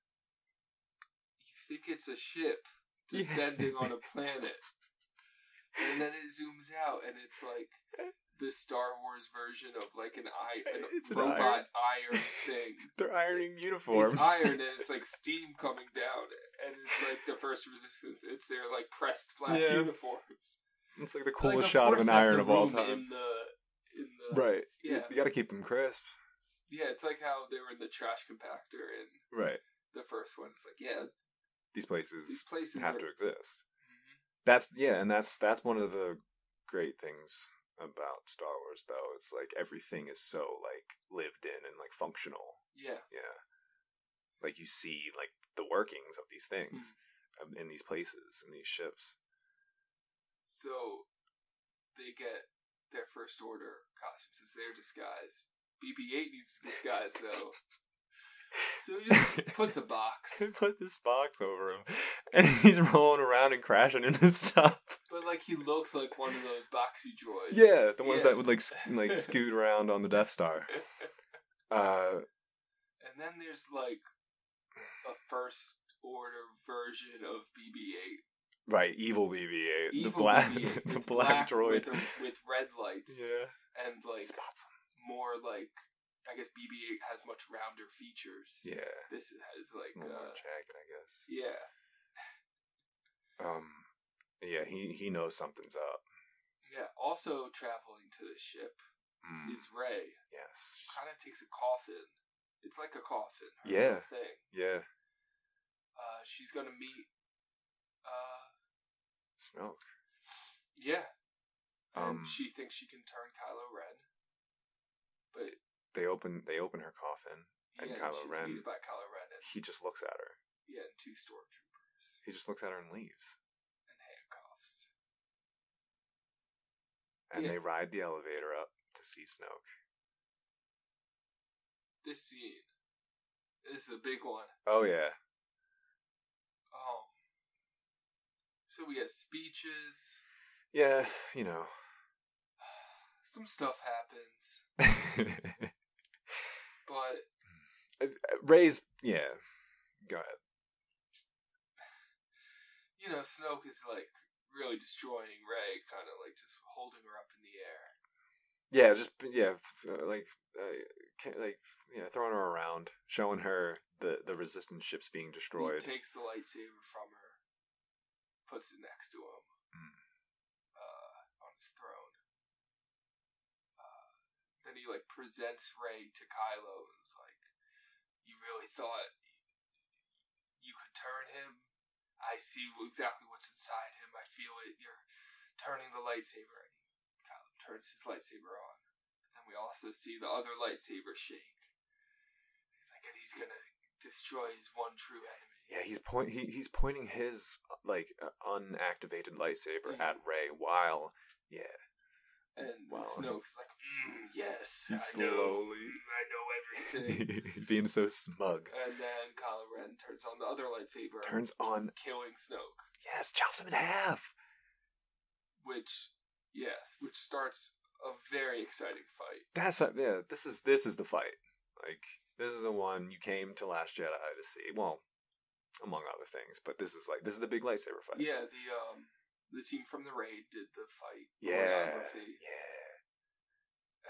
Speaker 1: You think it's a [laughs] ship
Speaker 2: Yeah.
Speaker 1: descending on a planet, and then it zooms out, and it's [laughs] like the Star Wars version of like an i an
Speaker 2: It's an
Speaker 1: robot iron, thing.
Speaker 2: [laughs]
Speaker 1: [laughs]
Speaker 2: They're ironing uniforms.
Speaker 1: It's iron and it's like steam coming down, and it's like the first resistance. It's their like pressed black
Speaker 2: Yeah.
Speaker 1: uniforms.
Speaker 2: [laughs] It's like the
Speaker 1: Like,
Speaker 2: coolest shot of
Speaker 1: course
Speaker 2: an
Speaker 1: that's
Speaker 2: iron
Speaker 1: a
Speaker 2: of all
Speaker 1: room
Speaker 2: time.
Speaker 1: In the, in the,
Speaker 2: Right.
Speaker 1: Yeah.
Speaker 2: You got to keep them crisp.
Speaker 1: Yeah, it's like how they were in the trash compactor in
Speaker 2: Right.
Speaker 1: the first one. It's like yeah,
Speaker 2: These places
Speaker 1: these places
Speaker 2: have
Speaker 1: are,
Speaker 2: to exist.
Speaker 1: Mhm.
Speaker 2: That's yeah, and that's that's one of the great things about Star Wars though. It's like everything is so like lived in and like functional.
Speaker 1: Yeah,
Speaker 2: Yeah. Like you see like the workings of these things um, in these places, in these ships.
Speaker 1: so they get their first order costumes as their disguise. BB-8 needs a disguise
Speaker 2: [laughs]
Speaker 1: though, so he just puts a box.
Speaker 2: [laughs] They put this box over him [laughs] and he's rolling around and crashing into [laughs] stuff.
Speaker 1: But like he looks like one of those boxy droids.
Speaker 2: Yeah, the ones
Speaker 1: Yeah.
Speaker 2: that would like s- [laughs] like scoot around on the Death Star. [laughs] Uh
Speaker 1: And then there's like a first order version of BB-8,
Speaker 2: right, evil BB-8,
Speaker 1: Evil
Speaker 2: the black
Speaker 1: BB-8,
Speaker 2: [laughs] the
Speaker 1: It's
Speaker 2: [laughs] black, droid.
Speaker 1: with, with red lights
Speaker 2: yeah.
Speaker 1: and like
Speaker 2: Spots
Speaker 1: more like I guess BB-8 has much rounder features.
Speaker 2: Yeah.
Speaker 1: This has
Speaker 2: A
Speaker 1: like
Speaker 2: little
Speaker 1: uh,
Speaker 2: more jagged, I guess.
Speaker 1: yeah.
Speaker 2: Um, yeah, he, he knows something's up.
Speaker 1: Yeah, also traveling to the ship
Speaker 2: Mm,
Speaker 1: is Ray.
Speaker 2: yes.
Speaker 1: Kind of takes a coffin. It's like a coffin. her
Speaker 2: Yeah.
Speaker 1: little Thing.
Speaker 2: Yeah,
Speaker 1: Uh, she's gonna meet. Uh,
Speaker 2: Snoke.
Speaker 1: yeah. And
Speaker 2: Um,
Speaker 1: she thinks she can turn Kylo Ren. But
Speaker 2: They open they open her coffin. And
Speaker 1: yeah,
Speaker 2: Kylo
Speaker 1: she's
Speaker 2: Ren.
Speaker 1: Meted by Kylo Ren and
Speaker 2: He just looks at her.
Speaker 1: yeah, and two stormtroopers
Speaker 2: He just looks at her and leaves.
Speaker 1: and handcuffs.
Speaker 2: And
Speaker 1: Yeah.
Speaker 2: they ride the elevator up to see Snoke.
Speaker 1: This scene. This is a big one.
Speaker 2: Oh yeah.
Speaker 1: Um. So we got speeches.
Speaker 2: Yeah, you know. [laughs]
Speaker 1: Some stuff happens, but
Speaker 2: Ray's yeah. Go ahead.
Speaker 1: you know, Snoke is like really destroying Ray, kind of like just holding her up in the air.
Speaker 2: Yeah, just yeah, f- uh, like uh, ca- like yeah, throwing her around, showing her the the resistance ships being destroyed.
Speaker 1: He takes the lightsaber from her, puts it next to him
Speaker 2: Mm.
Speaker 1: uh, on his throne. Uh, then he like presents Ray to Kylo and is like, "You really thought you could turn him? I see wh- exactly what's inside him. I feel it. You're turning the lightsaber." And Kylo turns his lightsaber on, and then we also see the other lightsaber shake. He's like, and he's gonna destroy his one true enemy.
Speaker 2: yeah, he's point he he's pointing his like uh, unactivated lightsaber
Speaker 1: Mhm.
Speaker 2: at Ray while yeah,
Speaker 1: And
Speaker 2: Wow.
Speaker 1: Snoke's like, mm, yes,
Speaker 2: he's
Speaker 1: I know,
Speaker 2: slowly
Speaker 1: Mm, I know everything.
Speaker 2: [laughs] being so smug.
Speaker 1: and then Kylo Ren turns on the other lightsaber,
Speaker 2: Turns on
Speaker 1: killing Snoke.
Speaker 2: yes, chops him in half.
Speaker 1: Which, yes, which starts a very exciting fight.
Speaker 2: That's not- yeah. This is this is the fight. Like this is the one you came to Last Jedi to see. Well, among other things, but this is like this is the big lightsaber fight.
Speaker 1: Yeah, the um, the team from the raid did the fight
Speaker 2: yeah,
Speaker 1: choreography,
Speaker 2: yeah.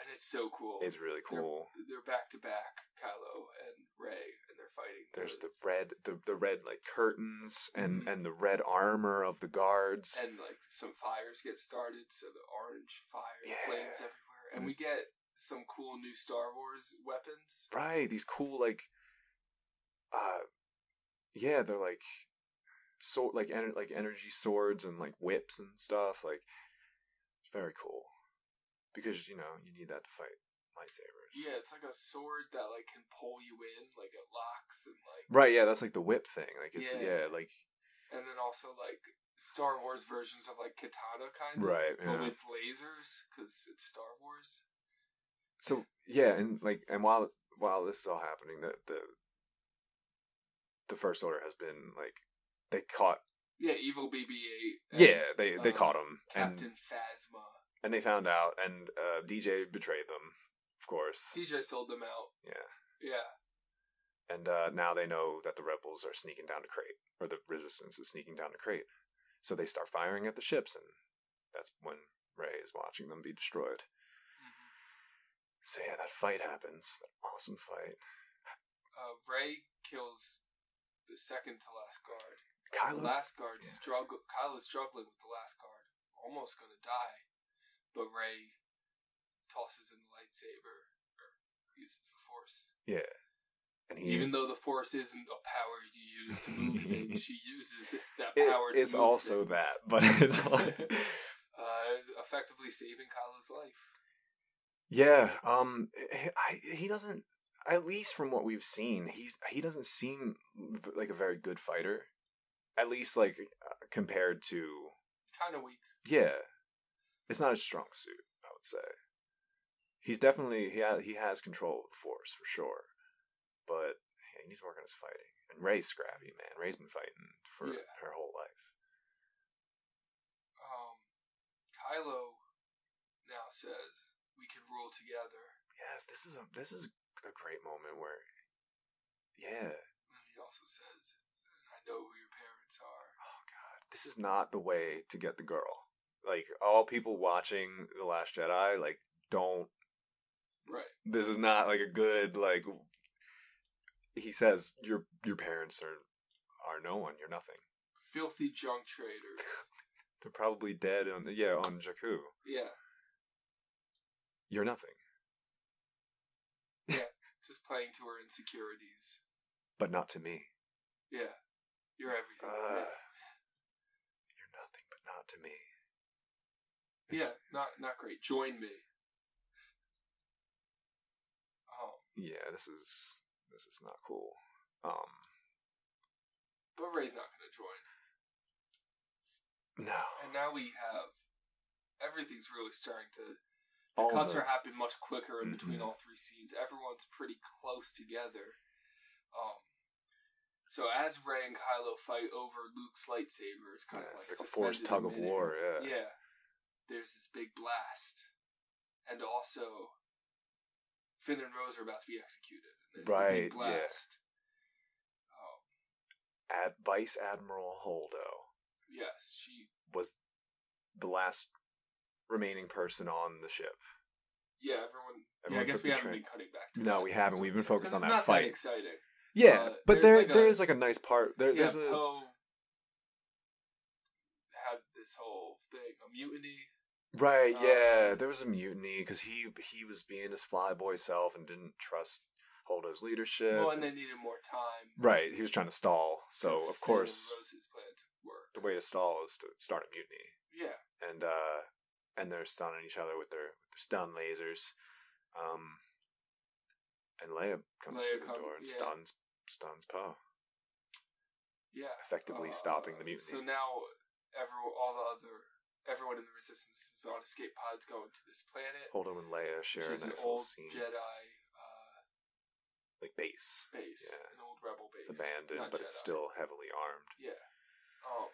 Speaker 1: and it's so cool.
Speaker 2: It's really cool.
Speaker 1: They're back to back, Kylo and Ray, and they're fighting.
Speaker 2: There's the red, the, the red like curtains and
Speaker 1: Mhm.
Speaker 2: and the red armor of the guards.
Speaker 1: and like some fires get started, so the orange fire
Speaker 2: Yeah.
Speaker 1: flames everywhere, and we get some cool new Star Wars weapons.
Speaker 2: right, these cool like, uh, yeah, they're like, so like ener- like energy swords and like whips and stuff. Like, it's very cool because you know you need that to fight lightsabers.
Speaker 1: Yeah, it's like a sword that like can pull you in, like it locks and like,
Speaker 2: Right. Yeah, that's like the whip thing. Like it's
Speaker 1: Yeah.
Speaker 2: yeah, like
Speaker 1: and then also like Star Wars versions of like katana kind of,
Speaker 2: right.
Speaker 1: but
Speaker 2: Yeah.
Speaker 1: with lasers because it's Star Wars.
Speaker 2: so yeah and like and while while this is all happening the the the first order has been like they caught
Speaker 1: Yeah, evil BB-8. and,
Speaker 2: yeah they they
Speaker 1: uh,
Speaker 2: caught him and
Speaker 1: Captain Phasma.
Speaker 2: and they found out and uh dj betrayed them of course
Speaker 1: TJ sold them out.
Speaker 2: yeah
Speaker 1: Yeah,
Speaker 2: and uh now they know that the rebels are sneaking down to crate or the resistance is sneaking down to crate so they start firing at the ships and that's when ray is watching them be destroyed
Speaker 1: Mm-hmm.
Speaker 2: so yeah that fight happens that awesome fight
Speaker 1: uh, Ray kills the second to last guard. The
Speaker 2: kylo's
Speaker 1: last guard
Speaker 2: yeah.
Speaker 1: struggle. Kyle is struggling with the last guard, almost gonna die, but Ray tosses in the lightsaber or uses the force.
Speaker 2: yeah and he
Speaker 1: Even though the force isn't a power you use to
Speaker 2: [laughs]
Speaker 1: move things, she uses it- that
Speaker 2: It-
Speaker 1: power. to
Speaker 2: it's
Speaker 1: move
Speaker 2: also
Speaker 1: things.
Speaker 2: that, but it's
Speaker 1: [laughs]
Speaker 2: all,
Speaker 1: uh, effectively saving Kylo's life.
Speaker 2: yeah. Um, I, I- he doesn't. At least from what we've seen, he's he doesn't seem v- like a very good fighter. At least like uh, compared to
Speaker 1: Kind of weak.
Speaker 2: yeah, it's not his strong suit. I would say he's definitely he ha- he has control of the force for sure, but yeah, he needs to work on his fighting. And Ray's scrappy man. Ray's been fighting for
Speaker 1: Yeah.
Speaker 2: her whole life.
Speaker 1: Um, Kylo now says we can rule together.
Speaker 2: Yes, this is a this is a great moment where yeah.
Speaker 1: And he also says, "And I know who your parents are."
Speaker 2: oh god this is not the way to get the girl like all people watching the last jedi like don't
Speaker 1: Right.
Speaker 2: This is not like a good like. He says your your parents are are no one. You're nothing.
Speaker 1: Filthy junk traders.
Speaker 2: They're probably dead on yeah on Jakku.
Speaker 1: yeah.
Speaker 2: You're nothing,
Speaker 1: Just playing to her insecurities.
Speaker 2: but not to me.
Speaker 1: Yeah. You're everything.
Speaker 2: Uh,
Speaker 1: Yeah.
Speaker 2: You're nothing, but not to me.
Speaker 1: yeah. Not not great. Join me. Um,
Speaker 2: Yeah, this is this is not cool. Um,
Speaker 1: but Ray's not gonna join.
Speaker 2: no.
Speaker 1: And now we have everything's really starting to the
Speaker 2: All
Speaker 1: cuts
Speaker 2: the-
Speaker 1: are happening much quicker in between
Speaker 2: Mhm.
Speaker 1: all three scenes. Everyone's pretty close together. Um, so as Ray and Kylo fight over Luke's lightsaber, it's kind
Speaker 2: yeah,
Speaker 1: of
Speaker 2: it's
Speaker 1: like,
Speaker 2: like a forced tug
Speaker 1: suspended
Speaker 2: of
Speaker 1: in midair.
Speaker 2: war. Yeah.
Speaker 1: Yeah, there's this big blast, and also Finn and Rose are about to be executed. And there's the
Speaker 2: Right,
Speaker 1: big
Speaker 2: yeah.
Speaker 1: blast. Um,
Speaker 2: Ad- Vice Admiral Holdo
Speaker 1: yes, she.
Speaker 2: was the last remaining person on the ship.
Speaker 1: Yeah, everyone. yeah, I
Speaker 2: Everyone
Speaker 1: guess
Speaker 2: took
Speaker 1: we
Speaker 2: the
Speaker 1: haven't
Speaker 2: train.
Speaker 1: been cutting back. to
Speaker 2: No,
Speaker 1: that
Speaker 2: we haven't. We've been focused
Speaker 1: Because
Speaker 2: on
Speaker 1: it's
Speaker 2: that
Speaker 1: not
Speaker 2: fight.
Speaker 1: That exciting.
Speaker 2: yeah,
Speaker 1: uh, there's
Speaker 2: but there
Speaker 1: like a-
Speaker 2: there is like a nice part. There,
Speaker 1: yeah,
Speaker 2: there's a
Speaker 1: Poe had this whole thing, a mutiny.
Speaker 2: right.
Speaker 1: uh,
Speaker 2: yeah, there was a mutiny because he he was being his flyboy self and didn't trust Holdo's leadership.
Speaker 1: Well, and they needed more time.
Speaker 2: right, he was trying to stall. So
Speaker 1: for
Speaker 2: of course,
Speaker 1: Rose's plan to work.
Speaker 2: the way to stall is to start a mutiny.
Speaker 1: Yeah,
Speaker 2: and uh and they're stunning each other with their, with their stun lasers. Um and Leia comes
Speaker 1: Leia
Speaker 2: through the
Speaker 1: come-
Speaker 2: door and
Speaker 1: yeah.
Speaker 2: stuns stuns Poe,
Speaker 1: yeah.
Speaker 2: effectively
Speaker 1: Uh,
Speaker 2: stopping the mutiny.
Speaker 1: So now, everyone, all the other, everyone in the resistance is on escape pods going to this planet.
Speaker 2: Holdo and Leia share a
Speaker 1: She's an
Speaker 2: nice
Speaker 1: old
Speaker 2: little scene.
Speaker 1: Jedi uh,
Speaker 2: Like base.
Speaker 1: base,
Speaker 2: Yeah.
Speaker 1: an old rebel base.
Speaker 2: It's abandoned,
Speaker 1: not
Speaker 2: but it's
Speaker 1: Jedi.
Speaker 2: still heavily armed.
Speaker 1: Yeah. Um.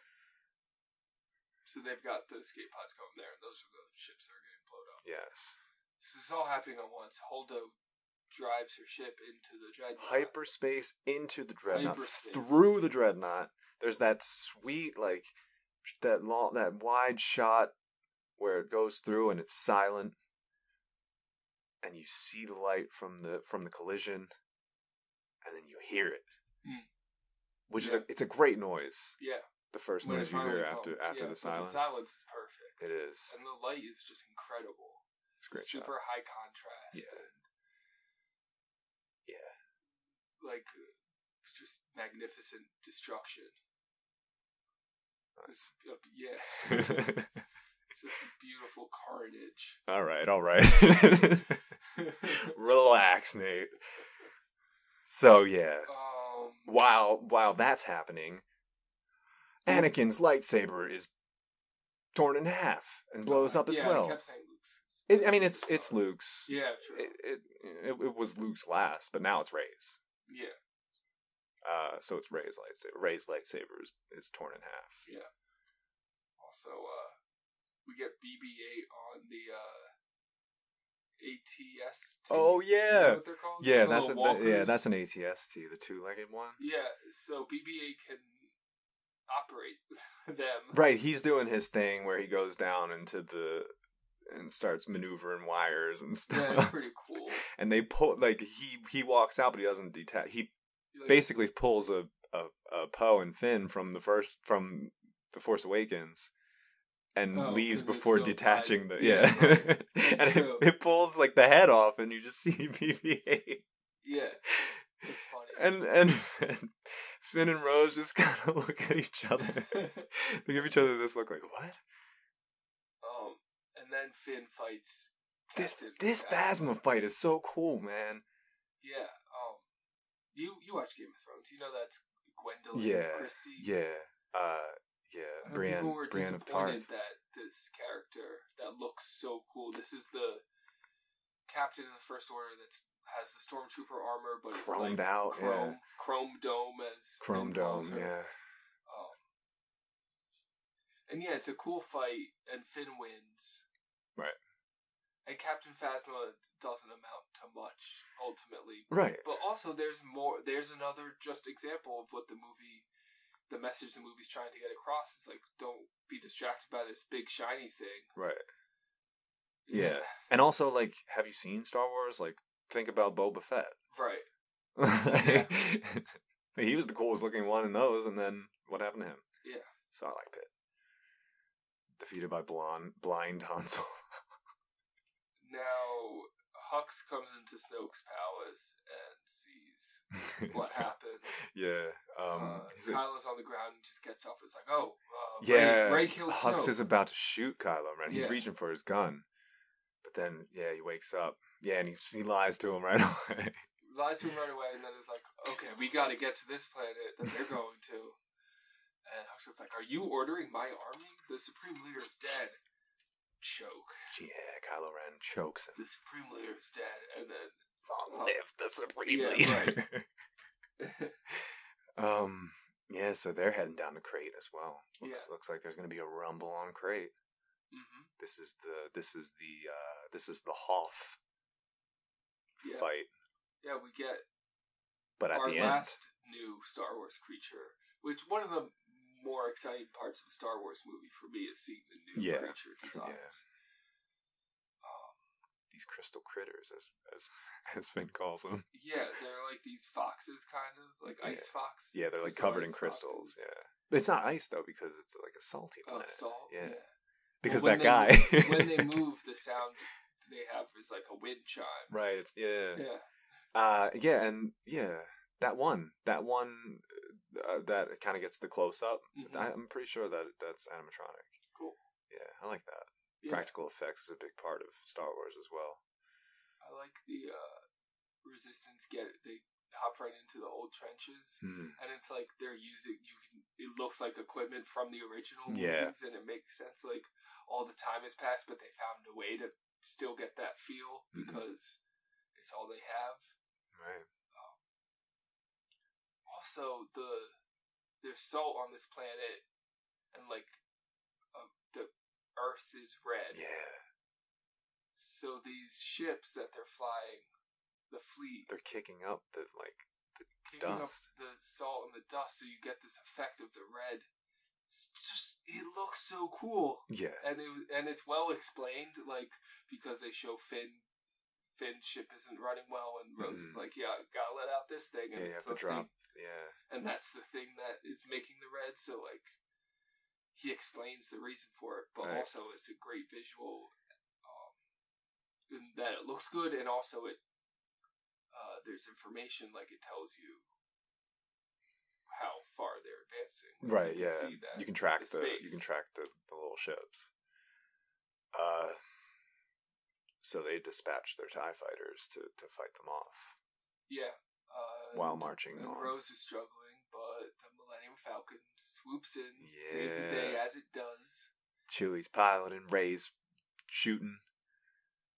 Speaker 1: So they've got the escape pods going there, and those are the ships that are getting blown up.
Speaker 2: Yes.
Speaker 1: So this is all happening at once. Holdo drives her ship into the dreadnought.
Speaker 2: Hyperspace into the dreadnought,
Speaker 1: Hyperspace.
Speaker 2: through the dreadnought. There's that sweet like that long that wide shot where it goes through and it's silent and you see the light from the from the collision and then you hear it
Speaker 1: Hmm.
Speaker 2: which is
Speaker 1: Yeah.
Speaker 2: a, it's a great noise
Speaker 1: Yeah.
Speaker 2: the first
Speaker 1: when it
Speaker 2: noise you hear
Speaker 1: finally
Speaker 2: after
Speaker 1: comes,
Speaker 2: after
Speaker 1: yeah, but
Speaker 2: the silence
Speaker 1: The silence is perfect.
Speaker 2: it is
Speaker 1: And the light is just incredible.
Speaker 2: it's a great shot
Speaker 1: Super high contrast.
Speaker 2: Yeah.
Speaker 1: And,
Speaker 2: yeah
Speaker 1: like uh, just magnificent destruction. It's,
Speaker 2: nice
Speaker 1: uh,
Speaker 2: [laughs]
Speaker 1: yeah. [laughs] just beautiful
Speaker 2: [laughs]
Speaker 1: carnage.
Speaker 2: all right all right [laughs] relax nate so yeah
Speaker 1: um.
Speaker 2: while while that's happening, Anakin's lightsaber is torn in half and blows up as
Speaker 1: yeah, I
Speaker 2: well.
Speaker 1: kept saying Luke's.
Speaker 2: It, I mean, it's it's Luke's.
Speaker 1: Yeah, true.
Speaker 2: It, it, it it was Luke's last, but now it's Ray's.
Speaker 1: yeah.
Speaker 2: Uh, so it's Ray's lightsaber. Ray's lightsaber is, is torn in half.
Speaker 1: Also, uh, we get BB-8 on the uh, ATS. team.
Speaker 2: Oh
Speaker 1: Is that
Speaker 2: yeah,
Speaker 1: what they're called?
Speaker 2: yeah.
Speaker 1: The
Speaker 2: That's a,
Speaker 1: little
Speaker 2: that, yeah.
Speaker 1: walkers?
Speaker 2: That's an ATST, the two-legged one.
Speaker 1: Yeah, so BB-8 can operate [laughs] them.
Speaker 2: Right. He's doing his thing where he goes down into the and starts maneuvering wires and [laughs]
Speaker 1: Yeah,
Speaker 2: stuff.
Speaker 1: it's pretty
Speaker 2: [laughs]
Speaker 1: cool.
Speaker 2: and they pull like he he walks out but he doesn't detach he
Speaker 1: Like,
Speaker 2: basically pulls a, a, a poe and finn from the first from the force awakens and
Speaker 1: Oh,
Speaker 2: leaves
Speaker 1: 'cause it's
Speaker 2: before
Speaker 1: still
Speaker 2: detaching
Speaker 1: tied.
Speaker 2: the
Speaker 1: Yeah,
Speaker 2: yeah, [laughs]
Speaker 1: right.
Speaker 2: and it,
Speaker 1: true.
Speaker 2: it pulls like the head off and you just see [laughs] bb8
Speaker 1: Yeah, it's funny.
Speaker 2: and, and and finn and rose just [laughs] kind of look at each
Speaker 1: [laughs]
Speaker 2: other they give each other this look like what
Speaker 1: um, and then Finn fights.
Speaker 2: this
Speaker 1: Captain
Speaker 2: this
Speaker 1: Phasma.
Speaker 2: phasma fight is so cool man
Speaker 1: Yeah. Um, you you watch Game of Thrones? You know that's Gwendolyn
Speaker 2: Yeah,
Speaker 1: Christie.
Speaker 2: yeah uh yeah
Speaker 1: I know
Speaker 2: brienne
Speaker 1: people were
Speaker 2: brienne of
Speaker 1: disappointed
Speaker 2: tarth
Speaker 1: that this character that looks so cool. This is the captain in the First Order that's has the stormtrooper armor, but it's
Speaker 2: chromed
Speaker 1: like
Speaker 2: out yeah
Speaker 1: chrome chrome dome as
Speaker 2: Chrome
Speaker 1: Finn calls
Speaker 2: Dome,
Speaker 1: her.
Speaker 2: yeah.
Speaker 1: Um, and yeah, it's a cool fight, and Finn wins.
Speaker 2: Right.
Speaker 1: And Captain Phasma doesn't amount to much ultimately,
Speaker 2: Right.
Speaker 1: but also there's more. There's another just example of what the movie, the message the movie's trying to get across. It's like don't be distracted by this big shiny thing.
Speaker 2: Right. Yeah. And also, like, have you seen Star Wars? Like, think about Boba Fett.
Speaker 1: [laughs] Right.
Speaker 2: Like, [laughs] he was the coolest looking one in those, and then what happened to him?
Speaker 1: Yeah.
Speaker 2: So I like Pitt. Defeated by blonde, blind [laughs] Hansel.
Speaker 1: Now, Hux comes into Snoke's palace and
Speaker 2: [laughs]
Speaker 1: sees what happened.
Speaker 2: Yeah. Um,
Speaker 1: uh,
Speaker 2: he's a-
Speaker 1: Kylo's on the ground and just gets up. It's like, oh, uh,
Speaker 2: yeah.
Speaker 1: Ray, Ray killed
Speaker 2: Hux
Speaker 1: Snoke.
Speaker 2: is about to shoot Kylo Ren. He's
Speaker 1: Yeah.
Speaker 2: reaching for his gun, but then yeah, he wakes up. Yeah, and he he lies to him right [laughs] away.
Speaker 1: lies to him right away, and then it's like, okay, we got to get to this planet that they're going to. And Hux is like, are you ordering my army? The supreme leader is dead. Choke.
Speaker 2: yeah, Kylo Ren chokes him.
Speaker 1: The supreme leader is dead, and then [laughs]
Speaker 2: Long live the Supreme
Speaker 1: Oh. Yeah,
Speaker 2: Leader. [laughs] um. Yeah, so they're heading down to Crate as well. Looks looks like there's gonna be a rumble on Crate.
Speaker 1: hmm
Speaker 2: This is the this is the uh this is the Hoth
Speaker 1: Yeah.
Speaker 2: fight.
Speaker 1: yeah, we get
Speaker 2: But at
Speaker 1: our
Speaker 2: the end,
Speaker 1: last new Star Wars creature, which one of the more exciting parts of a Star Wars movie for me is seeing the new
Speaker 2: Yeah.
Speaker 1: creature designs. Um,
Speaker 2: these crystal critters, as as [laughs] as Finn calls them.
Speaker 1: yeah, they're like these foxes, kind of like
Speaker 2: Yeah.
Speaker 1: ice fox.
Speaker 2: Yeah, they're like
Speaker 1: Crystal
Speaker 2: covered in
Speaker 1: ice
Speaker 2: crystals.
Speaker 1: foxes.
Speaker 2: Yeah, but it's not ice though because it's like a salty
Speaker 1: Oh,
Speaker 2: planet.
Speaker 1: salt.
Speaker 2: Yeah.
Speaker 1: Yeah,
Speaker 2: Because
Speaker 1: Well,
Speaker 2: that
Speaker 1: when
Speaker 2: guy.
Speaker 1: they-
Speaker 2: [laughs]
Speaker 1: when they move, the sound they have is like a wind chime.
Speaker 2: right? It's, yeah.
Speaker 1: Yeah,
Speaker 2: Uh, yeah, and yeah, that one, that one, uh, that kind of gets the close up.
Speaker 1: Mhm.
Speaker 2: I, I'm pretty sure that that's animatronic.
Speaker 1: Cool.
Speaker 2: Yeah, I like that.
Speaker 1: yeah.
Speaker 2: Practical effects is a big part of Star Wars as well.
Speaker 1: I like the uh, resistance. Get they hop right into the old trenches.
Speaker 2: Hmm,
Speaker 1: and it's like they're using you can it looks like equipment from the original
Speaker 2: Yeah.
Speaker 1: movies and it makes sense like all the time has passed but they found a way to still get that feel
Speaker 2: Mhm.
Speaker 1: because it's all they have
Speaker 2: Right.
Speaker 1: also the there's salt on this planet and like uh, the earth is red
Speaker 2: Yeah,
Speaker 1: so these ships that they're flying the fleet
Speaker 2: they're kicking up the like
Speaker 1: kicking
Speaker 2: Dust.
Speaker 1: up the salt and the dust so you get this effect of the red it's just it looks so cool
Speaker 2: yeah.
Speaker 1: and it was- and it's well explained, like because they show Finn, Finn's ship isn't running well, and Rose is
Speaker 2: Mhm.
Speaker 1: like, "Yeah, gotta let out this thing," and
Speaker 2: Yeah, you
Speaker 1: it's
Speaker 2: have
Speaker 1: the
Speaker 2: to drop.
Speaker 1: thing,
Speaker 2: Yeah,
Speaker 1: and that's the thing that is making the red. So like, he explains the reason for it, but
Speaker 2: Right.
Speaker 1: also it's a great visual, um, in that it looks good, and also it, uh, there's information like it tells you how far they're advancing. Like,
Speaker 2: right
Speaker 1: you can
Speaker 2: yeah
Speaker 1: see that.
Speaker 2: you can track
Speaker 1: the
Speaker 2: the, you
Speaker 1: space.
Speaker 2: can track the, the little ships uh so they dispatch their tie fighters to to fight them off
Speaker 1: Yeah. Uh,
Speaker 2: While
Speaker 1: and-
Speaker 2: marching
Speaker 1: and
Speaker 2: on.
Speaker 1: Rose is struggling, but the Millennium Falcon swoops in, saves the
Speaker 2: Yeah.
Speaker 1: day as it does.
Speaker 2: chewie's piloting ray's shooting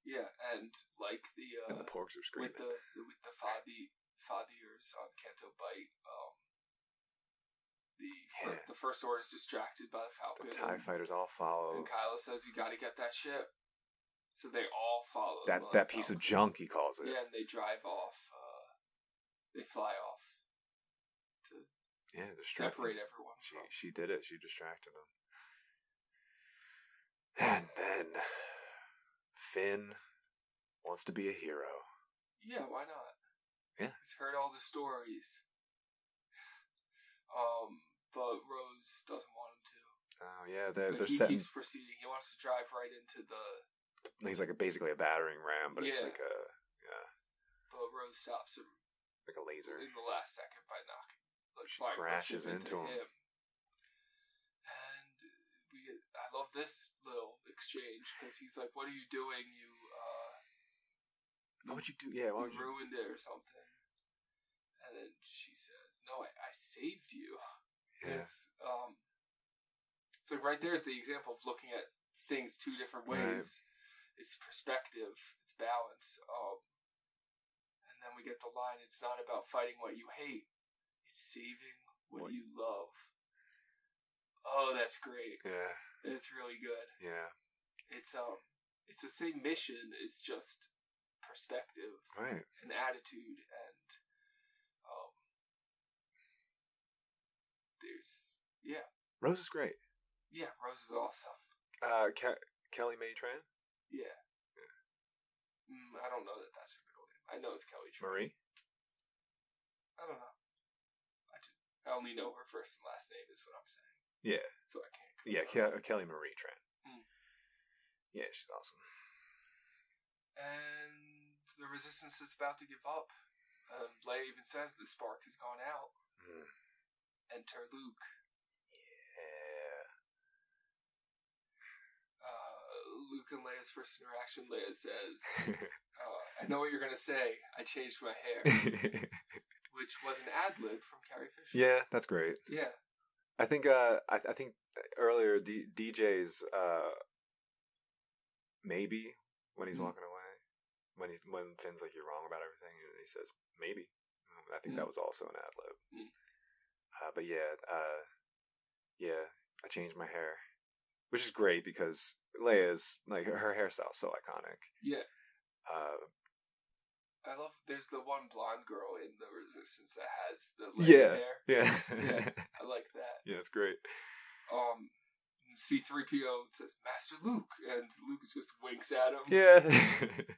Speaker 1: Yeah, and like the
Speaker 2: and
Speaker 1: uh,
Speaker 2: the porks are screaming
Speaker 1: with the with the Fadi Fadiers on Canto Bite, um, the fir-
Speaker 2: Yeah.
Speaker 1: the First Order is distracted by the Falcon.
Speaker 2: the tie
Speaker 1: and-
Speaker 2: fighters all follow
Speaker 1: And Kylo says, "We got to get that ship." So they all follow the
Speaker 2: that
Speaker 1: Millennium
Speaker 2: that piece of
Speaker 1: Falcon.
Speaker 2: junk he calls it
Speaker 1: Yeah, and they drive off. Uh, they fly off,
Speaker 2: yeah, they're strapping-
Speaker 1: separate everyone.
Speaker 2: she
Speaker 1: from-
Speaker 2: she did it she distracted them and then finn wants to be a hero
Speaker 1: Yeah, why not?
Speaker 2: Yeah.
Speaker 1: He's heard all the stories. Um, but Rose doesn't want him to.
Speaker 2: oh yeah they're,
Speaker 1: but
Speaker 2: they're
Speaker 1: he
Speaker 2: setting
Speaker 1: keeps proceeding. He wants to drive right into the.
Speaker 2: he's like a, basically a battering ram, but it's
Speaker 1: Yeah.
Speaker 2: like a yeah,
Speaker 1: But Rose stops him
Speaker 2: like a laser.
Speaker 1: in the last second by knocking. Like,
Speaker 2: She
Speaker 1: by rushing
Speaker 2: crashes into him.
Speaker 1: And we get, I love this little exchange because he's like, "What are you doing? You uh,
Speaker 2: Why would you do? Yeah, why would
Speaker 1: you
Speaker 2: you?
Speaker 1: ruined it or something." And then she says, "No, I, I saved you."
Speaker 2: Yeah,
Speaker 1: It's um so right there's the example of looking at things two different ways.
Speaker 2: Right.
Speaker 1: It's perspective, it's balance. Um and then we get the line it's not about fighting what you hate, it's saving what,
Speaker 2: What-
Speaker 1: you love. Oh, that's great.
Speaker 2: yeah,
Speaker 1: It's really good.
Speaker 2: yeah.
Speaker 1: It's um it's the same mission, it's just perspective
Speaker 2: Right.
Speaker 1: and attitude and um there's yeah,
Speaker 2: Rose is great.
Speaker 1: Yeah, Rose is awesome.
Speaker 2: Uh, Ke- Kelly May Tran.
Speaker 1: Yeah. Mm, I don't know that that's her middle name. I know it's Kelly Short.
Speaker 2: Marie.
Speaker 1: I don't know. I, ju- I only know her first and last name is what I'm saying.
Speaker 2: Yeah.
Speaker 1: So I can't.
Speaker 2: Yeah,
Speaker 1: Uh-huh.
Speaker 2: Ke- Kelly Marie Tran.
Speaker 1: Mm.
Speaker 2: Yeah, she's awesome.
Speaker 1: And the resistance is about to give up. Um, Leia even says the spark has gone out.
Speaker 2: Mm.
Speaker 1: Enter Luke.
Speaker 2: Yeah.
Speaker 1: Uh, Luke and Leia's first interaction. Leia says,
Speaker 2: Hmm,
Speaker 1: [laughs] uh, "I know what you're gonna say. I changed my
Speaker 2: [laughs]
Speaker 1: hair," which was an ad lib from Carrie Fisher.
Speaker 2: yeah, that's great.
Speaker 1: Yeah.
Speaker 2: I think uh I, I think earlier D- DJ's uh maybe when he's
Speaker 1: Mm.
Speaker 2: walking away when he's when Finn's like you're wrong about everything and he says maybe Mm, I think
Speaker 1: Mm.
Speaker 2: that was also an ad lib.
Speaker 1: Mm.
Speaker 2: Uh, but yeah, uh yeah, I changed my hair, which is great because Leia's like her hairstyle's so iconic.
Speaker 1: Yeah.
Speaker 2: Uh
Speaker 1: I love. There's the one blonde girl in the resistance that has the Leia
Speaker 2: Yeah.
Speaker 1: hair.
Speaker 2: yeah. [laughs]
Speaker 1: Yeah. I like that.
Speaker 2: yeah, it's great.
Speaker 1: Um, C-3PO says, "Master Luke," and Luke just winks at him.
Speaker 2: Yeah.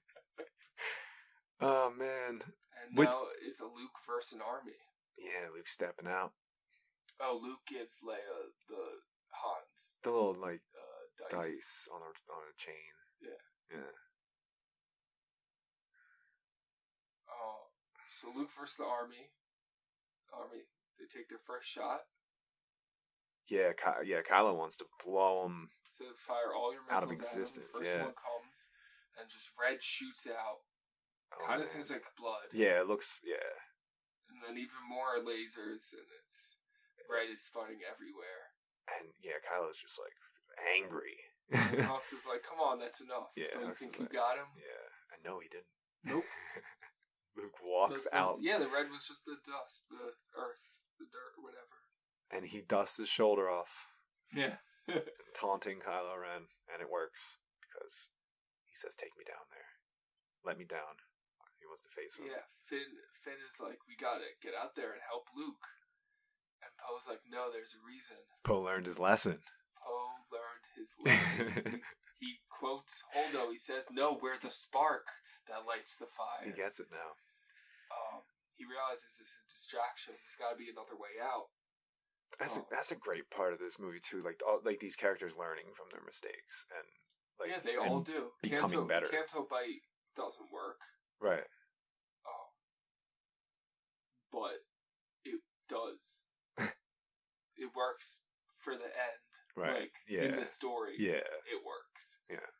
Speaker 1: [laughs]
Speaker 2: [laughs] oh man.
Speaker 1: And
Speaker 2: Which-
Speaker 1: now it's a Luke versus an army.
Speaker 2: Yeah, Luke stepping out.
Speaker 1: Oh, Luke gives Leia the Hans
Speaker 2: The little like
Speaker 1: uh, dice.
Speaker 2: dice, on a on a chain.
Speaker 1: Yeah.
Speaker 2: Yeah.
Speaker 1: Uh, so Luke versus the army. Army. They take their first shot.
Speaker 2: Yeah, Ky- yeah, Kylo wants to blow him.
Speaker 1: So fire all your missiles
Speaker 2: Out of
Speaker 1: At
Speaker 2: existence,
Speaker 1: him. First
Speaker 2: yeah.
Speaker 1: one comes, and just red shoots out.
Speaker 2: Oh,
Speaker 1: kind of
Speaker 2: man.
Speaker 1: seems like blood.
Speaker 2: Yeah, it looks yeah.
Speaker 1: And then even more lasers, and it's red is sputting
Speaker 2: [laughs]
Speaker 1: everywhere.
Speaker 2: And yeah, Kylo's just like angry.
Speaker 1: And
Speaker 2: [laughs] yeah.
Speaker 1: Knox is like, "Come on, that's enough.
Speaker 2: Yeah,
Speaker 1: Don't you
Speaker 2: Knox
Speaker 1: think
Speaker 2: is
Speaker 1: you
Speaker 2: like-
Speaker 1: got him?"
Speaker 2: I know he didn't.
Speaker 1: Nope.
Speaker 2: [laughs] Luke walks
Speaker 1: The- the-
Speaker 2: out
Speaker 1: Yeah, the red was just the dust, the earth, the dirt, whatever.
Speaker 2: and he dusts his shoulder off,
Speaker 1: Yeah.
Speaker 2: taunting Kylo Ren, and it works because he says, "Take me down there. Let me down." He wants to face him.
Speaker 1: Yeah, Finn. Finn is like, we gotta get out there and help Luke. And Poe's like, no, there's a reason.
Speaker 2: Poe learned his lesson.
Speaker 1: Poe learned his
Speaker 2: [laughs]
Speaker 1: lesson. he, he quotes Holdo. He says, "No, we're the spark that lights the
Speaker 2: He
Speaker 1: fire."
Speaker 2: gets it now.
Speaker 1: Um, he realizes this is a distraction. There's got to be another way out.
Speaker 2: That's a,
Speaker 1: Oh.
Speaker 2: that's a great part of this movie too. Like all, like these characters learning from their mistakes and like
Speaker 1: yeah, they
Speaker 2: and-
Speaker 1: all do. Canto,
Speaker 2: becoming better.
Speaker 1: Canto bite doesn't work,
Speaker 2: right.
Speaker 1: um, but it does.
Speaker 2: [laughs]
Speaker 1: it works for the end.
Speaker 2: Right.
Speaker 1: Like
Speaker 2: yeah.
Speaker 1: in the story.
Speaker 2: yeah.
Speaker 1: it works.
Speaker 2: Yeah.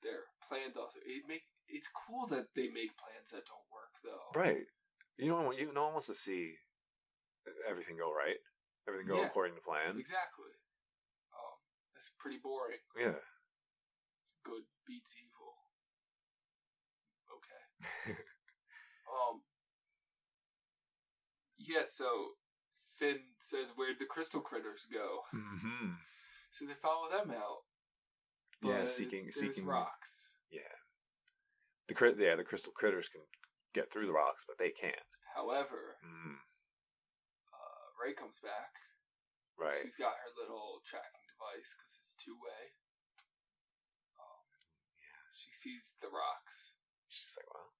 Speaker 1: Their plans also it make it's cool that they make plans that don't work though.
Speaker 2: Right. You don't want you no one wants to see e, everything go right. Everything go
Speaker 1: Yeah.
Speaker 2: according to plan.
Speaker 1: Exactly. Um, that's pretty boring.
Speaker 2: Yeah. [laughs]
Speaker 1: Good beats evil. Okay. Um. Yeah. So Finn says, "Where'd the crystal critters go?"
Speaker 2: hmm
Speaker 1: So they follow them out.
Speaker 2: Yeah,
Speaker 1: but
Speaker 2: seeking-
Speaker 1: there's
Speaker 2: seeking-
Speaker 1: rocks.
Speaker 2: Yeah. The crit yeah, the crystal critters can get through the rocks, but they can't.
Speaker 1: However,
Speaker 2: Mm.
Speaker 1: uh, Ray comes back.
Speaker 2: Right.
Speaker 1: She's got her little tracking device because it's two way. Um, She sees the rocks.
Speaker 2: She's like, well,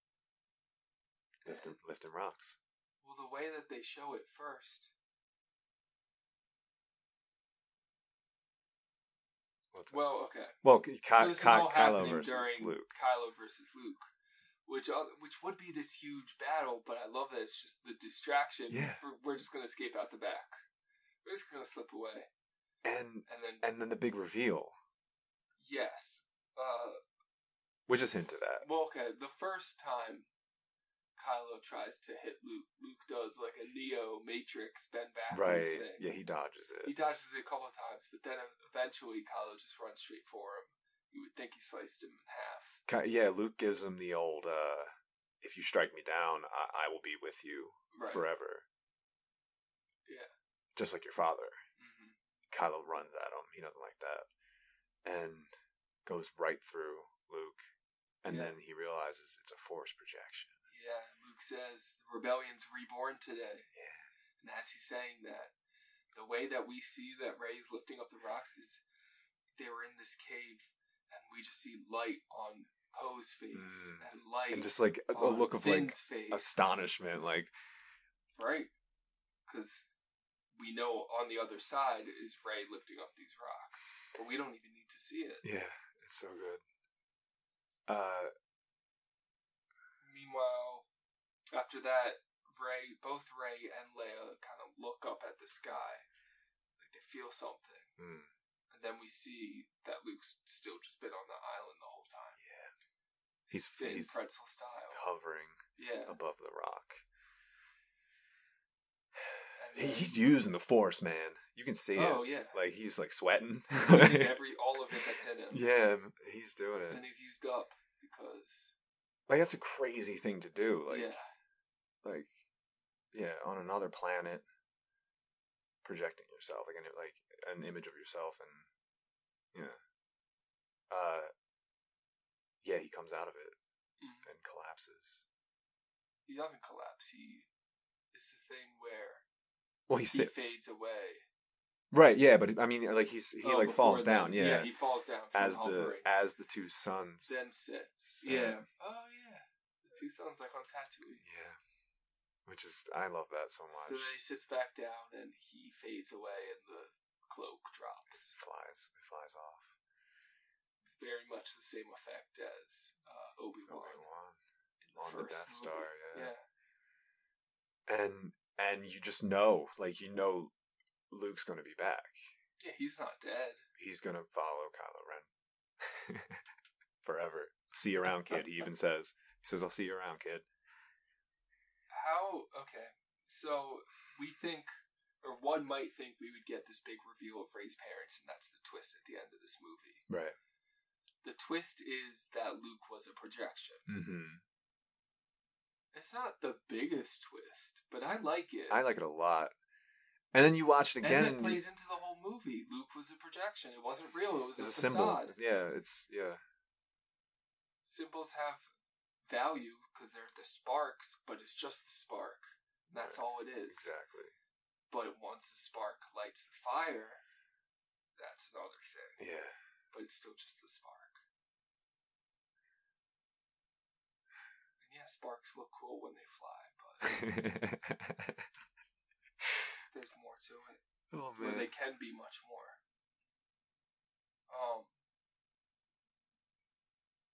Speaker 2: lifting lifting rocks.
Speaker 1: Well, the way that they show it first.
Speaker 2: What's well,
Speaker 1: Well, okay.
Speaker 2: well, Ky-
Speaker 1: so this is
Speaker 2: Ky-
Speaker 1: all
Speaker 2: Kylo
Speaker 1: happening
Speaker 2: versus
Speaker 1: during
Speaker 2: Luke.
Speaker 1: Kylo versus Luke, which uh, which would be this huge battle, but I love that it's just the distraction.
Speaker 2: Yeah.
Speaker 1: We're, we're just gonna escape out the back. We're just gonna slip away,
Speaker 2: And
Speaker 1: and then
Speaker 2: and then the big reveal,
Speaker 1: yes, uh,
Speaker 2: which is hinted at.
Speaker 1: Well, okay. The first time Kylo tries to hit Luke, Luke does like a Neo Matrix bend
Speaker 2: Right.
Speaker 1: backwards thing.
Speaker 2: Yeah, he dodges
Speaker 1: He
Speaker 2: it.
Speaker 1: dodges it a couple of times, but then eventually Kylo just runs straight for him. You would think he sliced him in half.
Speaker 2: Ki- yeah, Luke gives him the old, uh, if you strike me down, I, I will be with you
Speaker 1: Right.
Speaker 2: forever.
Speaker 1: Yeah.
Speaker 2: Just like your father.
Speaker 1: hmm
Speaker 2: Kylo runs at him. He doesn't like that. And goes right through Luke. And
Speaker 1: Yeah.
Speaker 2: then he realizes it's a force projection.
Speaker 1: Yeah. Luke says the rebellion's reborn today,
Speaker 2: Yeah.
Speaker 1: and as he's saying that, the way that we see that Ray's lifting up the rocks is they were in this cave, and we just see light on Poe's face
Speaker 2: Mm.
Speaker 1: and light
Speaker 2: and just like a, a
Speaker 1: on
Speaker 2: look of like
Speaker 1: Finn's face.
Speaker 2: astonishment, like
Speaker 1: right? Because we know on the other side is Ray lifting up these rocks, but we don't even need to see it.
Speaker 2: yeah, it's so good. Uh,
Speaker 1: Meanwhile, after that, Ray, both Ray and Leia, kind of look up at the sky, like they feel something,
Speaker 2: mm,
Speaker 1: and then we see that Luke's still just been on the island the whole time.
Speaker 2: yeah, He's-
Speaker 1: Finn
Speaker 2: he's-
Speaker 1: pretzel style.
Speaker 2: hovering
Speaker 1: Yeah,
Speaker 2: above the rock.
Speaker 1: and
Speaker 2: He-
Speaker 1: then-
Speaker 2: He's using the force, man. You can see
Speaker 1: oh
Speaker 2: it.
Speaker 1: yeah,
Speaker 2: Like he's
Speaker 1: [laughs]
Speaker 2: like sweating. [laughs]
Speaker 1: every all of it that's in him,
Speaker 2: yeah, he's doing it.
Speaker 1: and he's used up because
Speaker 2: Like that's a crazy thing to do. Like
Speaker 1: yeah,
Speaker 2: like yeah on another planet projecting yourself like an, like an image of yourself and yeah uh yeah he comes out of it
Speaker 1: Mhm.
Speaker 2: and collapses
Speaker 1: he doesn't collapse. He it's the thing where
Speaker 2: well he
Speaker 1: he
Speaker 2: sits
Speaker 1: fades away.
Speaker 2: right yeah but i mean like he's he
Speaker 1: Oh,
Speaker 2: like
Speaker 1: before
Speaker 2: falls
Speaker 1: then.
Speaker 2: down yeah,
Speaker 1: he falls down from
Speaker 2: as the
Speaker 1: hovering.
Speaker 2: as the two sons
Speaker 1: then sits.
Speaker 2: So-
Speaker 1: Yeah. Oh yeah. The two sons like on Tatooine.
Speaker 2: yeah which is i love that so much
Speaker 1: So then he sits back down and he fades away and the cloak drops.
Speaker 2: flies it flies off
Speaker 1: Very much the same effect as uh, Obi Wan
Speaker 2: Obi-Wan.
Speaker 1: in
Speaker 2: on the
Speaker 1: first
Speaker 2: Death
Speaker 1: movie.
Speaker 2: Star, yeah.
Speaker 1: yeah.
Speaker 2: and and you just know like you know luke's gonna be back
Speaker 1: Yeah, he's not dead.
Speaker 2: he's gonna follow Kylo Ren [laughs] forever. See you around, kid. He
Speaker 1: [laughs]
Speaker 2: even says, he says, "I'll see you around, kid."
Speaker 1: How okay. So we think or one might think we would get this big reveal of Ray's parents, and that's the twist at the end of this movie.
Speaker 2: Right.
Speaker 1: The twist is that Luke was a projection.
Speaker 2: hmm
Speaker 1: It's not the biggest twist, but I like it.
Speaker 2: I like it a lot. And then you watch it
Speaker 1: and
Speaker 2: again.
Speaker 1: it
Speaker 2: and you-
Speaker 1: plays into the whole movie. Luke was a projection. It wasn't real. It was
Speaker 2: it's a
Speaker 1: a,
Speaker 2: symbol.
Speaker 1: facade.
Speaker 2: Yeah, it's yeah,
Speaker 1: Symbols have value because they're the sparks, but it's just the spark. That's
Speaker 2: Right.
Speaker 1: all it is.
Speaker 2: exactly.
Speaker 1: But once the spark lights the fire, that's another thing.
Speaker 2: Yeah,
Speaker 1: But it's still just the spark. And yeah, sparks look cool when they fly,
Speaker 2: [laughs]
Speaker 1: but there's more to it.
Speaker 2: oh
Speaker 1: where they can be much more. Um,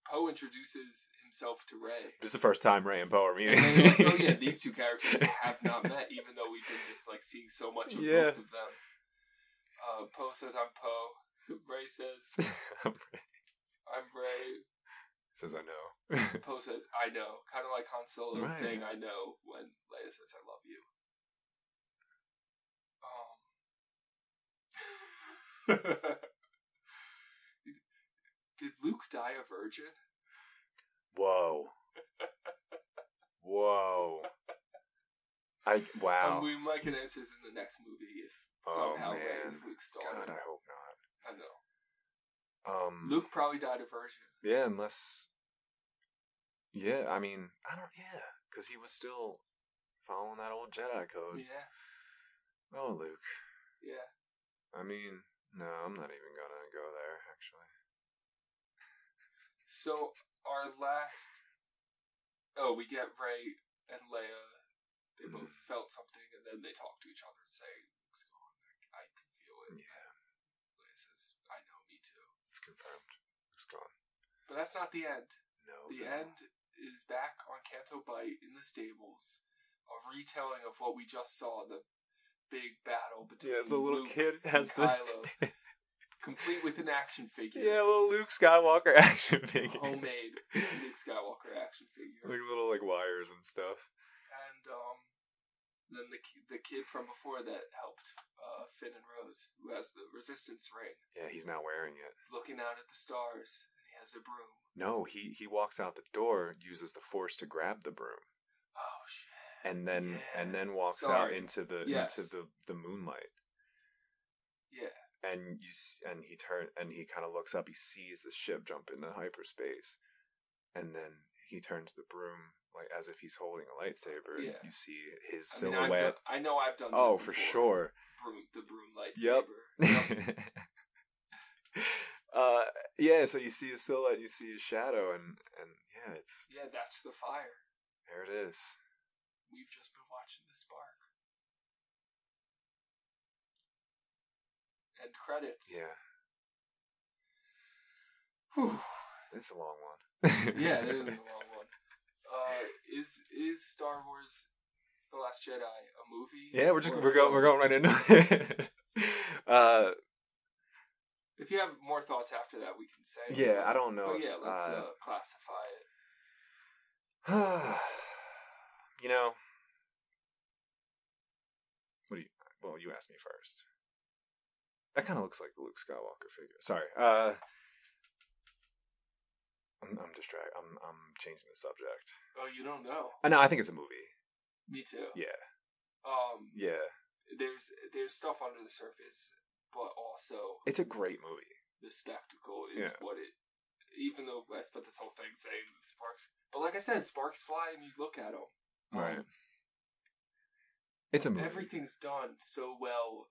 Speaker 1: Poe introduces himself to Ray.
Speaker 2: [laughs] This is the first time Ray and Poe are
Speaker 1: And
Speaker 2: meeting.
Speaker 1: then you're like, [laughs] oh yeah,
Speaker 2: [laughs]
Speaker 1: these two characters have not met, even though we've been just like seeing so much of
Speaker 2: Yeah.
Speaker 1: both of them. Uh, Poe says, "I'm Poe." [laughs] Ray says,
Speaker 2: Ray
Speaker 1: "I'm Ray."
Speaker 2: [laughs] says, "I know."
Speaker 1: Poe says, "I know." Kind of like Han Solo
Speaker 2: Right.
Speaker 1: saying, "I know" when Leia says, "I love you." Um, [laughs] did Luke die a virgin?
Speaker 2: Whoa. Whoa. I wow.
Speaker 1: Um, we might get answers in the next movie if
Speaker 2: Oh,
Speaker 1: somehow Ray
Speaker 2: man.
Speaker 1: is Luke
Speaker 2: God,
Speaker 1: Stalin.
Speaker 2: I hope
Speaker 1: I know.
Speaker 2: not. Um,
Speaker 1: Luke probably died a virgin.
Speaker 2: Yeah, unless. Yeah, I mean, I don't. Yeah, because he was still following that old Jedi code.
Speaker 1: Yeah,
Speaker 2: Oh, Luke.
Speaker 1: yeah.
Speaker 2: I mean, no, I'm not even gonna go there. Actually,
Speaker 1: So our last, oh, we get Ray and Leia. They
Speaker 2: Mm-hmm.
Speaker 1: both felt something, and then they talk to each other and say, "Luke's gone. I, I can feel it."
Speaker 2: yeah,
Speaker 1: Leia says, "I know, me too."
Speaker 2: it's confirmed. Luke's gone.
Speaker 1: But that's not the end.
Speaker 2: No.
Speaker 1: The
Speaker 2: no.
Speaker 1: end is back on Canto Bite in the stables, a retelling of what we just saw the big battle between
Speaker 2: Yeah, the little
Speaker 1: Luke
Speaker 2: kid
Speaker 1: and
Speaker 2: has the.
Speaker 1: Kylo, complete with an action figure,
Speaker 2: [laughs] yeah, little Luke Skywalker [laughs] action figure. [laughs]
Speaker 1: homemade Luke Skywalker action figure,
Speaker 2: Like little like wires and stuff.
Speaker 1: and um, then the ki- the kid from before that helped uh, Finn and Rose, who has the Resistance ring,
Speaker 2: Yeah, he's not wearing it.
Speaker 1: is looking out at the stars, and he has a broom.
Speaker 2: No, he he walks out the door, uses the force to grab the broom.
Speaker 1: Oh shit!
Speaker 2: and then
Speaker 1: Yeah.
Speaker 2: and then walks out
Speaker 1: Sorry.
Speaker 2: into the
Speaker 1: Yes.
Speaker 2: into the the moonlight
Speaker 1: Yeah,
Speaker 2: and you s- and he turn and he kind of looks up he sees the ship jump into hyperspace and then he turns the broom like as if he's holding a lightsaber and
Speaker 1: Yeah.
Speaker 2: you see his
Speaker 1: I mean, I've done,
Speaker 2: silhouette
Speaker 1: I know I've done. [laughs]
Speaker 2: oh
Speaker 1: that
Speaker 2: for
Speaker 1: before.
Speaker 2: sure [laughs]
Speaker 1: broom, the broom lightsaber.
Speaker 2: Yep. uh yeah, so you see his silhouette, you see his shadow, and and yeah, it's
Speaker 1: Yeah, that's the fire.
Speaker 2: there. It is.
Speaker 1: We've just been watching the spark. And credits.
Speaker 2: Yeah,
Speaker 1: Whew.
Speaker 2: it's a long one. [laughs]
Speaker 1: yeah, it is a long one. Uh, is is Star Wars: The Last Jedi a movie?
Speaker 2: Yeah, we're just
Speaker 1: or a
Speaker 2: we're going
Speaker 1: film?
Speaker 2: we're going right into [laughs] it. uh,
Speaker 1: If you have more thoughts after that, we can say. it.
Speaker 2: yeah, I don't know.
Speaker 1: But
Speaker 2: if,
Speaker 1: yeah, let's
Speaker 2: uh,
Speaker 1: uh, classify it.
Speaker 2: [sighs] you know, what do you? Well, you asked me first. That kind of looks like the Luke Skywalker figure. Sorry. Uh, I'm, I'm distracted. I'm I'm changing the subject.
Speaker 1: Oh, you don't know.
Speaker 2: Uh, no, I think it's a movie.
Speaker 1: Me too.
Speaker 2: Yeah,
Speaker 1: Um,
Speaker 2: yeah.
Speaker 1: there's there's stuff under the surface, but also
Speaker 2: It's a great movie.
Speaker 1: the spectacle is
Speaker 2: Yeah.
Speaker 1: what it. Even though I spent this whole thing saying the sparks, but like I said, sparks fly and you look at Um, them.
Speaker 2: Right. Um, It's a movie.
Speaker 1: everything's done so well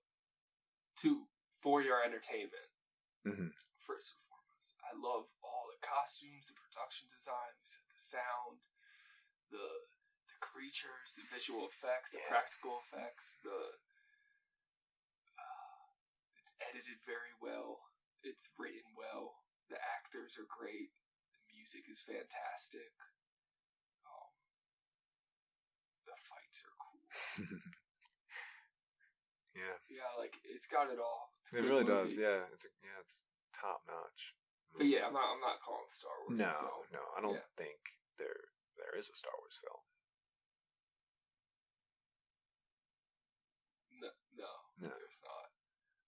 Speaker 1: to for your entertainment.
Speaker 2: Mhm.
Speaker 1: First and foremost, I love all the costumes, the production designs, the sound, the the creatures, the visual effects, the
Speaker 2: Yeah.
Speaker 1: practical effects. The uh, it's edited very well. It's written well. The actors are great. The music is fantastic. Um, the fights are cool.
Speaker 2: [laughs] yeah,
Speaker 1: Yeah, like it's got it all. It's a
Speaker 2: it
Speaker 1: good
Speaker 2: really
Speaker 1: movie.
Speaker 2: does. Yeah, it's a, yeah, it's top notch.
Speaker 1: But yeah, I'm not. I'm not calling Star Wars. a
Speaker 2: No,
Speaker 1: film.
Speaker 2: no, I don't
Speaker 1: Yeah.
Speaker 2: think there there is a Star Wars film.
Speaker 1: no, no,
Speaker 2: No.
Speaker 1: There's not.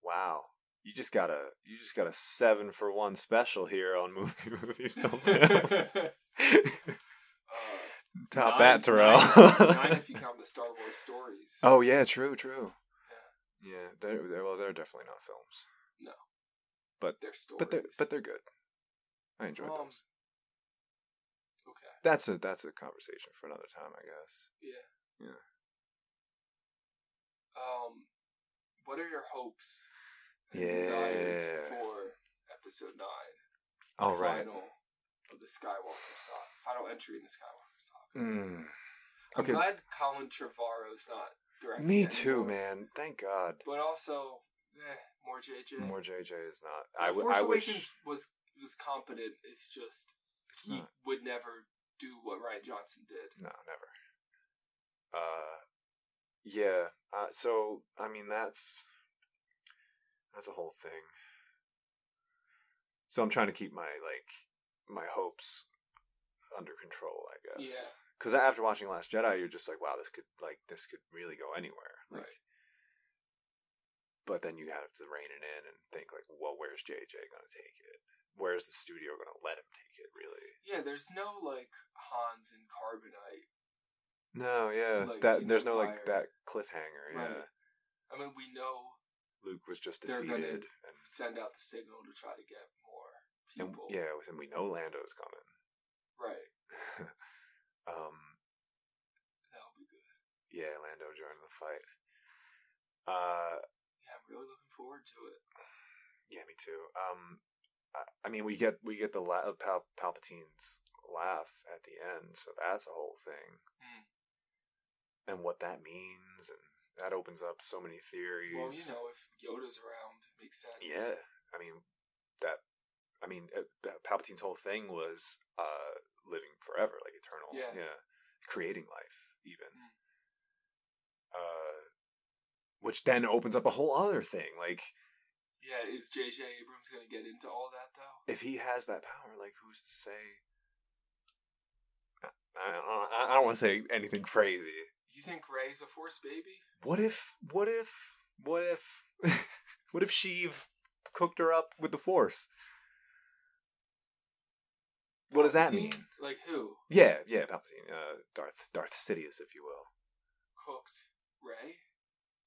Speaker 2: Wow. You just got a you just got a seven for one special here on movie [laughs]
Speaker 1: [laughs]
Speaker 2: movie film. Top
Speaker 1: Uh,
Speaker 2: that,
Speaker 1: nine-
Speaker 2: Terrell. [laughs]
Speaker 1: Nine, nine if you count the Star Wars stories.
Speaker 2: oh yeah, true, true. Yeah, they're, they're well, they're definitely not films,
Speaker 1: They're stories.
Speaker 2: but they're but they're good. I enjoyed
Speaker 1: Um,
Speaker 2: those.
Speaker 1: okay.
Speaker 2: That's a that's a conversation for another time, I guess.
Speaker 1: Yeah.
Speaker 2: Yeah.
Speaker 1: Um, what are your hopes and desires
Speaker 2: Yeah.
Speaker 1: for episode nine?
Speaker 2: All
Speaker 1: the
Speaker 2: right.
Speaker 1: Final of the Skywalker saga. Final entry in the Skywalker saga.
Speaker 2: Mm.
Speaker 1: I'm
Speaker 2: Okay.
Speaker 1: glad Colin Trevorrow's not directing.
Speaker 2: Me too,
Speaker 1: anymore.
Speaker 2: man. Thank God.
Speaker 1: But also, eh, more JJ.
Speaker 2: More JJ is not.
Speaker 1: I
Speaker 2: I, w-
Speaker 1: Force
Speaker 2: I
Speaker 1: Awakens
Speaker 2: wish
Speaker 1: was was competent. It's just
Speaker 2: it's
Speaker 1: he
Speaker 2: not.
Speaker 1: would never do what Ryan Johnson did.
Speaker 2: No, never. Uh, yeah. Uh, so I mean, that's that's a whole thing. So I'm trying to keep my like my hopes under control, I guess.
Speaker 1: Yeah.
Speaker 2: Because after watching Last Jedi, you're just like, wow, this could like this could really go anywhere. Like,
Speaker 1: Right.
Speaker 2: But then you have to rein it in and think like, well, where's JJ gonna take it? Where's the studio gonna let him take it? Really?
Speaker 1: Yeah, there's no like Hans and Carbonite.
Speaker 2: No, yeah.
Speaker 1: Like, you
Speaker 2: that
Speaker 1: know,
Speaker 2: there's no
Speaker 1: fire.
Speaker 2: like that cliffhanger. Yeah.
Speaker 1: Right. I mean, we know
Speaker 2: Luke was just
Speaker 1: They're
Speaker 2: defeated,
Speaker 1: gonna-
Speaker 2: and,
Speaker 1: send out the signal to try to get more
Speaker 2: and
Speaker 1: people.
Speaker 2: yeah, and we know Lando's coming.
Speaker 1: right.
Speaker 2: um,
Speaker 1: That'll be good.
Speaker 2: yeah, Lando joined the fight. Uh,
Speaker 1: Yeah, I'm really looking forward to it.
Speaker 2: yeah, me too. Um, I, I mean, we get we get the la- uh, Pal- Palpatine's laugh at the end, so that's a whole thing,
Speaker 1: Hmm.
Speaker 2: and what that means, and that opens up so many theories.
Speaker 1: Well, you know, if Yoda's around, it makes sense.
Speaker 2: Yeah, I mean that. I mean, uh, Pa- Palpatine's whole thing was uh, living forever, like eternal.
Speaker 1: Yeah.
Speaker 2: creating life, even.
Speaker 1: Mm.
Speaker 2: Uh, which then opens up a whole other thing. Like,
Speaker 1: Yeah, is JJ Abrams going to get into all that though?
Speaker 2: if he has that power, like, who's to say? I, I don't- I, I don't want to say anything crazy.
Speaker 1: You think Ray's a Force baby?
Speaker 2: What if? What if? What if? [laughs] what if Sheev cooked her up with the Force? What does that mean?
Speaker 1: Palpatine? Like who
Speaker 2: Yeah, yeah, Palpatine, uh, Darth, Darth Sidious, if you will.
Speaker 1: cooked Ray?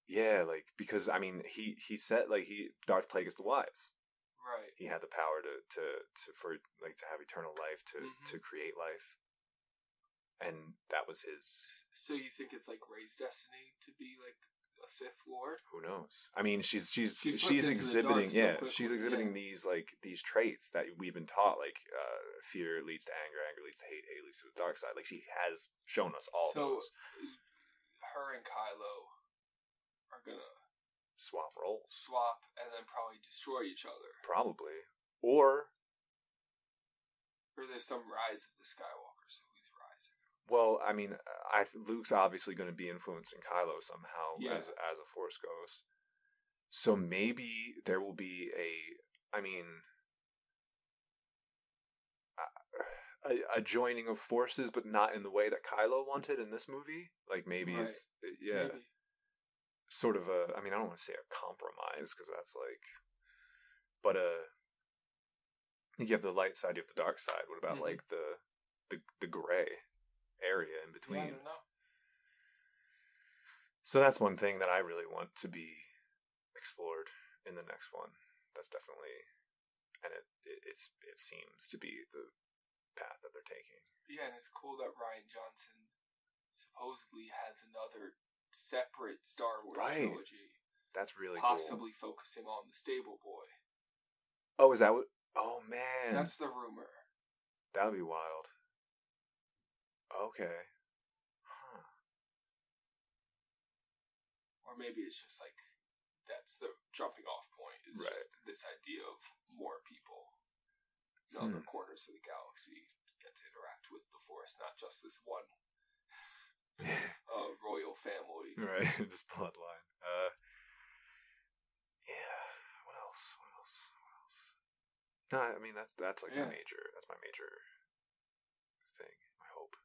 Speaker 2: Yeah, like because I mean, he he said like he Darth Plagueis the Wise.
Speaker 1: Right.
Speaker 2: He had the power to to to for like to have eternal life to
Speaker 1: Mhm.
Speaker 2: to create life, and that was his.
Speaker 1: So you think it's like Ray's destiny to be like a Sith Lord?
Speaker 2: Who knows? I mean, she's she's
Speaker 1: She
Speaker 2: she's,
Speaker 1: slipped into the dark
Speaker 2: exhibiting
Speaker 1: so
Speaker 2: yeah,
Speaker 1: quickly,
Speaker 2: she's
Speaker 1: yeah.
Speaker 2: exhibiting these like these traits that we've been taught like uh, fear leads to anger, anger leads to hate, hate leads to the dark side. Like she has shown us all
Speaker 1: So- uh,
Speaker 2: those
Speaker 1: Her and Kylo are gonna
Speaker 2: swamp roles
Speaker 1: swap and then probably destroy each other.
Speaker 2: probably or
Speaker 1: Or there's some rise of the Skywalkers who's rising.
Speaker 2: Well, I mean, I th- Luke's obviously going to be influencing Kylo somehow
Speaker 1: Yeah.
Speaker 2: as as a Force ghost. So maybe there will be a, I mean, a- a, a joining of forces, but not in the way that Kylo wanted in this movie. Like maybe
Speaker 1: Right.
Speaker 2: it's yeah,
Speaker 1: Maybe.
Speaker 2: sort of a. I mean, I don't want to say a compromise because that's like, but a. You have the light side, you have the dark side. What about
Speaker 1: Mhm.
Speaker 2: like the, the the gray area in between?
Speaker 1: Yeah, I don't know.
Speaker 2: So that's one thing that I really want to be explored in the next one. That's definitely, and it, it it's it seems to be the path that they're taking.
Speaker 1: Yeah, and it's cool that Ryan Johnson supposedly has another separate Star Wars
Speaker 2: Right.
Speaker 1: trilogy,
Speaker 2: That's really cool.
Speaker 1: possibly focusing on the Stable Boy.
Speaker 2: Oh, is that what? Oh man,
Speaker 1: That's the rumor.
Speaker 2: that would be wild. Okay. Huh.
Speaker 1: or maybe it's just like that's the jumping off point is
Speaker 2: Right.
Speaker 1: just this idea of more people in
Speaker 2: Hmm.
Speaker 1: other corners of the galaxy get to interact with the force not just this
Speaker 2: [laughs]
Speaker 1: one uh, royal family
Speaker 2: Right, [laughs] this bloodline. Uh, yeah. What else? What else? What else? No, I mean that's that's like
Speaker 1: Yeah.
Speaker 2: my major. That's my major thing. I hope.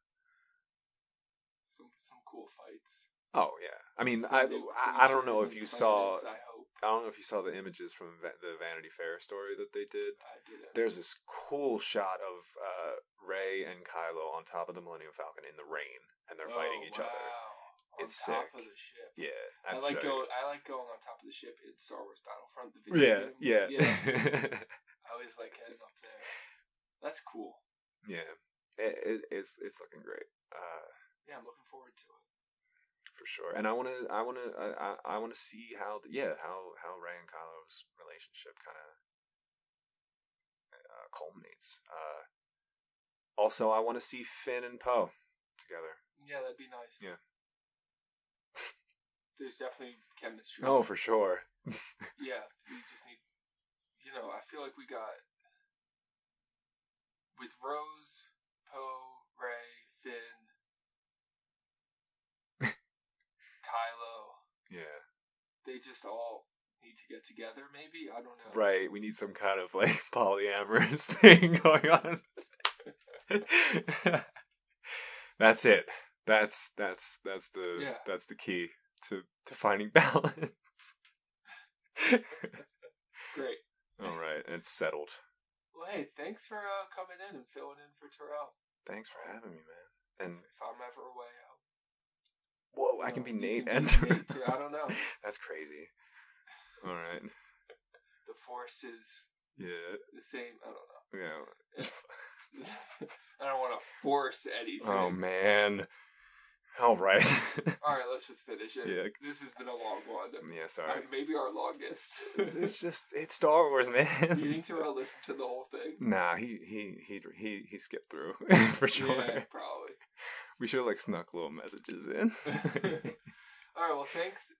Speaker 1: some some cool fights
Speaker 2: Oh yeah. I mean,
Speaker 1: Some
Speaker 2: I,
Speaker 1: new
Speaker 2: I I don't know
Speaker 1: creatures
Speaker 2: if
Speaker 1: and
Speaker 2: you saw.
Speaker 1: planets, i hope
Speaker 2: I don't know if you saw the images from Va- the Vanity Fair story that they did.
Speaker 1: i didn't
Speaker 2: There's this cool shot of uh, Ray and Kylo on top of the Millennium Falcon in the rain, and they're fighting
Speaker 1: Oh,
Speaker 2: each other.
Speaker 1: wow.
Speaker 2: It's
Speaker 1: on top
Speaker 2: sick.
Speaker 1: of the ship
Speaker 2: Yeah,
Speaker 1: I
Speaker 2: I have to
Speaker 1: like
Speaker 2: show you.
Speaker 1: [laughs] going. I like going on top of the ship in Star Wars Battlefront. The
Speaker 2: Yeah,
Speaker 1: video
Speaker 2: yeah,
Speaker 1: game.
Speaker 2: [laughs] yeah.
Speaker 1: I always like getting up there. That's cool.
Speaker 2: It, it, it's it's looking great. Uh,
Speaker 1: Yeah, I'm looking forward to it.
Speaker 2: for sure. And I want to, I want to, I, I- I want to see how, the, yeah, how how Ray and Kylo's relationship kind of uh, culminates. Uh, also, I want to see Finn and Poe together.
Speaker 1: Yeah, that'd be nice.
Speaker 2: Yeah.
Speaker 1: [laughs] There's definitely chemistry.
Speaker 2: Oh, for sure.
Speaker 1: yeah. We just need, you know, I feel like we got with Rose, Poe, Ray,
Speaker 2: [laughs]
Speaker 1: Finn, Kylo.
Speaker 2: Yeah.
Speaker 1: They just all need to get together. Maybe I don't know.
Speaker 2: Right. We need some kind of like [laughs] polyamorous [laughs] thing going on. [laughs] that's it. That's that's that's the
Speaker 1: Yeah.
Speaker 2: that's the key to to finding [laughs] balance.
Speaker 1: Great.
Speaker 2: All right, it's settled.
Speaker 1: Well, hey, thanks for uh, coming in and filling in for Terrell.
Speaker 2: Thanks for having me, man. And
Speaker 1: If I'm ever away, I hope
Speaker 2: whoa,
Speaker 1: you
Speaker 2: I can
Speaker 1: know,
Speaker 2: be
Speaker 1: you
Speaker 2: Nate
Speaker 1: can
Speaker 2: and
Speaker 1: be Nate too.
Speaker 2: [laughs]
Speaker 1: I don't know.
Speaker 2: That's crazy. All right.
Speaker 1: The force is
Speaker 2: Yeah.
Speaker 1: the same. I don't know. [laughs]
Speaker 2: Yeah. [laughs]
Speaker 1: I don't want to force anything.
Speaker 2: oh man. All right. [laughs]
Speaker 1: All right, let's just finish it.
Speaker 2: Yeah.
Speaker 1: This has been a long one.
Speaker 2: yeah.
Speaker 1: Uh,
Speaker 2: Sorry.
Speaker 1: maybe our longest.
Speaker 2: It's- it's just it's Star Wars, [laughs] man.
Speaker 1: [laughs] you need to uh, listen to the whole
Speaker 2: [laughs]
Speaker 1: thing.
Speaker 2: Nah, he he he he he skipped through [laughs] for sure.
Speaker 1: Yeah, probably. [laughs]
Speaker 2: We should have like snuck little messages in.
Speaker 1: Oh. All right, well, thanks.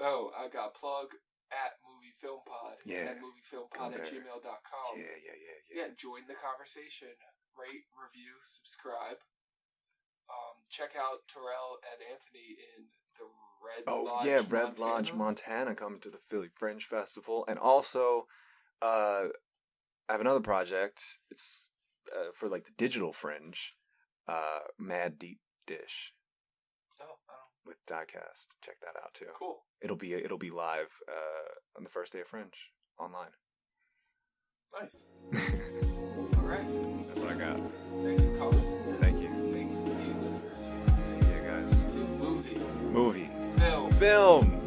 Speaker 1: Oh, I got plug at Movie Film Pod.
Speaker 2: Yeah,
Speaker 1: At moviefilmpod
Speaker 2: go
Speaker 1: at
Speaker 2: there.
Speaker 1: gmail.com.
Speaker 2: [laughs] yeah, yeah, yeah,
Speaker 1: yeah, join the conversation. Rate, review, subscribe. Um, check out Terrell and Anthony in the Red
Speaker 2: Oh
Speaker 1: Lodge.
Speaker 2: yeah, Red Lodge
Speaker 1: Montana.
Speaker 2: Montana coming to the Philly Fringe Festival, and also uh, I have another project. It's uh, for like the digital fringe, uh, Mad Deep Dish
Speaker 1: Oh, oh,
Speaker 2: with Diecast. Check that out too.
Speaker 1: cool.
Speaker 2: It'll be it'll be live uh, on the first day of Fringe online. [laughs]
Speaker 1: Nice. All right.
Speaker 2: That's what I got.
Speaker 1: Thanks for calling.
Speaker 2: Thank you.
Speaker 1: Thank you, listeners, for listening
Speaker 2: Yeah, guys.
Speaker 1: to Movie
Speaker 2: Movie,
Speaker 1: Film.
Speaker 2: film.